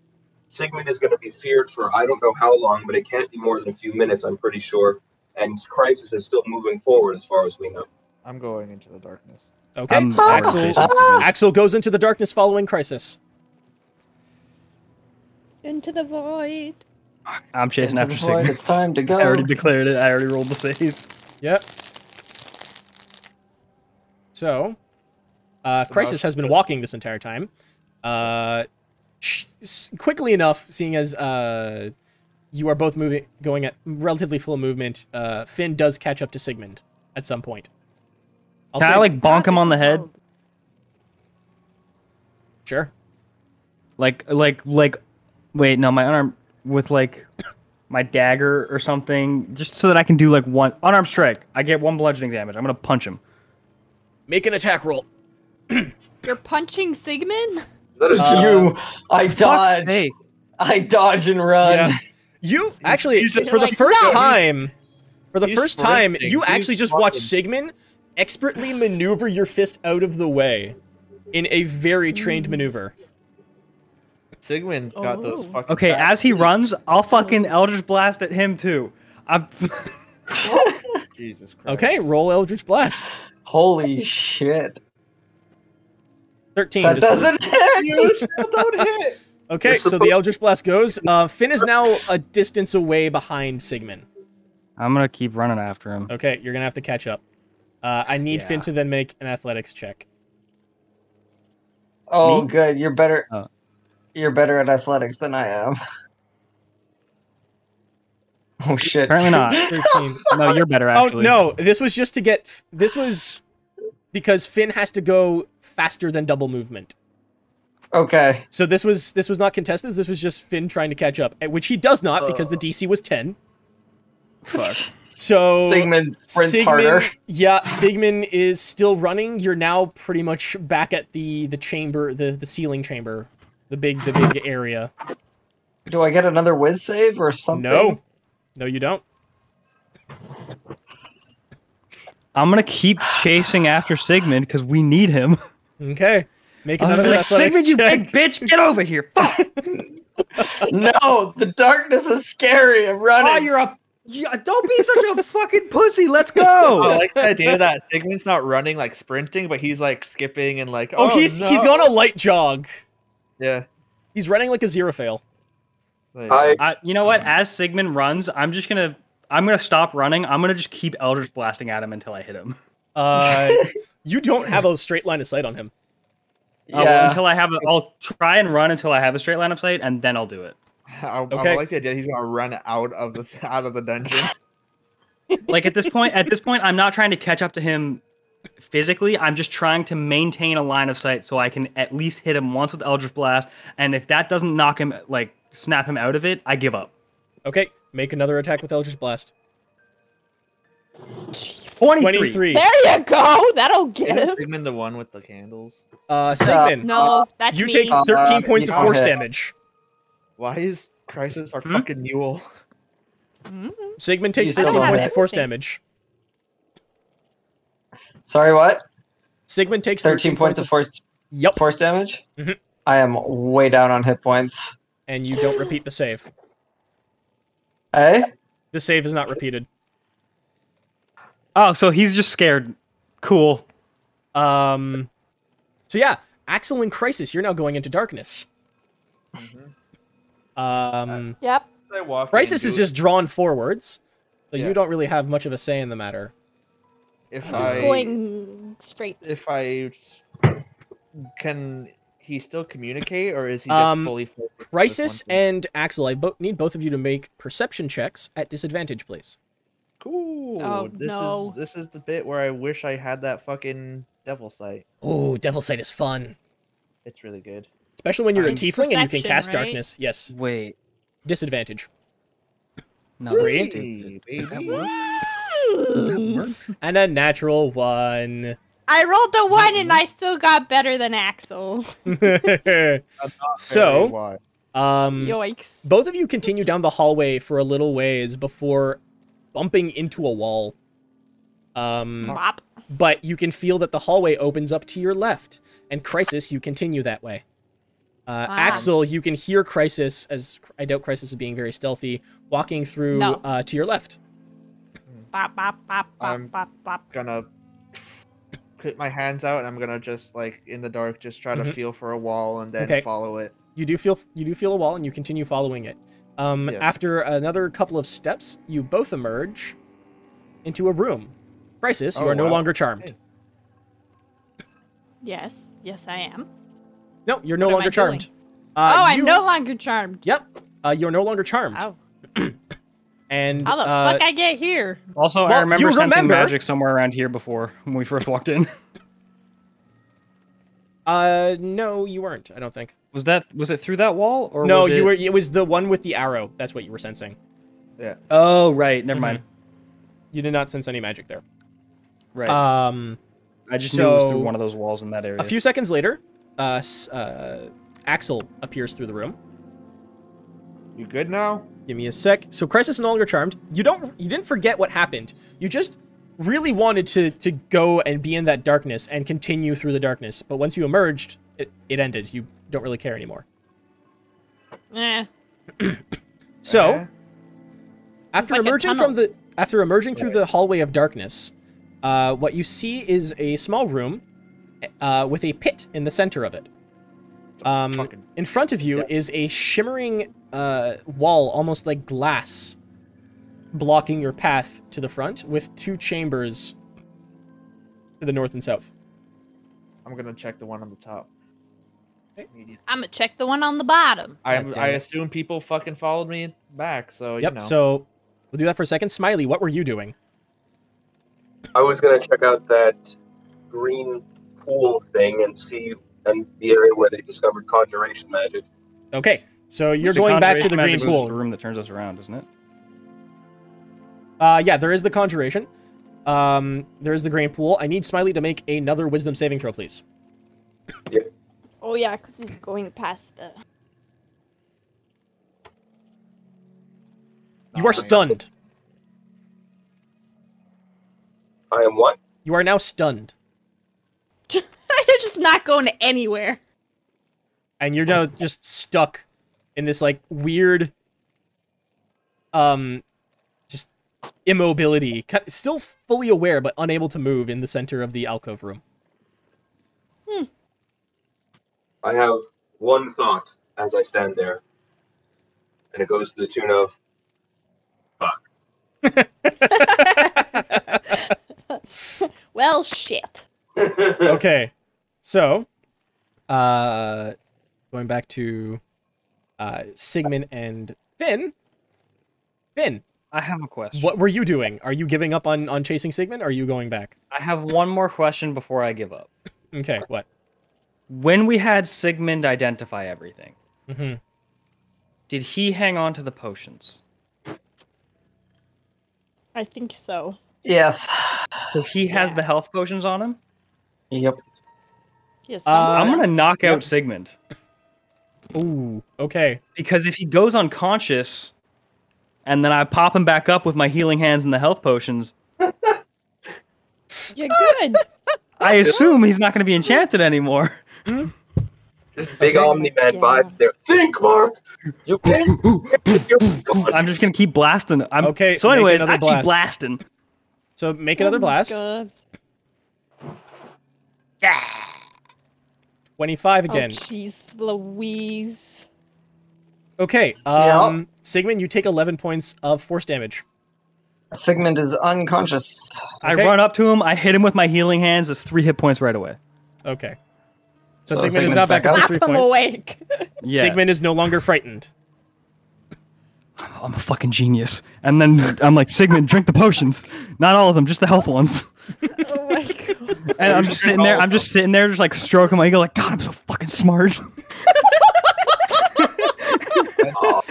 Sigmund is going to be feared for I don't know how long, but it can't be more than a few minutes, I'm pretty sure. And Crisis is still moving forward as far as we know.
I'm going into the darkness.
Okay,
I'm already
Axel.
chasing
Ah!
Sigmund.
Axel goes into the darkness following Crisis.
Into the void.
I'm chasing
Into
after
the void,
Sigmund.
it's time to go.
I already declared it. I already rolled the save.
Yep. So, uh, Crisis has been walking this entire time. Uh, sh- s- quickly enough, seeing as uh, you are both moving, going at relatively full movement, uh, Finn does catch up to Sigmund at some point. I'll
Can I
say-
like bonk him on the head?
sure.
Like like like wait, no, my unarmed with like my dagger or something, just so that I can do like one unarmed strike. I get one bludgeoning damage. I'm gonna punch him.
Make an attack roll.
You're punching Sigmund?
That is
Uh,
you, I
Fuck's
dodge.
sake.
I dodge and run.
Yeah. You actually,
you just
for the
like,
first
no, you-
time, for the
you
first
sprint
time,
things,
you
you
actually just
sprint
watch
them.
Sigmund expertly maneuver your fist out of the way in a very trained
Mm.
maneuver.
Sigmund's got those
Oh.
fucking.
Okay,
fat
as he
feet.
runs, I'll fucking Eldritch Blast at him too. I'm
Jesus Christ.
Okay, roll Eldritch Blast.
Holy shit.
13.
That
to-
doesn't
You
hit.
still don't hit.
Okay,
You're
so
supposed-
the Eldritch Blast goes. Uh, Finn is now a distance away behind Sigmund.
I'm gonna keep running after him.
Okay, you're going to have to catch up. Uh, I need Finn
Yeah.
to then make an athletics check.
Oh,
Me?
good. You're better.
Oh.
You're better at athletics than I am. Oh shit.
Apparently not.
13.
No, you're better
Oh
actually.
no! This was just to get. This was because Finn has to go faster than double movement.
okay.
So this was this was not contested. eh,
Oh.
This was just Finn trying to catch up, at which he does not because the DC was ten.
Fuck.
So
Sigmund sprints
Sigmund-
harder.
Yeah, Sigmund is still running. You're now pretty much back at the the chamber, the the ceiling chamber, the big the big area.
Do I get another whiz save or something?
No, no, you don't.
I'm gonna keep chasing after Sigmund because we need him.
Okay, make
I'm
another
like,
athletics
Sigmund, you
check.
big bitch, get over here! Fuck!
no, the darkness is scary. I'm
Oh,
running.
you're a. Yeah, don't be such a fucking pussy. Let's go.
I like the idea that Sigmund's not running like sprinting, but he's like skipping and like.
oh,
Oh,
he's
no.
he's on a light jog.
Yeah.
He's running like a zero fail.
there you
I
I, you know what? As Sigmund runs, I'm just gonna. I'm gonna stop running. I'm gonna just keep Eldritch blasting at him until I hit him.
Uh, you don't have a straight line of sight on him.
Yeah.
Uh, well, until I have. A, I'll try and run until I have a straight line of sight, and then I'll do it.
go. I,
Okay.
I like the idea he's gonna run out of the out of the dungeon.
Like at this point, at this point, I'm not trying to catch up to him physically. I'm just trying to maintain a line of sight so I can at least hit him once with Eldritch Blast. And if that doesn't knock him, like snap him out of it, I give up.
Okay, make another attack with Eldritch Blast.
Twenty-three.
Twenty-three.
There you go. That'll get
Isn't
it.
Sigmund the one with the candles?
Uh, Sigmund,
No, that's
you
me.
take
Uh,
thirteen
you
points of
don't
force
hit.
damage.
Why is Crisis our
Hmm?
fucking mule?
Mm.
Sigmund takes
You still
thirteen
don't
points
hit.
of force
Everything.
damage.
Sorry, what?
Sigmund takes
13 points of force
Yep.
force damage?
Mhm.
I am way down on hit points.
and you don't repeat the save.
Eh?
The save is not repeated.
Oh, so he's just scared. Cool.
Um, so yeah, Axel in crisis. You're now going into darkness.
Mm-hmm.
Mhm.
Um,
Uh,
Yep.
They walk in
crisis
and
is
do-
just drawn forwards, so
Yeah.
you don't really have much of a say in the matter.
if
I'm
I
just going straight.
if I can he still communicate or is he just
Um,
fully focused?
Crisis and
and
Axel, I bo- need both of you to make perception checks at disadvantage, please.
cool.
Oh,
this
no.
is this is the bit where I wish I had that fucking devil sight.
Oh, Devil Sight is fun,
It's really good.
especially when you're a
It's
tiefling and you can
perception,
cast
right?
darkness. Yes,
Wait.
disadvantage.
No, that's
Three.
stupid.
Hey, baby.
Mm.
And a natural one.
I rolled the one and I still got better than Axel.
Very
so,
wise.
um,
Yikes.
Both of you continue down the hallway for a little ways before bumping into a wall. Um,
Bop.
but you can feel that the hallway opens up to your left, and Crisis, you continue that way. Uh,
Wow.
Axel, you can hear Crisis as I doubt Crisis is being very stealthy, walking through
No.
uh, to your left.
Bop, bop, bop,
I'm-
bop, bop, bop.
gonna put my hands out and I'm gonna just like in the dark just try to
Mhm.
feel for a wall and then
Okay.
follow it.
You do feel you do feel a wall, and you continue following it. Um,
Yeah.
After another couple of steps, you both emerge into a room. Crisis, you
Oh,
are no
wow.
longer charmed.
Hey.
Yes, yes, I am.
No, you're no
What am
longer
I doing?
charmed.
oh,
Uh, you,
I'm no longer charmed.
Yep, uh, you're no longer charmed.
Oh,
And
how the
uh,
fuck I get here?
Also,
Well,
I remember
you
sensing
remember-
magic somewhere around here before when we first walked in.
uh, no, you weren't. I don't think.
Was that was it through that wall or
no,
was
you
it-
were. It was the one with the arrow. That's what you were sensing.
Oh right, never
Mhm.
mind.
You did not sense any magic there.
Right,
Um,
I just knew it was
so-
through one of those walls in that area.
a few seconds later, uh, s- uh, Axel appears through the room.
You good now?
Give me a sec. So Crisis and all you're charmed. You don't you didn't forget what happened. You just really wanted to to go and be in that darkness and continue through the darkness. But once you emerged, it, it ended. You don't really care anymore.
Eh.
So mm,
Uh-huh.
after
like a
emerging
tunnel.
from the after emerging through the hallway of darkness, uh, what you see is a small room uh, with a pit in the center of it. Um,
Fucking
in front of you is a shimmering uh, wall, almost like glass, blocking your path to the front, with two chambers to the north and south.
I'm gonna check the one on the top.
Okay.
I'm gonna check the one on the bottom.
I
God damn
I
it.
assume people fucking followed me back, so
yep.
you know.
So we'll do that for a second. Smiley, what were you doing?
I was gonna check out that green pool thing and see and the area where they discovered conjuration magic.
Okay, so you're
The
going back to
conjuration
the
magic
green
was
pool.
The room that turns us around, isn't it?
Uh, yeah, there is the conjuration. Um, there is the grain pool. I need Smiley to make another wisdom saving throw, please.
Oh yeah, because he's going past the.
You are
Nine.
stunned.
I am what?
You are now stunned,
You're just not going anywhere.
and you're now just stuck in this like weird, um, just immobility. Ki- Still fully aware, but unable to move in the center of the alcove room.
I have one thought as I stand there, and it goes to the tune of
Well, shit.
okay. So, uh, going back to uh, Sigmund and Finn. Finn,
I have a question.
what were you doing? Are you giving up on on chasing Sigmund? Or are you going back?
I have one more question before I give up.
Okay. What?
When we had Sigmund identify everything,
hmm
did he hang on to the potions?
I think so.
Yes.
So he has
Yeah.
the health potions on him?
Yep.
Yes.
Uh,
I'm
I'm
gonna-
going to knock
Yep.
out Sigmund.
Ooh. Okay.
Because if he goes unconscious and then I pop him back up with my healing hands and the health potions,
You're good.
I assume he's not going to be enchanted anymore.
just big
Okay.
Omni Man
Yeah.
vibes there. Think, Mark. You can't. you're gone.
I'm just going to keep blasting. I'm,
Okay,
So,
make
anyways,
another
I
blast.
keep blasting.
So make another
Oh my
blast.
God.
Twenty-five
Oh,
again.
jeez, Louise.
okay. Um, Sigmund, you take eleven points of force damage.
Sigmund is unconscious.
I
Okay.
run up to him. I hit him with my healing hands. It's three hit points right away.
Okay. So,
So
Sigmund is
Sigmund's
now back
back
up to
up?
three
I'm
points.
awake.
Yeah.
Sigmund is no longer frightened.
Oh, I'm a fucking genius. And then I'm like, Sigmund, drink the potions. Not all of them, just the health ones.
oh my god.
And I'm just sitting there. I'm just sitting there, just like stroking my ego, like, God, I'm so fucking smart.
So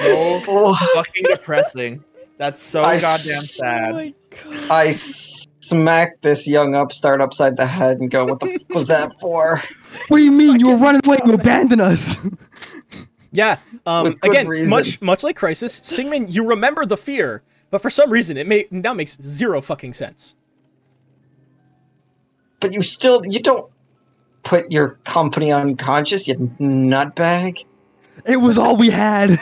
Oh,
fucking depressing. That's so
I
goddamn
s-
Oh
sad.
my god.
I smack this young upstart upside the head and go, "What the f- was that for?"
What do you mean? You were
Fucking
running away. You
dumbass.
abandoned us.
Yeah. Um,
With good
again,
reason.
much much like Crisis, Sigmund, you remember the fear, but for some reason, it may now makes zero fucking sense.
But you still, you don't put your company unconscious, you nutbag.
It was all we had.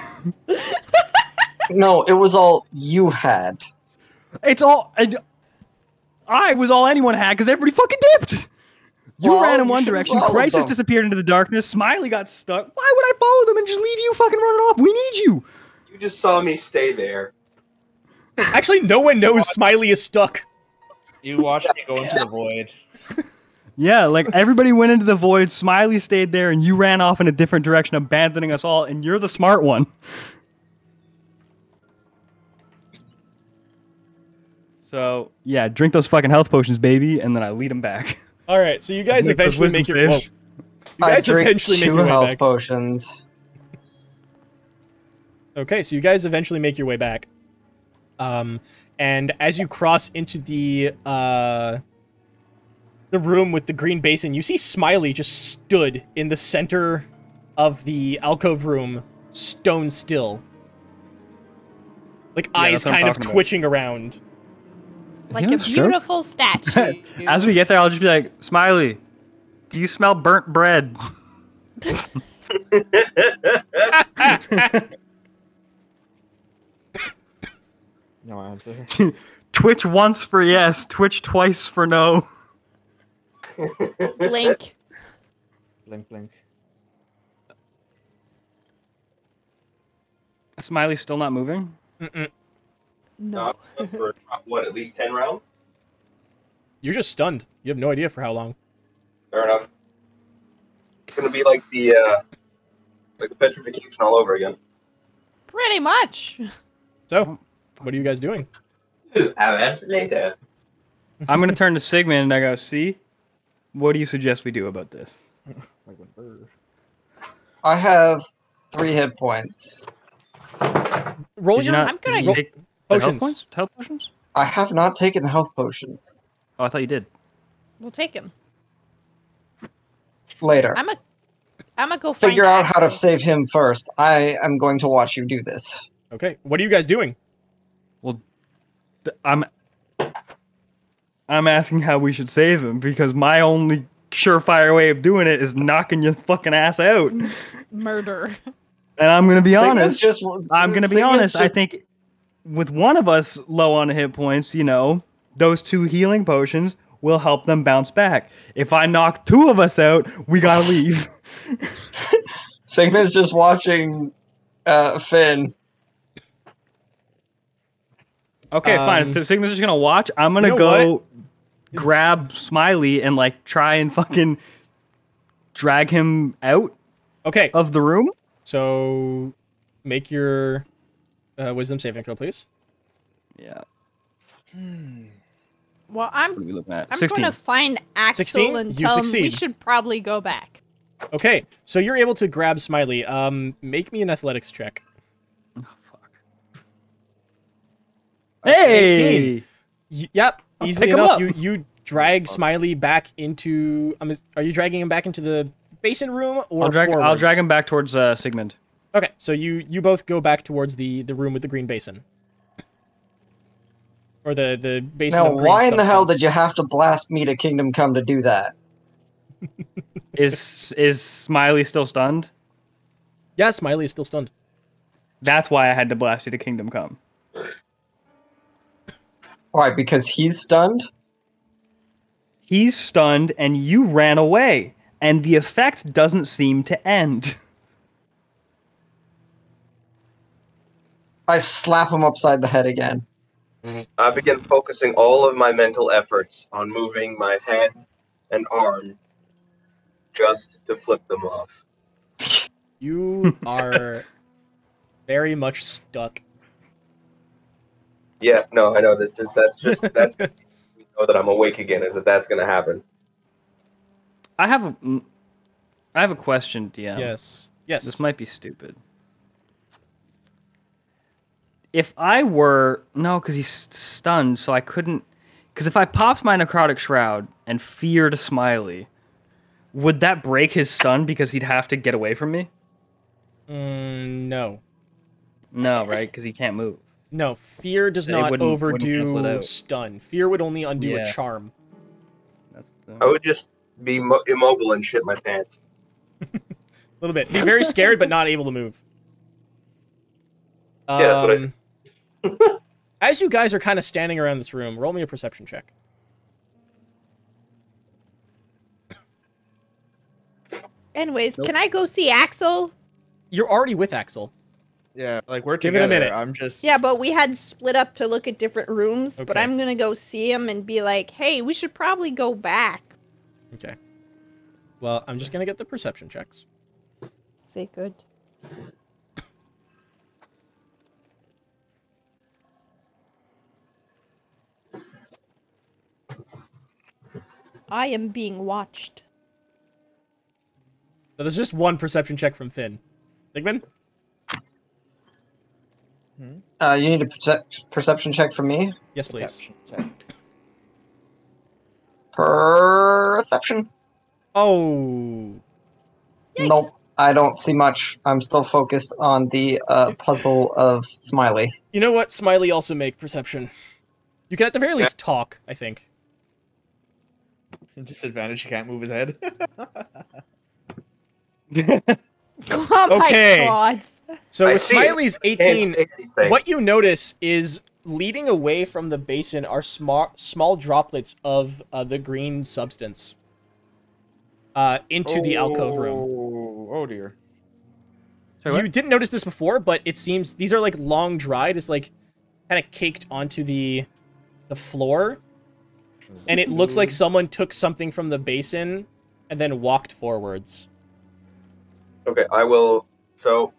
No, it was all you had.
It's all. I, I was all anyone had because everybody fucking dipped. You
Well,
ran in
you
one
should've
direction.
followed
Crisis
them.
disappeared into the darkness. Smiley got stuck. Why would I follow them and just leave you fucking running off? We need you.
You just saw me stay there.
Actually, no one knows Smiley is stuck.
You watched me go into the void.
Yeah, like everybody went into the void. Smiley stayed there, and you ran off in a different direction, abandoning us all. And you're the smart one. So yeah, drink those fucking health potions, baby, and then I lead him back.
All right, so you guys
Make those
eventually
wisdom
make your. Whoa,
saves.
you
I
guys
drink
eventually make
two
your way
health
back.
potions.
Okay, so you guys eventually make your way back. Um, and as you cross into the uh, the room with the green basin, you see Smiley just stood in the center of the alcove room, stone still, like
Yeah,
eyes
that's what I'm
kind of
talking about.
twitching around.
Like
Yeah,
a
sure.
beautiful statue.
As we get there, I'll just be like, Smiley, do you smell burnt bread?
No answer.
Twitch once for yes, twitch twice for no.
blink.
Blink, blink.
Smiley's still not moving.
Mm-mm.
No.
For uh, what, at least 10 rounds?
You're just stunned. You have no idea for how long.
Fair enough. It's gonna be like the uh, like the petrification all over again.
Pretty much.
Oh,
So, what are you guys doing?
Have answered later.
I'm gonna turn to Sigmund and I go, see, what do you suggest we do about this?
Like when er. bird.
I have three hit points.
Roll
Did you
your
not-
I'm
did
gonna-
you take the health
Potions.
points? Health potions?
I have not taken the health potions
Oh, I thought you did.
We'll take him.
later.
I'm a. I'm gonna go find
Figure out how to
Axel.
save him first. I am going to watch you do this.
Okay, what are you guys doing?
Th- I'm I'm asking how we should save him because my only surefire way of doing it is knocking your fucking ass out. And
murder.
I'm gonna be
Sigmund's
honest.
just-
I'm gonna be
Sigmund's
honest. I
just-
think with one of us low on hit points, you know, those two healing potions will help them bounce back. If I knock two of us out, we gotta leave.
Sigmund's just watching uh, Finn.
Okay, fine.
Um,
If the Sigma's just gonna watch, I'm gonna
you know
go grab Smiley and like try and fucking drag him out
Okay,
of the room.
so make your uh, wisdom saving throw, please.
Yeah.
Hmm.
Well,
What
I'm.
are we looking at?
I'm
16.
gonna find Axel
16? You
and tell him we
succeed.
should probably go back.
Okay, so you're able to grab Smiley. Um, make me an athletics check.
Hey!
18. Y- yep,
I'll
easily
pick him
enough.
up.
You you drag Smiley back into. Um, is- are you dragging him back into the basin room or
I'll drag, I'll
forwards?
drag him back towards uh, Sigmund.
Okay, so you you both go back towards the the room with the green basin, or the the basin.
Now,
of green
why in the hell
substance.
did you have to blast me to Kingdom Come to do that?
Is is Smiley still stunned?
Yeah, Smiley is still stunned.
That's why I had to blast you to Kingdom Come.
Why? Because he's stunned.
He's stunned and you ran away, and the effect doesn't seem to end.
I slap him upside the head again.
I began focusing all of my mental efforts on moving my head and arm just to flip them off.
You are very much stuck.
Yeah, no, I know that's just, that's just that's we know that I'm awake again. Is that that's gonna happen?
I have a, mm, I have a question, DM.
Yes. Yes.
This might be stupid. If I were no, because he's stunned, so I couldn't. Because if I popped my necrotic shroud and feared Smiley, would that break his stun? Because he'd have to get away from me.
Mm, no.
No, right? Because he can't move.
No, fear does
They
not
wouldn't- wouldn't
overdo
cancel it out.
stun. Fear would only undo
Yeah.
a charm.
That's
I
the...
would just be mo- immobile and shit my pants.
A little bit. Be very scared, but not able to move. Um,
Yeah, that's what I said.
as you guys are kind of standing around this room, roll me a perception check.
Anyways, can I go see Axel?
You're already with Axel.
Yeah, like we're
Give it a
together.
minute.
I'm just.
Yeah, but we had split up to look at different rooms. But
Okay.
I'm gonna go see him and be like, "Hey, we should probably go back."
Okay. Well, I'm just gonna get the perception checks.
Say good. I am being watched.
So there's just one perception check from Finn. Sigmund?
Uh, you need a percep- perception check from me.
Yes, please.
Check.
Perception.
Oh,
Yikes.
Nope. I don't see much. I'm still focused on the uh, puzzle of Smiley.
You know what? Smiley also make perception. You can at the very least talk, I think.
Disadvantage. He can't move his head.
Oh
Okay.
my god.
So
I
with
see it.
Smiley's
Can't
18,
say anything.
what you notice is leading away from the basin are small, small droplets of uh, the green substance uh, into the alcove room.
Oh, oh dear.
Sorry, what?
You didn't notice this before, but it seems these are like long dried. It's like kind of caked onto the the floor, and it looks
Hmm.
like someone took something from the basin and then walked forwards.
Okay, I will. So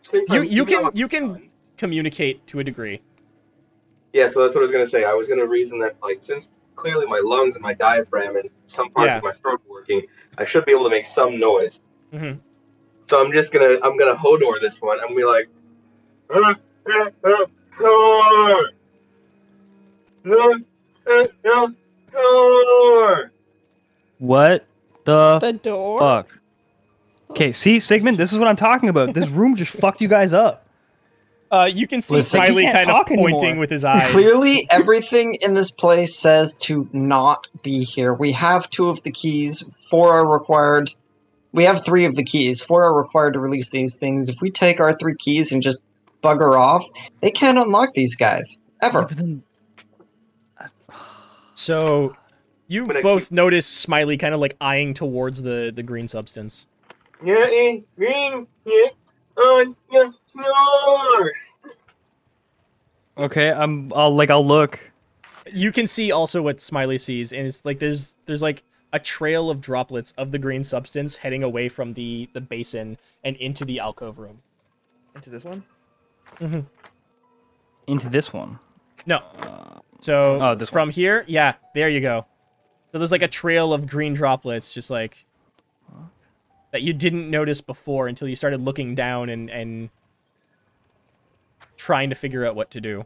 since
You-
I'm-
you
even though
can-
I'm
you can-
fine-
Communicate to a degree.
Yeah, so that's what I was gonna say. I was gonna reason that like since clearly my lungs and my diaphragm and some parts
Yeah.
of my throat were working, I should be able to make some noise.
Mhm.
So I'm just gonna I'm gonna hodor this one. I'm gonna be like, "Uh, uh, uh, hodor."
What the
The door.
fuck? Okay, see, Sigmund, this is what I'm talking about. This room just fucked you guys up.
Uh, you can see
Listen, you
Smiley
can't
kind of
talk
pointing
anymore.
with his eyes.
Clearly, everything in this place says to not be here. We have two of the keys. Four are required. We have three of the keys. Four are required to release these things. If we take our three keys and just bugger off, they can't unlock these guys ever.
So, you
But I
both notice Smiley kind of like eyeing towards the the green substance.
Yeah, eh, green, yeah, on your floor.
Okay, I'm. I'll like. I'll look.
You can see also what Smiley sees, and it's like there's there's like a trail of droplets of the green substance heading away from the the basin and into the alcove room.
Into this one?
into this one.
No,
Uh,
so
Oh, this
from
one.
here, yeah, there you go. So there's like a trail of green droplets, just like that you didn't notice before until you started looking down and and trying to figure out what to do.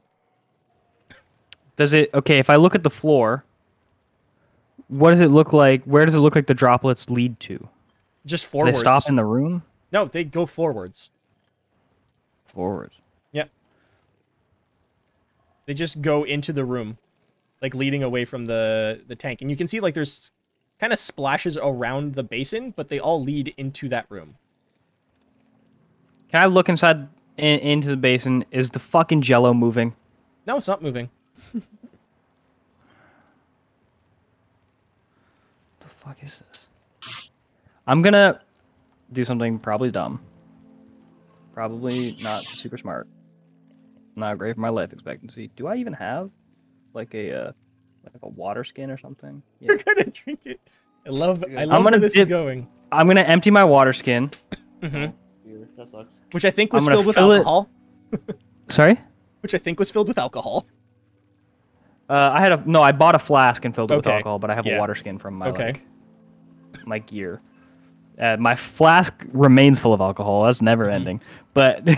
does it? Okay, if I look at the floor, what does it look like? Where does it look like the droplets lead to? Do
Just
they
forwards.
stop in the room?
no, they go forwards.
Forward.
They just go into the room, like leading away from the the tank, and you can see like there's kind of splashes around the basin, but they all lead into that room.
Can I look inside in, into the basin? Is the fucking Jello moving?
No, it's not moving.
The fuck is this? I'm gonna do something probably dumb. Probably not super smart. Not great for my life expectancy. Do I even have like a uh, like a water skin or something? Yeah.
You're gonna drink it. I love. I
I'm
love where
gonna
this is
dip-
going. Mm-hmm.
I'm gonna empty my water skin.
Weird. That sucks.
Which I think
I'm
was
gonna
filled with
fill it-
alcohol.
Sorry.
Which I think was filled with alcohol.
Uh, I had a no. I bought a flask and filled it with
Okay,
alcohol, but I have
yeah.
a water skin from my
Okay.
like, my gear. Uh, my flask remains full of alcohol. That's never
Mm-hmm.
ending. But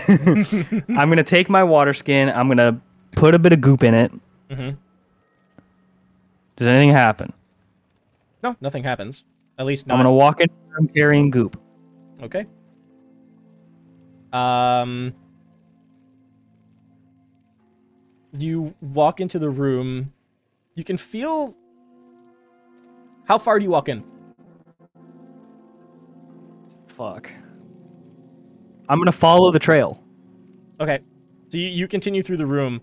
I'm gonna take my water skin. I'm gonna put a bit of goop in it.
Mhm.
Does anything happen?
No, nothing happens. At least
I'm
not.
gonna walk in. I'm carrying goop.
Okay. Um. You walk into the room. You can feel. How far do you walk in?
Fuck. I'm gonna follow the trail.
Okay. So you, you continue through the room.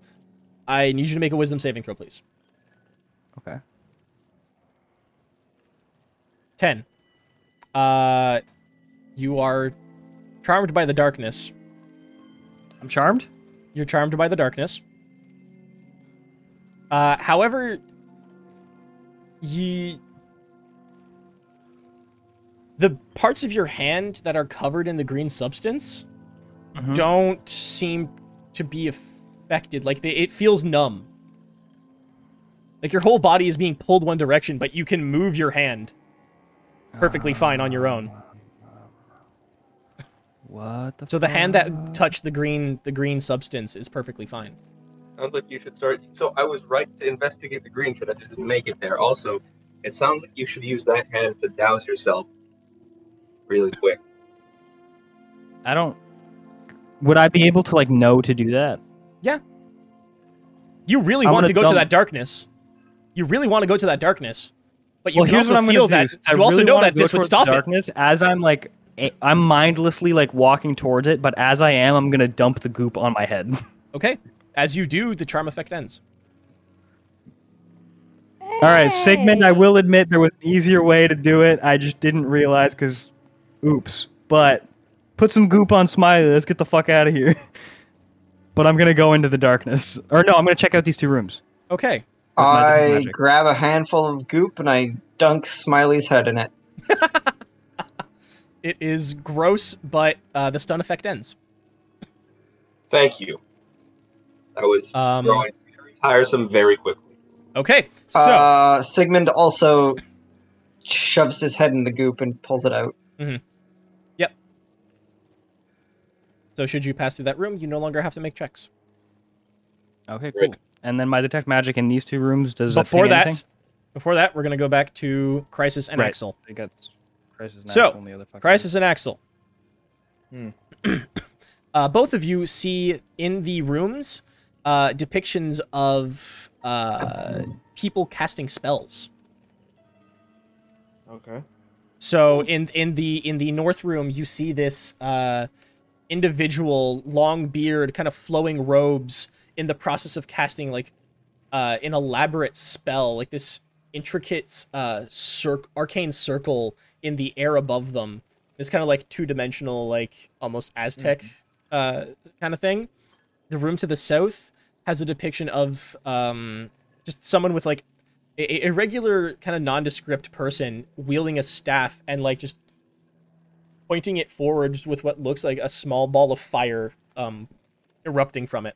I need you to make a wisdom saving throw, please.
Okay.
10. Uh, you are charmed by the darkness.
I'm charmed.
You're charmed by the darkness. Uh, however, ye the parts of your hand that are covered in the green substance Mm-hmm.
Mhm.
don't seem to be affected. Like they, it feels numb. Like your whole body is being pulled one direction, but you can move your hand perfectly fine on your own.
What the?
So the hand
Ah.
that touched the green the green substance is perfectly fine.
Sounds like you should start. So I was right to investigate the green shit. I just didn't make it there. Also, it sounds like you should use that hand to douse yourself really quick.
I don't. Would I be able to like know to do that?
You really
I'm
want
gonna
to go
dump-
to that darkness. You really want to go to that darkness. But you
well,
can
here's
also
what I'm going
feel
to do.
that
is I
you also
really
know
wanna
that
go
this would
towards
stop it.
darkness as I'm like, a- I'm mindlessly like walking towards it, but as I am, I'm going to dump the goop on my head.
Okay. As you do, the charm effect ends.
All right, Sigmund. I will admit there was an easier way to do it. I just didn't realize because, oops. But put some goop on Smiley. Let's get the fuck out of here. But I'm going to go into the darkness, or no, I'm going to check out these two rooms.
Okay.
With my different
I
magic.
grab a handful of goop and I dunk Smiley's head in it.
It is gross, but uh, the stun effect ends.
Thank you. I was
Um,
growing very tiresome very quickly.
Okay. So
Uh, Sigmund also shoves his head in the goop and pulls it out.
so should you pass through that room, you no longer have to make checks.
Okay, cool.
Great.
and then my detect magic in these two rooms does that
before
ping
that,
anything?
before that, we're gonna go back to Crisis and
Right.
Axel.
I got crisis. and
So,
Axel and the other fucking-
Crisis and Axel.
Hmm.
uh, both of you see in the rooms uh, depictions of uh, people casting spells.
Okay.
So in in the in the north room, you see this uh, individual, long beard, kind of flowing robes, in the process of casting like uh, an elaborate spell, like this intricate uh, cir- arcane circle in the air above them. This kind of like two dimensional, like almost Aztec uh, kind of thing. The room to the south has a depiction of um, just someone with like a, a regular kind of nondescript person wielding a staff and like just pointing it forwards with what looks like a small ball of fire um, erupting from it.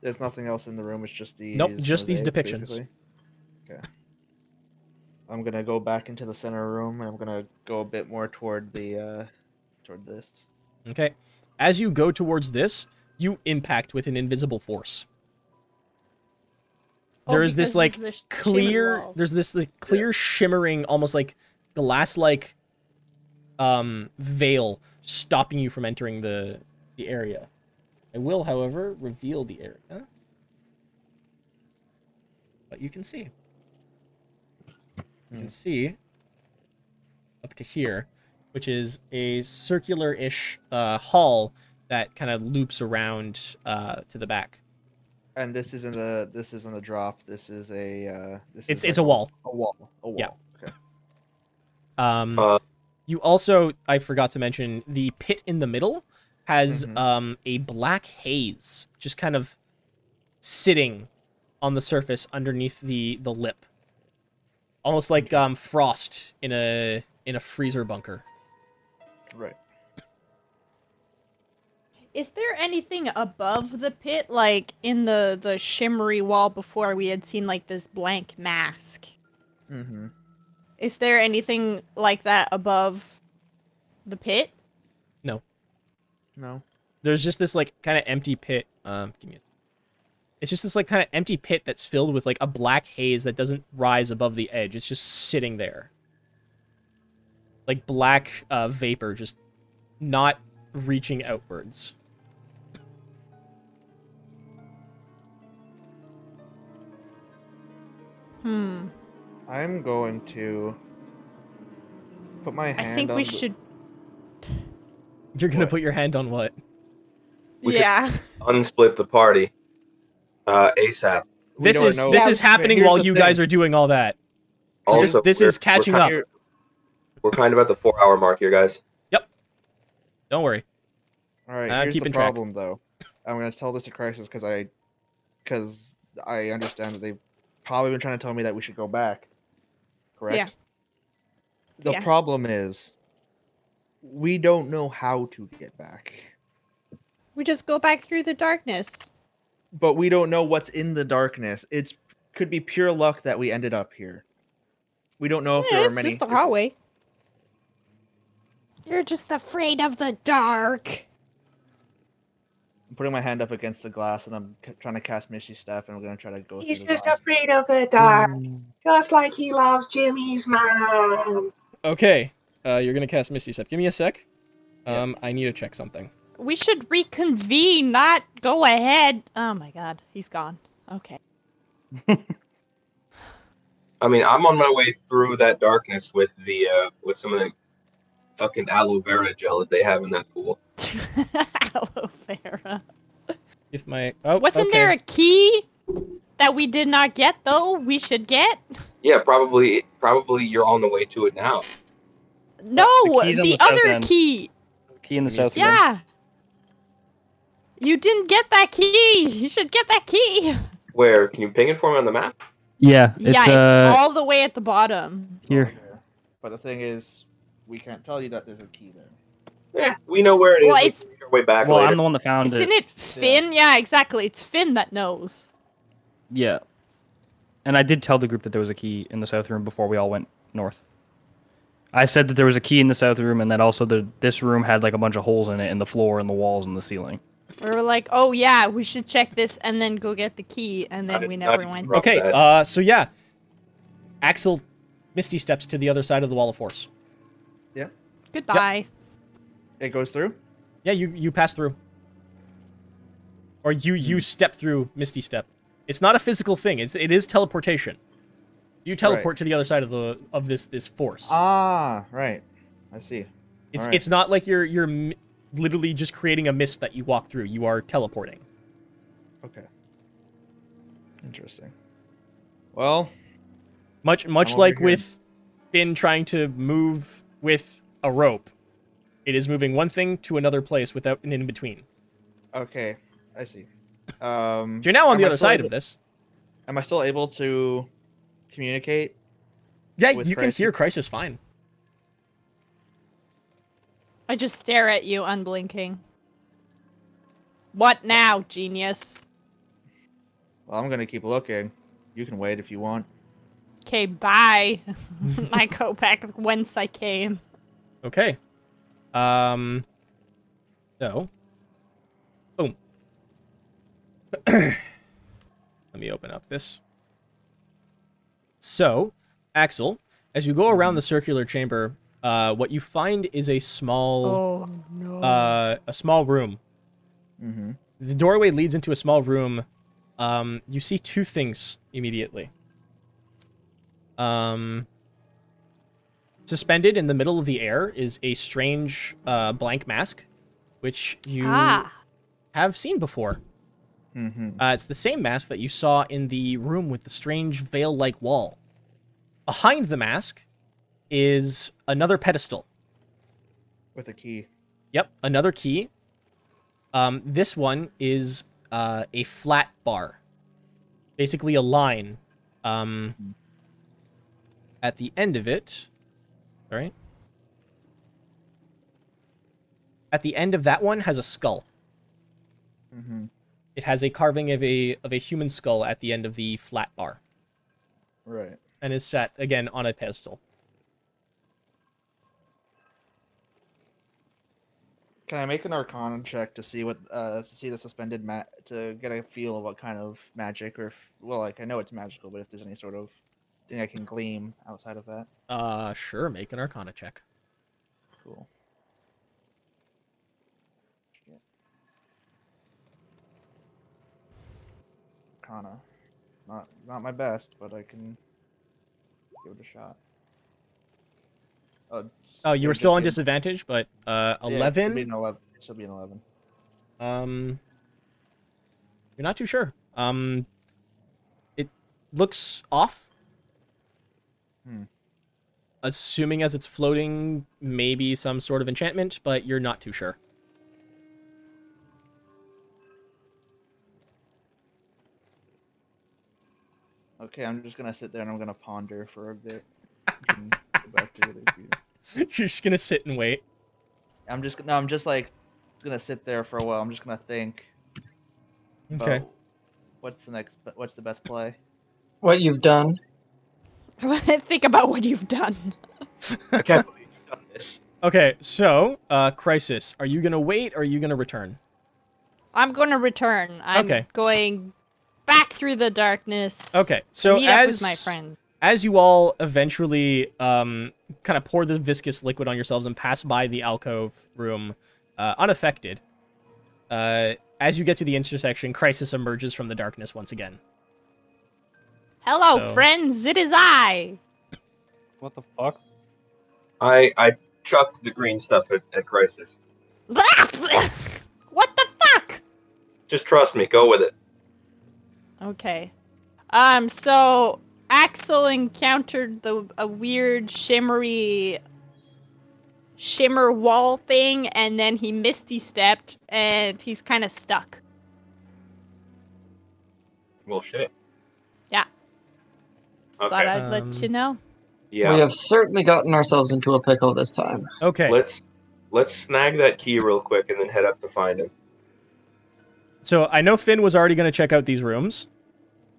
There's nothing else in the room. It's just these.
Nope, just these
mosaics,
depictions.
basically. Okay. I'm gonna go back into the center room, and I'm gonna go a bit more toward the, uh, toward this.
Okay. As you go towards this, you impact with an invisible force.
Oh,
There is this, like, Clear. There's this like, clear, shimmering, almost like glass-like um, veil stopping you from entering the the area. I will, however, reveal the area, but you can see. You
Hmm.
can see up to here, which is a circular-ish uh, hall that kind of loops around uh, to the back.
And this isn't a this isn't a drop. This is a uh, this
It's
is
it's a
like
wall.
a wall a wall.
Yeah.
Okay.
Um,
Uh,
you also, I forgot to mention, the pit in the middle has
Mhm.
um, a black haze just kind of sitting on the surface underneath the the lip, almost like um, frost in a in a freezer bunker.
Right.
Is there anything above the pit, like in the the shimmery wall before we had seen like this blank mask?
Mm-hmm.
Is there anything like that above the pit?
No.
There's just this like kind of empty pit. Um, give me. A... It's just this like kind of empty pit that's filled with like a black haze that doesn't rise above the edge. It's just sitting there. Like black uh, vapor, just not reaching outwards.
Hmm.
I'm going to put my hand.
I think
on
we
the-
should.
You're gonna
What?
put your hand on what?
We should-
yeah.
Unsplit the party uh, ASAP.
we
this
don't
is
know-
this
Yeah,
is happening
here's
while
the
you
thing.
guys are doing all that. this-
Also,
this
we're-
is catching
we're
up.
kind, We're kind of at the four-hour mark here, guys.
Don't worry.
All right,
I'm
here's the
keeping track.
problem though. I'm gonna tell this to Crisis because I, because I understand that they've probably been trying to tell me that we should go back. Correct. The
Yeah.
problem is, we don't know how to get back,
We just go back through the darkness.
but we don't know what's in the darkness. It's could be pure luck that we ended up here. We don't know if
Yeah,
there are
it's
many.
just a
if-
hallway. You're just afraid of the dark.
I'm putting my hand up against the glass and I'm c- trying to cast Misty Step and we're gonna try to go
He's
through the
just
glass.
afraid of the dark, just like he loves Jimmy's mom.
Okay. Uh, you're gonna cast Misty Step. Give me a sec.
Yeah.
Um, I need to check something.
We should reconvene, not go ahead. Oh my god, he's gone. Okay.
I mean, I'm on my way through that darkness with the uh, with some of the fucking aloe vera gel that they have in that pool.
Aloe vera.
If my oh,
Wasn't
okay.
there a key that we did not get though? We should get.
Yeah, probably. Probably you're on the way to it now.
No, the,
key's on the south
other
end.
key.
Key in the
Give me a
south. room.
Yeah. You didn't get that key. You should get that key.
Where can you ping it for me on the map?
Yeah. It's,
yeah, it's
uh,
all the way at the bottom.
here.
But the thing is, we can't tell you that there's a key there.
Yeah, we know where it is.
Well,
We can
it's-
make our way back
Well,
later.
I'm the one that found it.
Isn't it Finn? Yeah. exactly. It's Finn that knows.
Yeah. And I did tell the group that there was a key in the south room before we all went north. I said that there was a key in the south room, and that also the this room had like a bunch of holes in it, in the floor, and the walls, and the ceiling.
We were like, oh yeah, we should check this and then go get the key, and
I
then
did
we
not
never went.
interrupt
Okay,
that.
uh, so yeah. Axel Misty steps to the other side of the wall of force.
Goodbye.
It goes through.
Yeah, you you pass through. Or you
Hmm.
you step through Misty Step. It's not a physical thing. It's it is teleportation. You teleport to the other side of the of this this force.
Ah, right. I see.
it's
alright.
it's not like you're you're m- literally just creating a mist that you walk through. You are teleporting.
Okay. Interesting. Well,
Much much
I'm over
like
here.
with Finn trying to move with a rope. It is moving one thing to another place without an in between.
okay. I see. Um,
You're now on
am
the
I
other
still
side
able-
of this.
Am I still able to communicate?
Yeah,
with
you can hear Crisis fine.
I just stare at you, unblinking. What now, genius?
Well, I'm gonna keep looking. You can wait if you want.
Okay, bye. I go back whence I came.
Okay. Um. So. Boom. Let me open up this. So, Axel, as you go around the circular chamber, uh, what you find is a small,
Oh no.
uh, a small room.
Mm-hmm.
The doorway leads into a small room. Um, you see two things immediately. Um, suspended in the middle of the air is a strange uh, blank mask, which you
ah,
have seen before.
Mm-hmm.
Uh, it's the same mask that you saw in the room with the strange veil like wall. Behind the mask is another pedestal.
With a key.
Yep, another key. Um, this one is uh, a flat bar, basically a line. Um, at the end of it, all right. At the end of that one has a skull.
Mm-hmm.
It has a carving of a of a human skull at the end of the flat bar,
Right.
and is set again on a pedestal.
Can I make an Arcana check to see what uh to see the suspended ma- to get a feel of what kind of magic or if, well like I know it's magical but if there's any sort of thing I can glean outside of that.
Uh, sure, make an Arcana check.
Cool. Shit. Arcana. Not not my best, but I can give it a shot. Oh,
Oh, you were still on
disadvantage.
disadvantage, but uh,
It should be
eleven.
an eleven. It should be an eleven.
Um, you're not too sure. Um, it looks off.
Hmm.
Assuming as it's floating, maybe some sort of enchantment, but you're not too sure.
Okay, I'm just gonna sit there and I'm gonna ponder for a bit. and go back to what I do.
you're just gonna sit and wait.
I'm just no, I'm just like gonna sit there for a while. I'm just gonna think.
Okay.
about What's the next? be- What's the best play?
What you've done?
think about what you've done.
I can't believe you've done this.
Okay. So, uh, crisis. Are you gonna wait or are you gonna return?
I'm going to return. I'm
Okay.
going back through the darkness.
Okay.
to
So
meet up
as
with my friend.
as you all eventually um, kind of pour the viscous liquid on yourselves and pass by the alcove room uh, unaffected, uh, as you get to the intersection, Crisis emerges from the darkness once again.
Hello,
so-
friends. It is I.
What the fuck?
I I chucked the green stuff at, at Crisis.
what the fuck?
Just trust me. Go with it.
Okay. Um. So Axel encountered the a weird shimmery shimmer wall thing, and then he misty stepped, and he's kind of stuck.
Well, shit.
Yeah. Thought
Okay.
I'd let you
Um,
know.
Yeah.
We have certainly gotten ourselves into a pickle this time.
Okay.
Let's let's snag that key real quick and then head up to find him.
So I know Finn was already going to check out these rooms.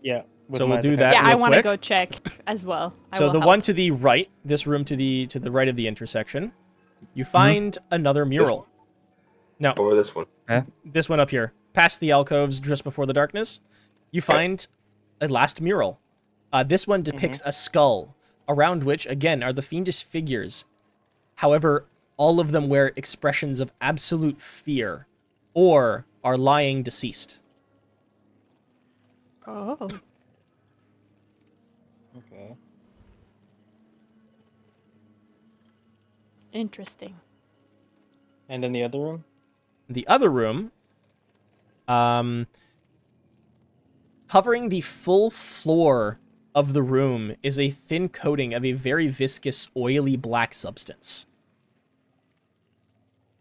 Yeah.
So
am
we'll
I
do
looking
that
at?
yeah, I
real
want to
quick.
go check as well. I
So
will
the
help.
one to the right, this room to the to the right of the intersection, you find another mural.
Over this one.
This one up here, past the alcoves, just before the darkness, you find a last mural. Uh, this one depicts a skull, around which again are the fiendish figures. However, all of them wear expressions of absolute fear, or are lying deceased.
Oh.
Okay.
Interesting.
And in the other room?
the other room, um, covering the full floor of the room is a thin coating of a very viscous, oily black substance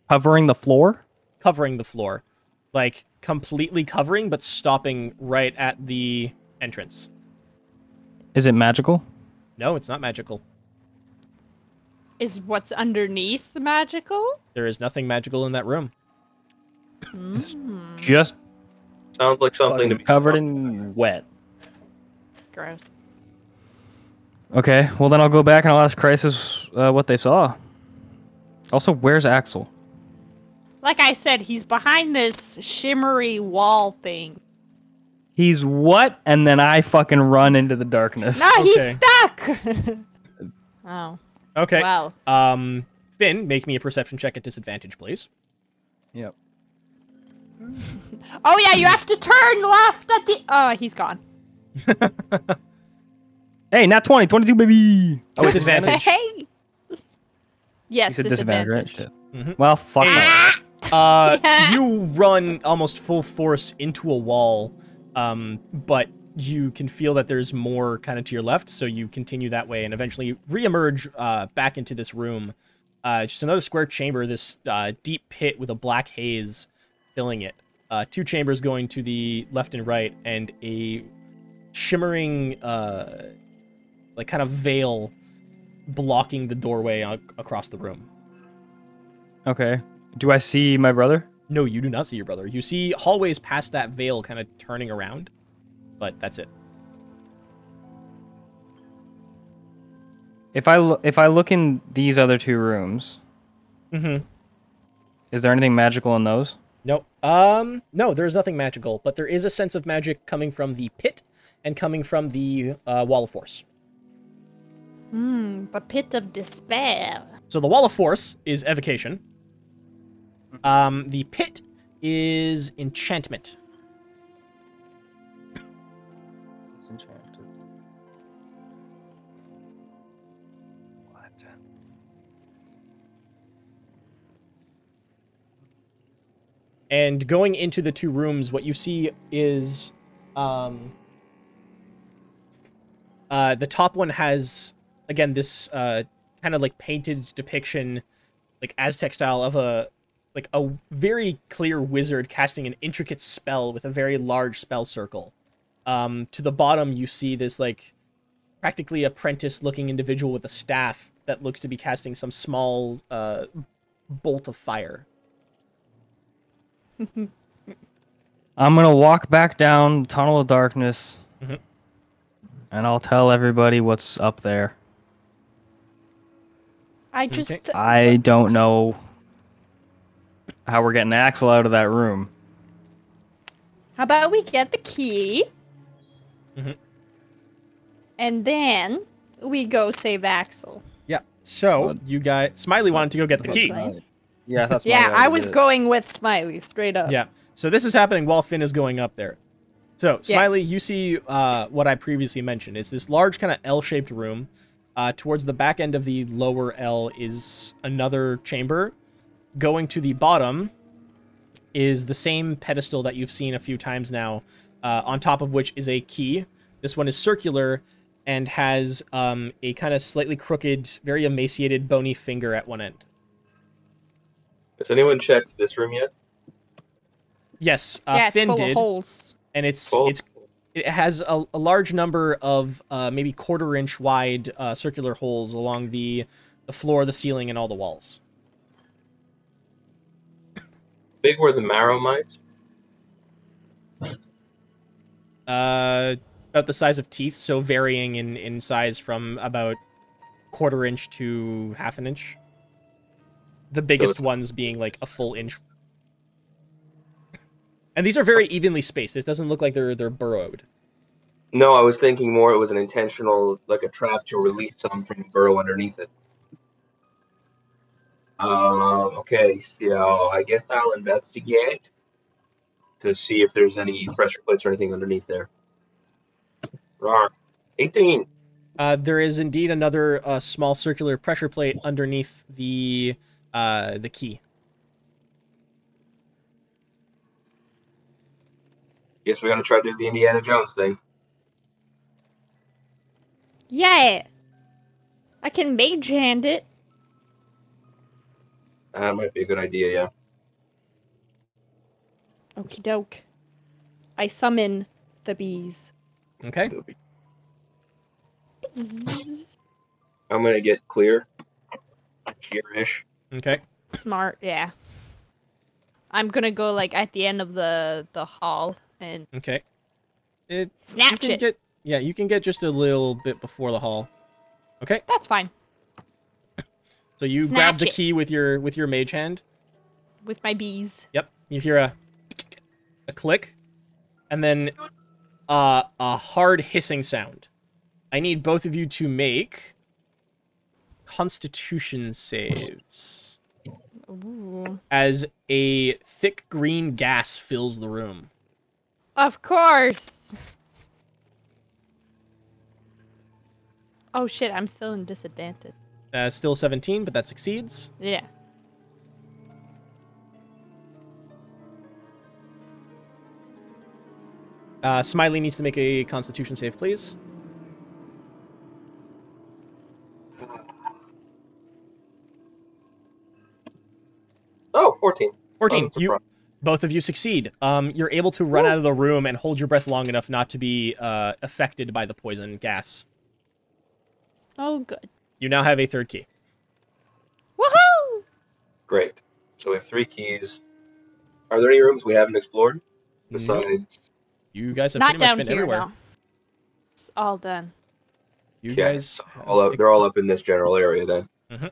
Covering the floor?
covering the floor, like completely covering, but stopping right at the entrance.
Is it magical?
No, it's not magical.
Is what's underneath magical?
There is nothing magical in that room.
Mm,
Just
Sounds like something to
fucking
be
covered in wet.
gross.
Okay, well then I'll go back and I'll ask Crisis uh, what they saw. Also, where's Axel?
Like I said, he's behind this shimmery wall thing.
He's what? And then I fucking run into the darkness.
No,
Okay.
he's stuck. oh,
Okay.
wow.
Um, Finn, make me a perception check at disadvantage, please.
Yep.
Oh yeah, you have to turn left at the. Oh, he's gone.
Hey, not 20, 22, baby! Oh, wait,
Disadvantage.
Hey.
You
Yes,
said disadvantage, right?
disadvantage.
Shit.
Mhm.
Well, fuck that.
Ah!
Uh,
Yeah.
you run almost full force into a wall, um, but you can feel that there's more kind of to your left, so you continue that way and eventually reemerge uh, back into this room. Uh, just another square chamber, this uh, deep pit with a black haze filling it. Uh, two chambers going to the left and right, and a shimmering, uh, like kind of veil blocking the doorway a- across the room.
Okay. Do I see my brother?
No, you do not see your brother. You see hallways past that veil kind of turning around, but that's it.
If I lo- if I look in these other two rooms,
Mm-hmm.
is there anything magical in those?
No. Um, no, there is nothing magical, but there is a sense of magic coming from the pit and coming from the uh, wall of force.
Hmm, the pit of despair.
So the wall of force is evocation. Um, the pit is enchantment.
It's enchanted.
What?
And going into the two rooms, what you see is um, uh, the top one has, again, this uh, kind of like painted depiction, like Aztec style, of a like a very clear wizard casting an intricate spell with a very large spell circle. Um, to the bottom, you see this like practically apprentice looking individual with a staff that looks to be casting some small uh, bolt of fire.
I'm gonna walk back down the tunnel of darkness,
Mhm.
and I'll tell everybody what's up there.
I just.
Okay.
I don't know how we're getting Axel out of that room.
How about we get the key?
Mhm.
And then we go save Axel.
Yeah. So
Well-
you guys, Smiley wanted to go get the key.
Right.
Yeah, that's
yeah, I was going with Smiley straight up.
Yeah. So this is happening while Finn is going up there. So
Yeah.
Smiley, you see uh, what I previously mentioned. It's this large kind of L-shaped room. Uh, towards the back end of the lower L is another chamber. Going to the bottom is the same pedestal that you've seen a few times now. Uh, on top of which is a key. This one is circular and has um, a kind of slightly crooked, very emaciated, bony finger at one end.
Has anyone checked this room yet?
Yes, uh,
yeah, it's
Finn
full
did,
of holes.
and it's
Full?
it's it has a, a large number of uh, maybe quarter inch wide uh, circular holes along the the floor, the ceiling, and all the walls.
Big were the marrow mites.
Uh, about the size of teeth, so varying in, in size from about quarter inch to half an inch. The biggest
it's-
ones being like a full inch. And these are very evenly spaced. It doesn't look like they're they're burrowed.
No, I was thinking more it was an intentional, like a trap to release some from the burrow underneath it. Um, okay, so I guess I'll investigate to see if there's any pressure plates or anything underneath there. Rawr. 18.
Uh, there is indeed another uh, small circular pressure plate underneath the uh, the key.
Guess we're going to try to do the Indiana Jones thing.
Yeah. I can mage hand it.
That might be a good idea, yeah.
Okie doke. I summon the bees.
Okay.
I'm going to get clear. Cheerish.
Okay.
Smart, yeah. I'm gonna go like at the end of the the hall and
Okay. It, you
snatch
can
it.
get yeah, you can get just a little bit before the hall. Okay.
That's fine.
So you
Snatch
grab the
it.
key with your with your mage hand.
With my bees.
Yep. You hear a a click, and then uh, a hard hissing sound. I need both of you to make Constitution saves
Ooh.
as a thick green gas fills the room.
Of course. Oh shit, I'm still in disadvantage.
Uh, still 17, but that succeeds.
Yeah.
Uh, Smiley needs to make a Constitution save, please.
Oh, 14.
14.
that's a
You
problem.
both of you succeed. Um, you're able to run out of the room and hold your breath long enough not to be uh, affected by the poison gas.
Oh good.
You now have a third key.
Woohoo!
Great. So we have three keys. Are there any rooms we haven't explored
Nope.
besides
Mm, You guys have
Not
pretty much
down
been
here
everywhere.
now. It's all done.
You
Yeah,
guys
all
have-
up, they're all up in this general area then.
Mhm.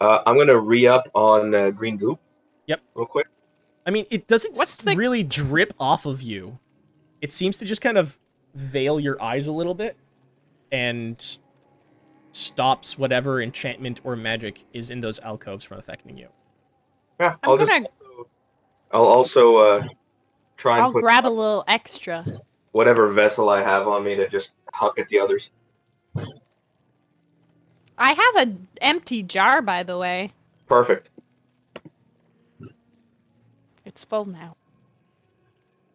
Uh, I'm gonna re up on uh, green goop.
Yep.
Real quick.
I mean, it doesn't
What's
s-
the-
really drip off of you. It seems to just kind of veil your eyes a little bit and stops whatever enchantment or magic is in those alcoves from affecting you.
Yeah.
I'm
will
gonna-
just also, I'll also uh, try and
I'll
put
grab a little extra.
whatever vessel I have on me to just huck at the others.
I have an empty jar, by the way.
Perfect.
It's full now.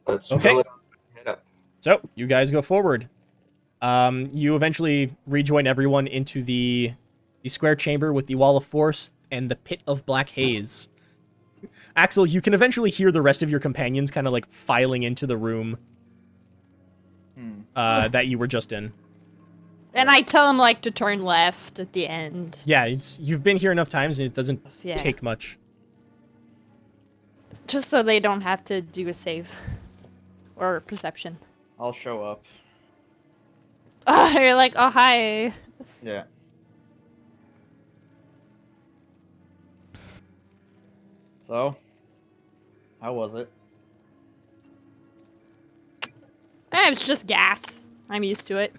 Let's
Okay.
fill it up. Head up.
So you guys go forward. Um, you eventually rejoin everyone into the the square chamber with the wall of force and the pit of black haze. Axel, you can eventually hear the rest of your companions kind of like filing into the room
Hmm.
uh, that you were just in.
And I tell him like to turn left at the end.
Yeah, it's, you've been here enough times, and it doesn't
Yeah.
take much.
Just so they don't have to do a save or a perception.
I'll show up.
Oh, you're like, oh hi.
Yeah. So, how was it?
Eh, it's just gas. I'm used to it.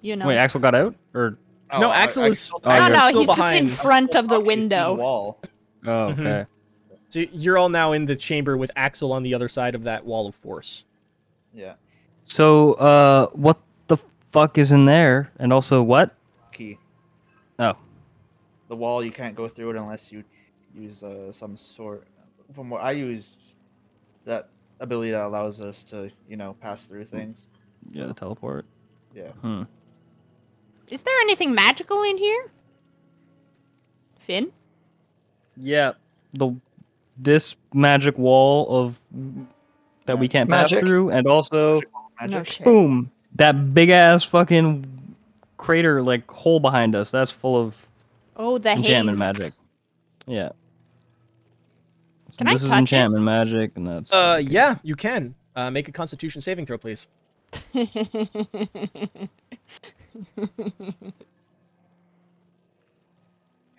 you know.
Wait, Axel got out? Or
no,
I-
Axel
I-
is
Oh,
no,
you're
no,
still
he's
behind.
just in front of the
I'll keep
window.
wall.
oh,
Mhm.
okay.
So you're all now in the chamber with Axel on the other side of that wall of force.
Yeah.
So uh what the fuck is in there? And also what?
Key.
Oh.
The wall you can't go through it unless you use uh, some sort. From what I used, that ability that allows us to you know pass through
Mm.
things.
Yeah, the teleport.
Yeah.
Hmm.
Is there anything magical in here? Finn?
Yeah. The this magic wall of that we can't
Magic.
pass through and also
No
Magic.
shit.
boom that big ass fucking crater like hole behind us that's full of
Oh, the
enchantment
haze.
magic yeah So
Can I
this is
touch it?
enchantment magic, and that's
Uh, yeah, you can. Uh, make a Constitution saving throw, please.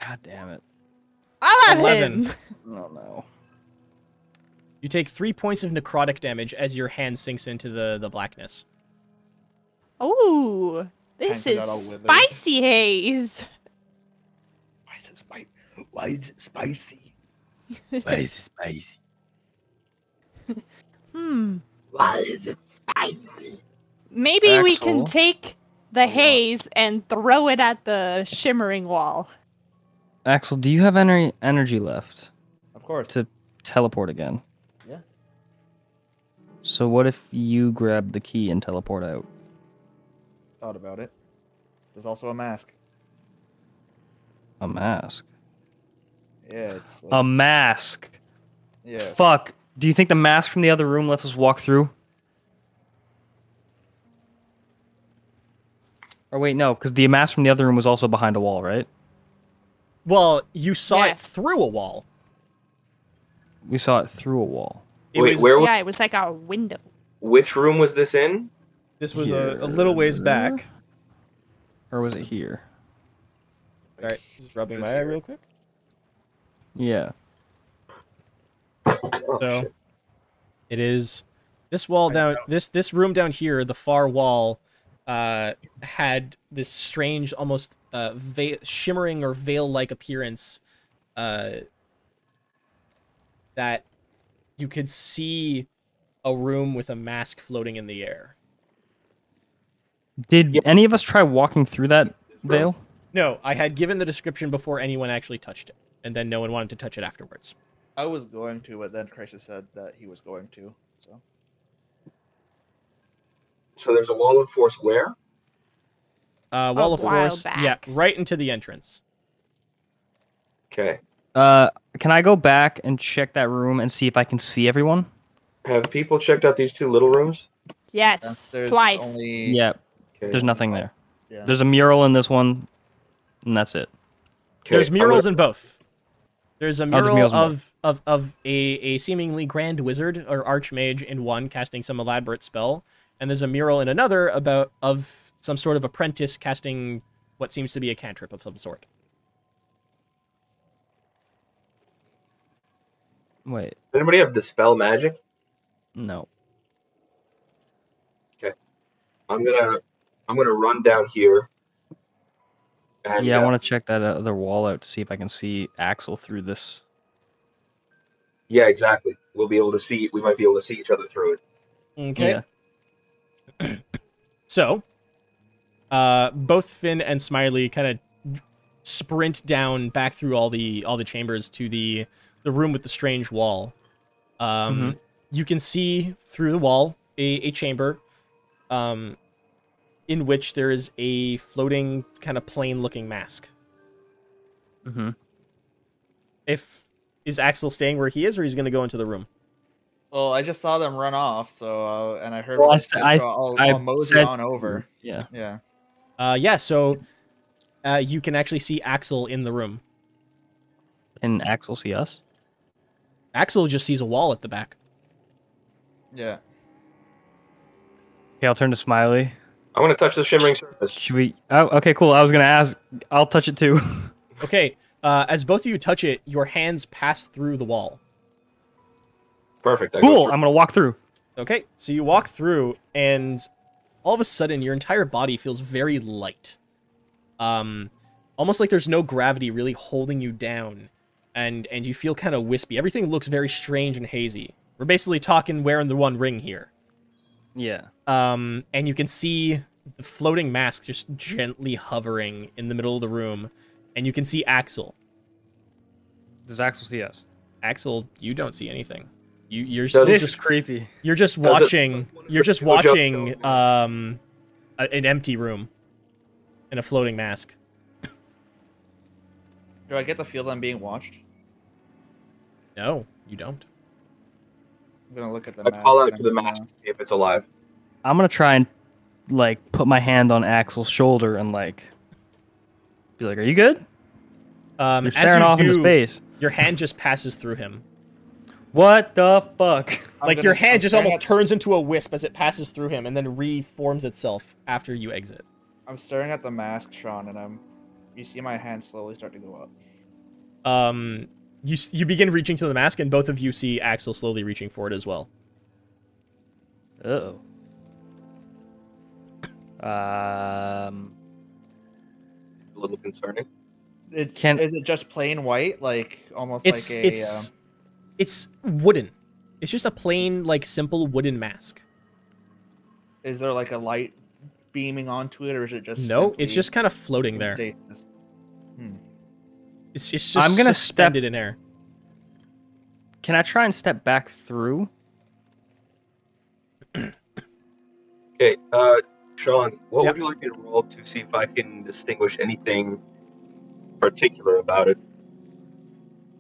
God damn it!
I'll have
Eleven.
him.
Oh no.
You take three points of necrotic damage as your hand sinks into the, the blackness.
Ooh, this
Hands are not all
is
withered.
spicy haze.
Why is it spicy? Why is it spicy?
Why is it spicy?
Hmm.
Why is it spicy?
Maybe we can
Axel?
take the haze and throw it at the shimmering wall.
Axel, do you have any energy left?
Of course.
to teleport again.
Yeah.
So what if you grab the key and teleport out?
Thought about it. There's also a mask.
A mask.
Yeah, it's like,
A mask.
yeah.
Fuck. Do you think the mask from the other room lets us walk through? Or wait, no, because the mask from the other room was also behind a wall, right?
Well, you saw it
Yes.
through a wall.
We saw it through a wall.
It
Wait,
was,
where- was-
Yeah, it was like a window.
Which room was this in?
This was a, a little ways
Here.
back.
Or was it here?
All right, just rubbing my eye real quick.
Yeah.
Oh,
So
shit.
it is this wall
I
down
don't-
this this room down here, the far wall, uh, had this strange, almost uh, va- shimmering or veil-like appearance uh, that you could see a room with a mask floating in the air.
Did
Yeah.
any of us try walking through that veil?
No, I had given the description before anyone actually touched it, and then no one wanted to touch it afterwards.
I was going to, but then Crisis said that he was going to. So
So there's a wall of force where?
Uh, wall
A
of
while
force, yeah,
back.
right into the entrance.
Okay.
Uh, can I go back and check that room and see if I can see everyone?
Have people checked out these two little rooms?
Yes,
there's
twice.
only
Yeah,
Okay.
there's nothing there.
yeah.
There's a mural in this one, and that's it.
Okay,
There's
I'm
murals in both. There's a
there's
mural
murals in
of, of, of a, a seemingly grand wizard or archmage in one casting some elaborate spell, and there's a mural in another about of some sort of apprentice casting what seems to be a cantrip of some sort.
Wait,
Does anybody have dispel magic?
no.
I'm gonna I'm gonna run down here. And,
yeah, I
uh,
want to check that other wall out to see if I can see Axel through this.
uh, yeah, exactly. We'll be able to see. We might be able to see each other through it.
Okay.
Yeah.
So, uh, both Finn and Smiley kind of sprint down back through all the all the chambers to the the room with the strange wall. Um, You can see through the wall a, a chamber, um, in which there is a floating kind of plain looking mask.
Mm-hmm.
If is Axel staying where he is, or he's going to go into the room?
Well, I just saw them run off, so uh, and I heard.
Well, I
one
s-
said,
I-
so I'll,
I
I'll mosey
said-
on over.
Yeah.
Yeah.
Uh, yeah. So, uh, you can actually see Axel in the room.
Can Axel see us?
Axel just sees a wall at the back.
Yeah.
Okay, I'll turn to Smiley.
I want to touch the shimmering surface.
Should we? Oh, okay, cool. I was gonna ask. I'll touch it too.
Okay, uh, as both of you touch it, your hands pass through the wall.
Perfect. I go
cool.
through.
I'm gonna walk through.
Okay, so you walk through, and all of a sudden, your entire body feels very light. Um, almost like there's no gravity really holding you down, and and you feel kind of wispy. Everything looks very strange and hazy. We're basically talking wearing the One Ring here.
Yeah.
um, and you can see the floating mask just gently hovering in the middle of the room, and you can see Axel.
Does Axel see us?
Axel, you don't see anything. You you're
Does
still
it-
This
just
is creepy.
You're just
Does it
watching.
look like one of
You're
the
just
Jojo
watching
masks?
um, a, an empty room, and a floating mask.
Do I get the feel that I'm being watched?
No, you don't.
I'm gonna look at the
I
mask.
call
and
out to the
I'm gonna-
mask to see if it's alive.
I'm gonna try and like put my hand on Axel's shoulder and like be like, "Are you good?"
Um,
You're
as
staring
you
off
do,
into space.
your hand just passes through him.
What the fuck?
I'm
like
gonna-
your hand
I'm
just
staring
almost
at-
turns into a wisp as it passes through him and then reforms itself after you exit.
I'm staring at the mask, Sean, and I'm. You see my hand slowly start to go up.
Um, you s- you begin reaching to the mask, and both of you see Axel slowly reaching for it as well.
Uh oh. Um.
A little concerning.
It's
Can-
is it just plain white, like almost
It's
like a uh, um,
it's it's wooden. It's just a plain, like simple wooden mask.
um, is there like a light beaming onto it, or is it just
No, it's
simply
just kind of floating there.
in stasis?
It's just,
I'm
just
gonna step-
suspended in air.
Can I try and step back through?
Okay, uh, Sean, what
Yep.
would you like me to roll to see if I can distinguish anything particular about it,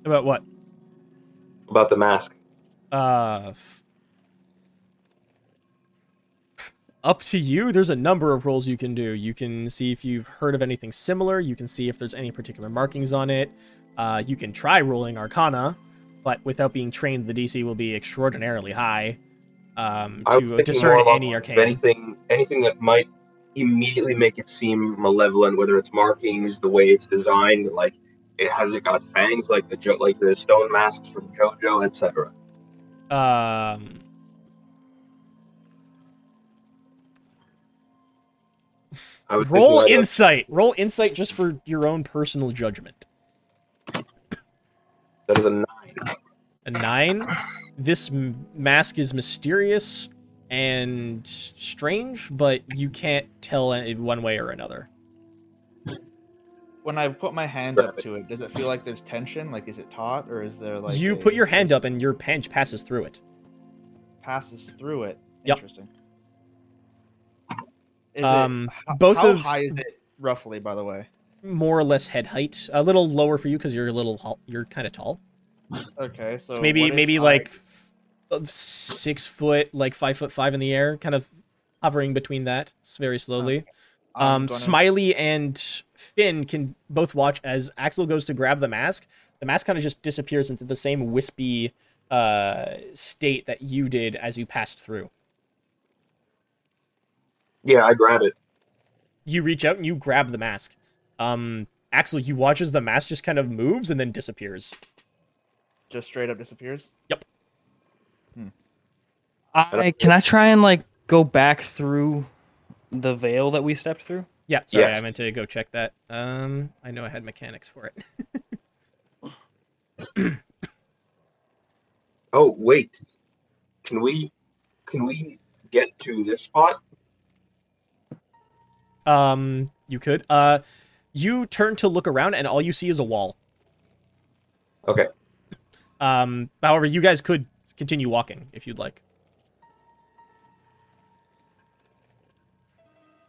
About what?
about the mask?
Uh, f- up to you. There's a number of rolls you can do. You can see if you've heard of anything similar. You can see if there's any particular markings on it. Uh, you can try rolling Arcana, but without being trained, the DC will be extraordinarily high um,
I was
to
thinking
discern
more about
any
if
arcane. Um,
anything, anything that might immediately make it seem malevolent, whether it's markings, the way it's designed, like it has it got fangs, like the jo- like the stone masks from JoJo, etc.
Um,
I was thinking
roll
whether-
insight. Roll insight just for your own personal judgment.
that is a nine.
a nine. This m- mask is mysterious and strange, but you can't tell in one way or another.
When I put my hand up to it, does it feel like there's tension? Like, is it taut, or is there like
you
a-
put your hand up, and your pinch passes through it.
passes through it?
Yep.
Interesting. Is
Um,
it, how,
both
how
of-
high is it roughly? By the way,
More or less head height, a little lower for you because you're a little hal- you're kind of tall.
okay, so
maybe
what is
maybe
high?
like f- of six foot, like five foot five in the air, kind of hovering between that s- very slowly.
I'm
Um,
gonna-
Smiley and Finn can both watch as Axel goes to grab the mask. The mask kind of just disappears into the same wispy uh, state that you did as you passed through.
Yeah, I grab it.
You reach out and you grab the mask. Um, Axel, you watch as the mask just kind of moves and then disappears.
just straight up disappears.
I can I try and like go back through the veil that we stepped through?
Yeah, sorry,
Yes.
I meant to go check that. Um, I know I had mechanics for it.
Oh wait, can we can we get to this spot?
Um, you could. Uh, you turn to look around and all you see is a wall.
Okay.
Um, however, you guys could continue walking if you'd like.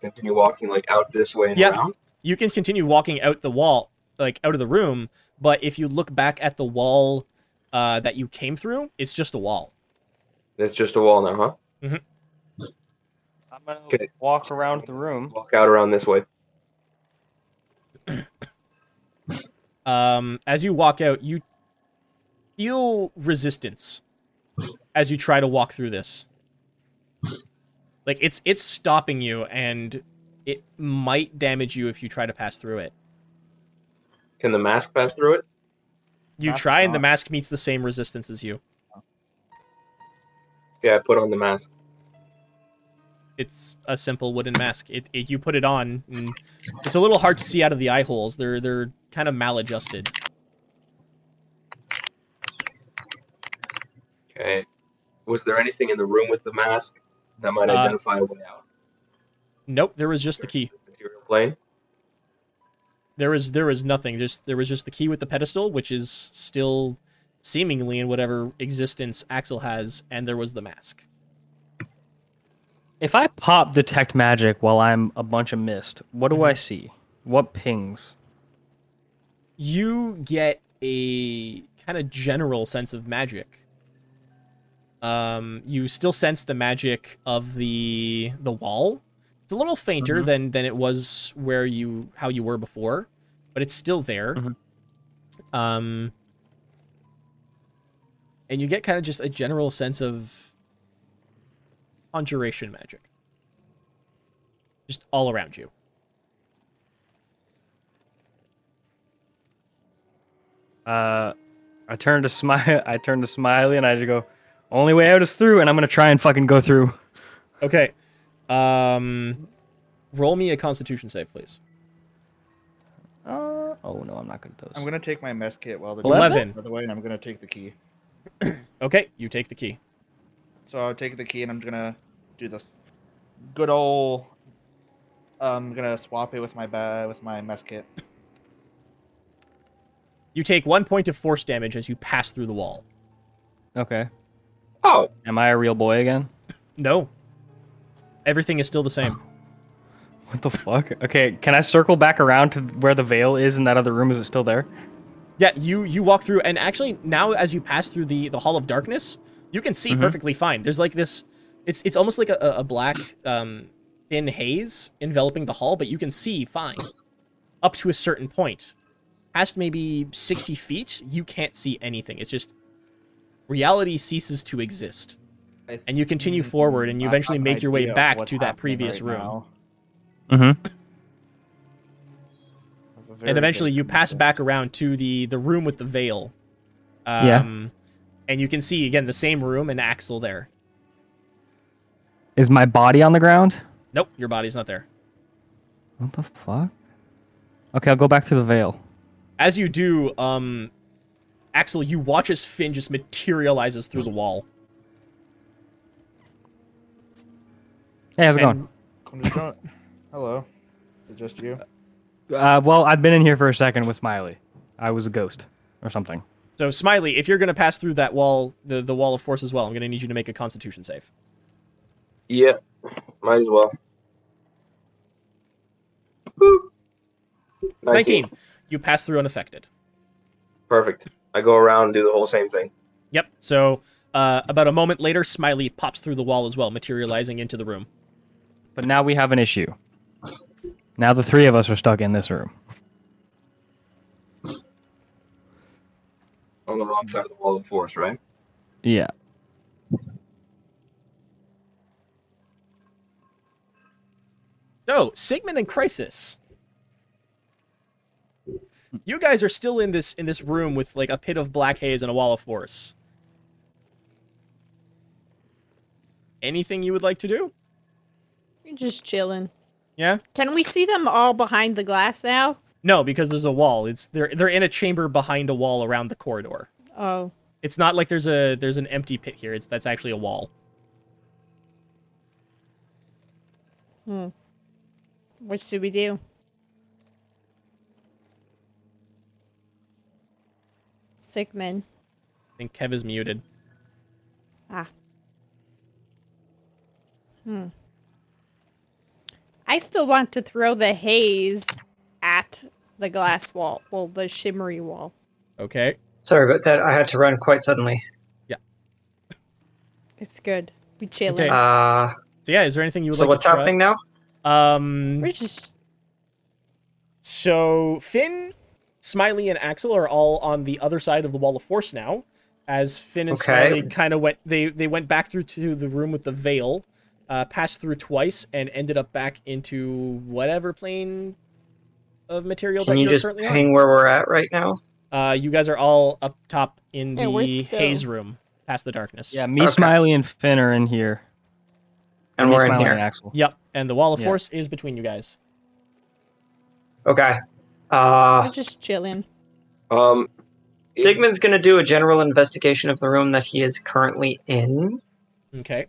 Continue walking like out this way and
Yeah.
around.
you can continue walking out the wall like out of the room but if you look back at the wall uh, that you came through it's just a wall
That's just a wall now, huh?
I'm gonna
Okay.
walk around the room.
Walk out around this way.
um, as you walk out you feel resistance as you try to walk through this like it's it's stopping you and it might damage you if you try to pass through it
Can the mask pass through it?
you
Mask
try and the
on.
mask meets the same resistance as you
Yeah, I put on the mask.
it's a simple wooden mask. It, it you put it on, and it's a little hard to see out of the eye holes. They're they're kind of maladjusted.
Okay. Was there anything in the room with the mask that might
Uh,
identify a way out?
Nope, there was just the key.
Material plane.
There was there was nothing. Just there was just the key with the pedestal, which is still seemingly in whatever existence Axel has, and there was the mask.
If I pop detect magic while I'm a bunch of mist, what do I see? What pings?
You get a kind of general sense of magic. Um, you still sense the magic of the the wall. It's a little fainter
Mhm.
than than it was where you how you were before, but it's still there.
Mhm.
Um, and you get kind of just a general sense of conjuration magic, just all around you.
Uh, I turn to smile. I turn to Smiley, and I just go, "Only way out is through," and I'm gonna try and fucking go through.
Okay, um, roll me a Constitution save, please.
Uh, oh no, I'm not good at those.
I'm gonna take my mess kit while they're doing
Eleven.
it, by the way, and I'm gonna take the key.
Okay, you take the key.
So I'll take the key and I'm gonna do this good old. I'm gonna swap it with my ba- with my mess kit.
You take one point of force damage as you pass through the wall.
Okay.
Oh,
Am I a real boy again?
No, everything is still the same.
What the fuck? Okay, can I circle back around to where the veil is in that other room? Is it still there?
Yeah, you you walk through, and actually now as you pass through the the Hall of Darkness, you can see
Mhm.
perfectly fine. There's like this, it's it's almost like a, a a black um thin haze enveloping the hall, but you can see fine up to a certain point. Past maybe sixty feet, you can't see anything. It's just reality ceases to exist,
I
and you continue
think
forward, and you
I
eventually
have an
make your way
idea of
back
what's
to that
happening
previous
right
room.
now.
Mm-hmm.
I have a very
and
big
eventually you pass
idea.
back around to the the room with the veil. Um,
Yeah.
And you can see again the same room and Axel there.
Is my body on the ground?
Nope, your body's not there.
What the fuck? Okay, I'll go back to the veil.
As you do, um, Axel, you watch as Finn just materializes through the wall.
Hey, how's it
And
Come to join- Hello. Is it just you?
going? Uh, well, I've been in here for a second with Smiley. I was a ghost or something.
so, Smiley, if you're gonna pass through that wall, the the wall of force as well, I'm gonna need you to make a Constitution save.
yeah, might as well. Boop.
19. You pass through unaffected.
Perfect. I go around and do the whole same thing.
Yep. So, uh, about a moment later, Smiley pops through the wall as well, materializing into the room.
But now we have an issue. Now the three of us are stuck in this room.
on the wrong side of the wall of force, right?
Yeah.
So, Sigmund and Crisis. You guys are still in this in this room with like a pit of black haze and a wall of force. Anything you would like to do?
You're just chilling.
Yeah?
Can we see them all behind the glass now?
No, because there's a wall. It's they're they're in a chamber behind a wall around the corridor.
Oh.
It's not like there's a there's an empty pit here. It's that's actually a wall.
What should we do? Sigmund.
I think Kev is muted.
Hmm. I still want to throw the haze at the glass wall. Well, the shimmery wall.
Okay.
Sorry about that. I had to run quite suddenly.
It's good. We chilling.
Okay.
Uh,
So yeah, is there anything you would
so
like
what's
to try?
happening now?
Um
We're just
So Finn, Smiley, and Axel are all on the other side of the wall of force now, as Finn and
Okay.
Smiley kind of went. They they went back through to the room with the veil, uh, passed through twice, and ended up back into whatever plane of material
Can
that
you
are
just
currently
ping where we're at right now?
on. Uh, you guys are all up top in
Yeah, we're
the
still-
haze room, past the darkness.
Yeah, me,
Okay.
Smiley, and Finn are in here.
And
Me,
we're in
Smiley,
here.
and Axel.
Yep, and the wall of
Yeah.
force is between you guys.
Okay.
we're
Uh,
just chilling.
Um, is-
Sigmund's gonna do a general investigation of the room that he is currently in.
Okay.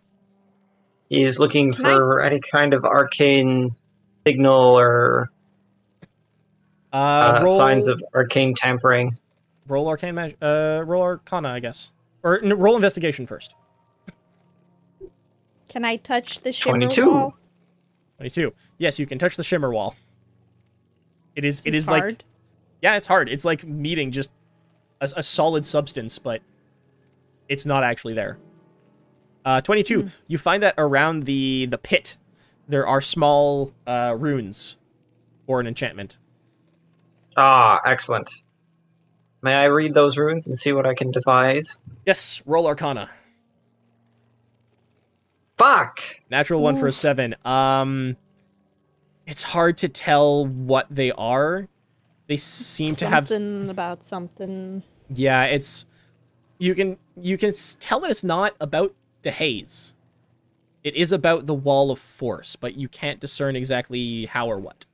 He's looking
Can I-
for any kind of arcane signal or
Uh,
uh,
roll,
signs of arcane tampering.
roll arcane magic. Uh, roll arcana, I guess, or no, roll investigation first.
Can I touch the shimmer
22.
wall?
22. Yes, you can touch the shimmer wall. It is.
This
It is like.
hard.
Yeah, it's hard. It's like meeting just a, a solid substance, but it's not actually there. Uh, 22.
Hmm.
You find that around the the pit, there are small uh, runes for an enchantment.
Ah, excellent. May I read those runes and see what I can devise?
Yes, roll Arcana.
Fuck!
Natural one for a seven. Um, it's hard to tell what they are. They seem to have
something about something.
Yeah, it's you can you can s- tell that it's not about the haze. It is about the wall of force, but you can't discern exactly how or what.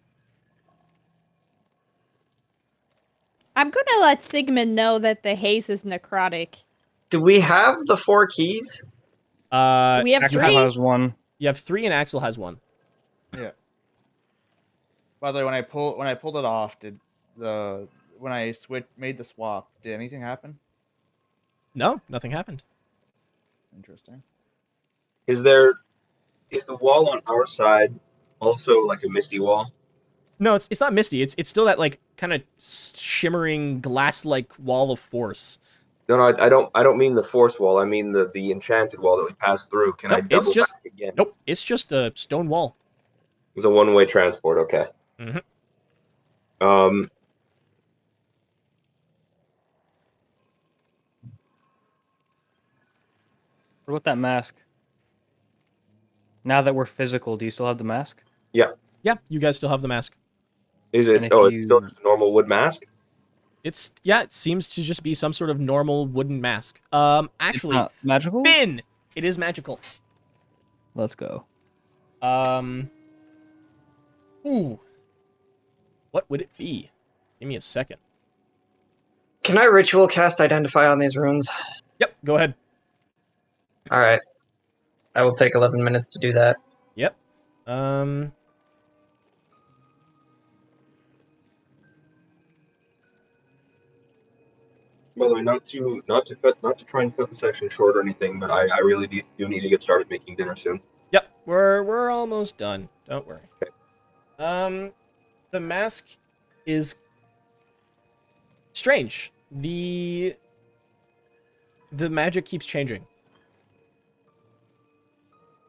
I'm gonna let Sigmund know that the haze is necrotic.
Do we have the four keys?
Uh,
We have
Axel-
three.
has one.
You have three, and Axel has one.
By the way, when I pull when I pulled it off, did the when I switch made the swap, did anything happen?
No, nothing happened.
Interesting.
Is there is the wall on our side also like a misty wall?
No, it's it's not misty. It's it's still that like kind of shimmering glass-like wall of force.
No, no, I, I don't. I don't mean the force wall. I mean the the enchanted wall that we passed through. Can I
Nope, it's
double
just-
back again?
Nope, it's just a stone wall.
It's a one way transport. Okay.
Mhm.
Um.
What about that mask? Now that we're physical, do you still have the mask?
Yeah, you guys still have the mask.
Is it?
And if
Oh, it's still
you-
just a normal wood mask.
It's yeah, it seems to just be some sort of normal wooden mask. Um, actually,
it's not magical.
Finn, it is magical.
Let's go.
Um, ooh, what would it be? Give me a second.
Can I ritual cast identify on these runes?
Yep, go ahead.
All right. I will take 11 minutes to do that.
Yep. Um.
By the way, not to not to cut not to try and cut the section short or anything, but I, I really do, do need to get started making dinner soon.
Yep, we're we're almost done. Don't worry. Um, the mask is strange. The the magic keeps changing,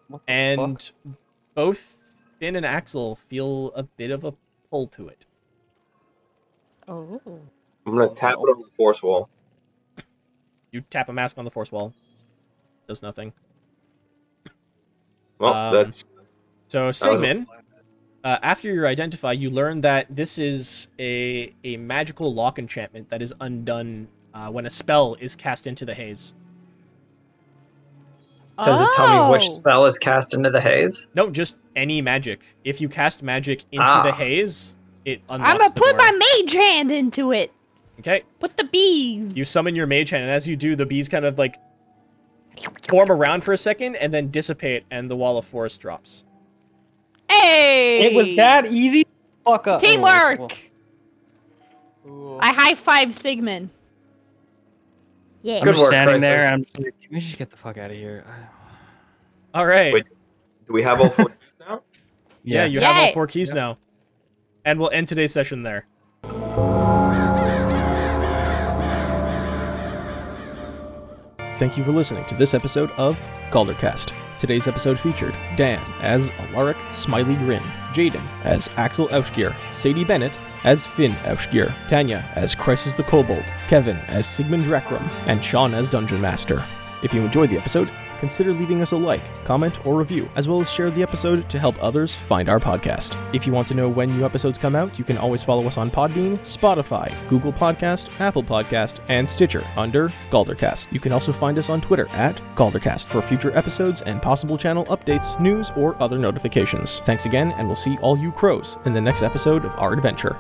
What the
and both Finn and Axel feel a bit of a pull to it.
Oh.
I'm gonna tap it on the force wall.
You tap a mask on the force wall, does nothing.
Well,
Um,
that's
So
that was a-
Sigmund, uh, after you identify, you learn that this is a a magical lock enchantment that is undone uh, when a spell is cast into the haze.
Does it tell me which
Oh.
spell is cast into the haze?
No, just any magic. If you cast magic into
Ah.
the haze, it unlocks
I'm gonna
the
put
door.
my mage hand into it
Okay,
with the bees.
you summon your mage hand, and as you do, the bees kind of like form around for a second and then dissipate, and the wall of force drops.
Hey.
It was that Oh, easy. Fuck up.
Teamwork.
Cool.
I high five Sigmund. Yeah.
I'm
Good
just
work,
standing there.
Crisis.
I'm. just like, Can we just get the fuck out of here?
All right.
Wait.
Do we have all four?
Yeah, you have all
Yay.
four keys now, and we'll end today's session there.
Thank you for listening to this episode of Caldercast. Today's episode featured Dan as Alaric Smiley Grin, Jaden as Axel Aufschgier, Sadie Bennett as Finn Aufschgier, Tanya as Crisis the Kobold, Kevin as Sigmund Reckrum, and Sean as Dungeon Master. If you enjoyed the episode, consider leaving us a like, comment, or review, as well as share the episode to help others find our podcast. If you want to know when new episodes come out, you can always follow us on Podbean, Spotify, Google Podcast, Apple Podcast, and Stitcher under Galdercast. You can also find us on Twitter at Galdercast for future episodes and possible channel updates, news, or other notifications. Thanks again, and we'll see all you crows in the next episode of our adventure.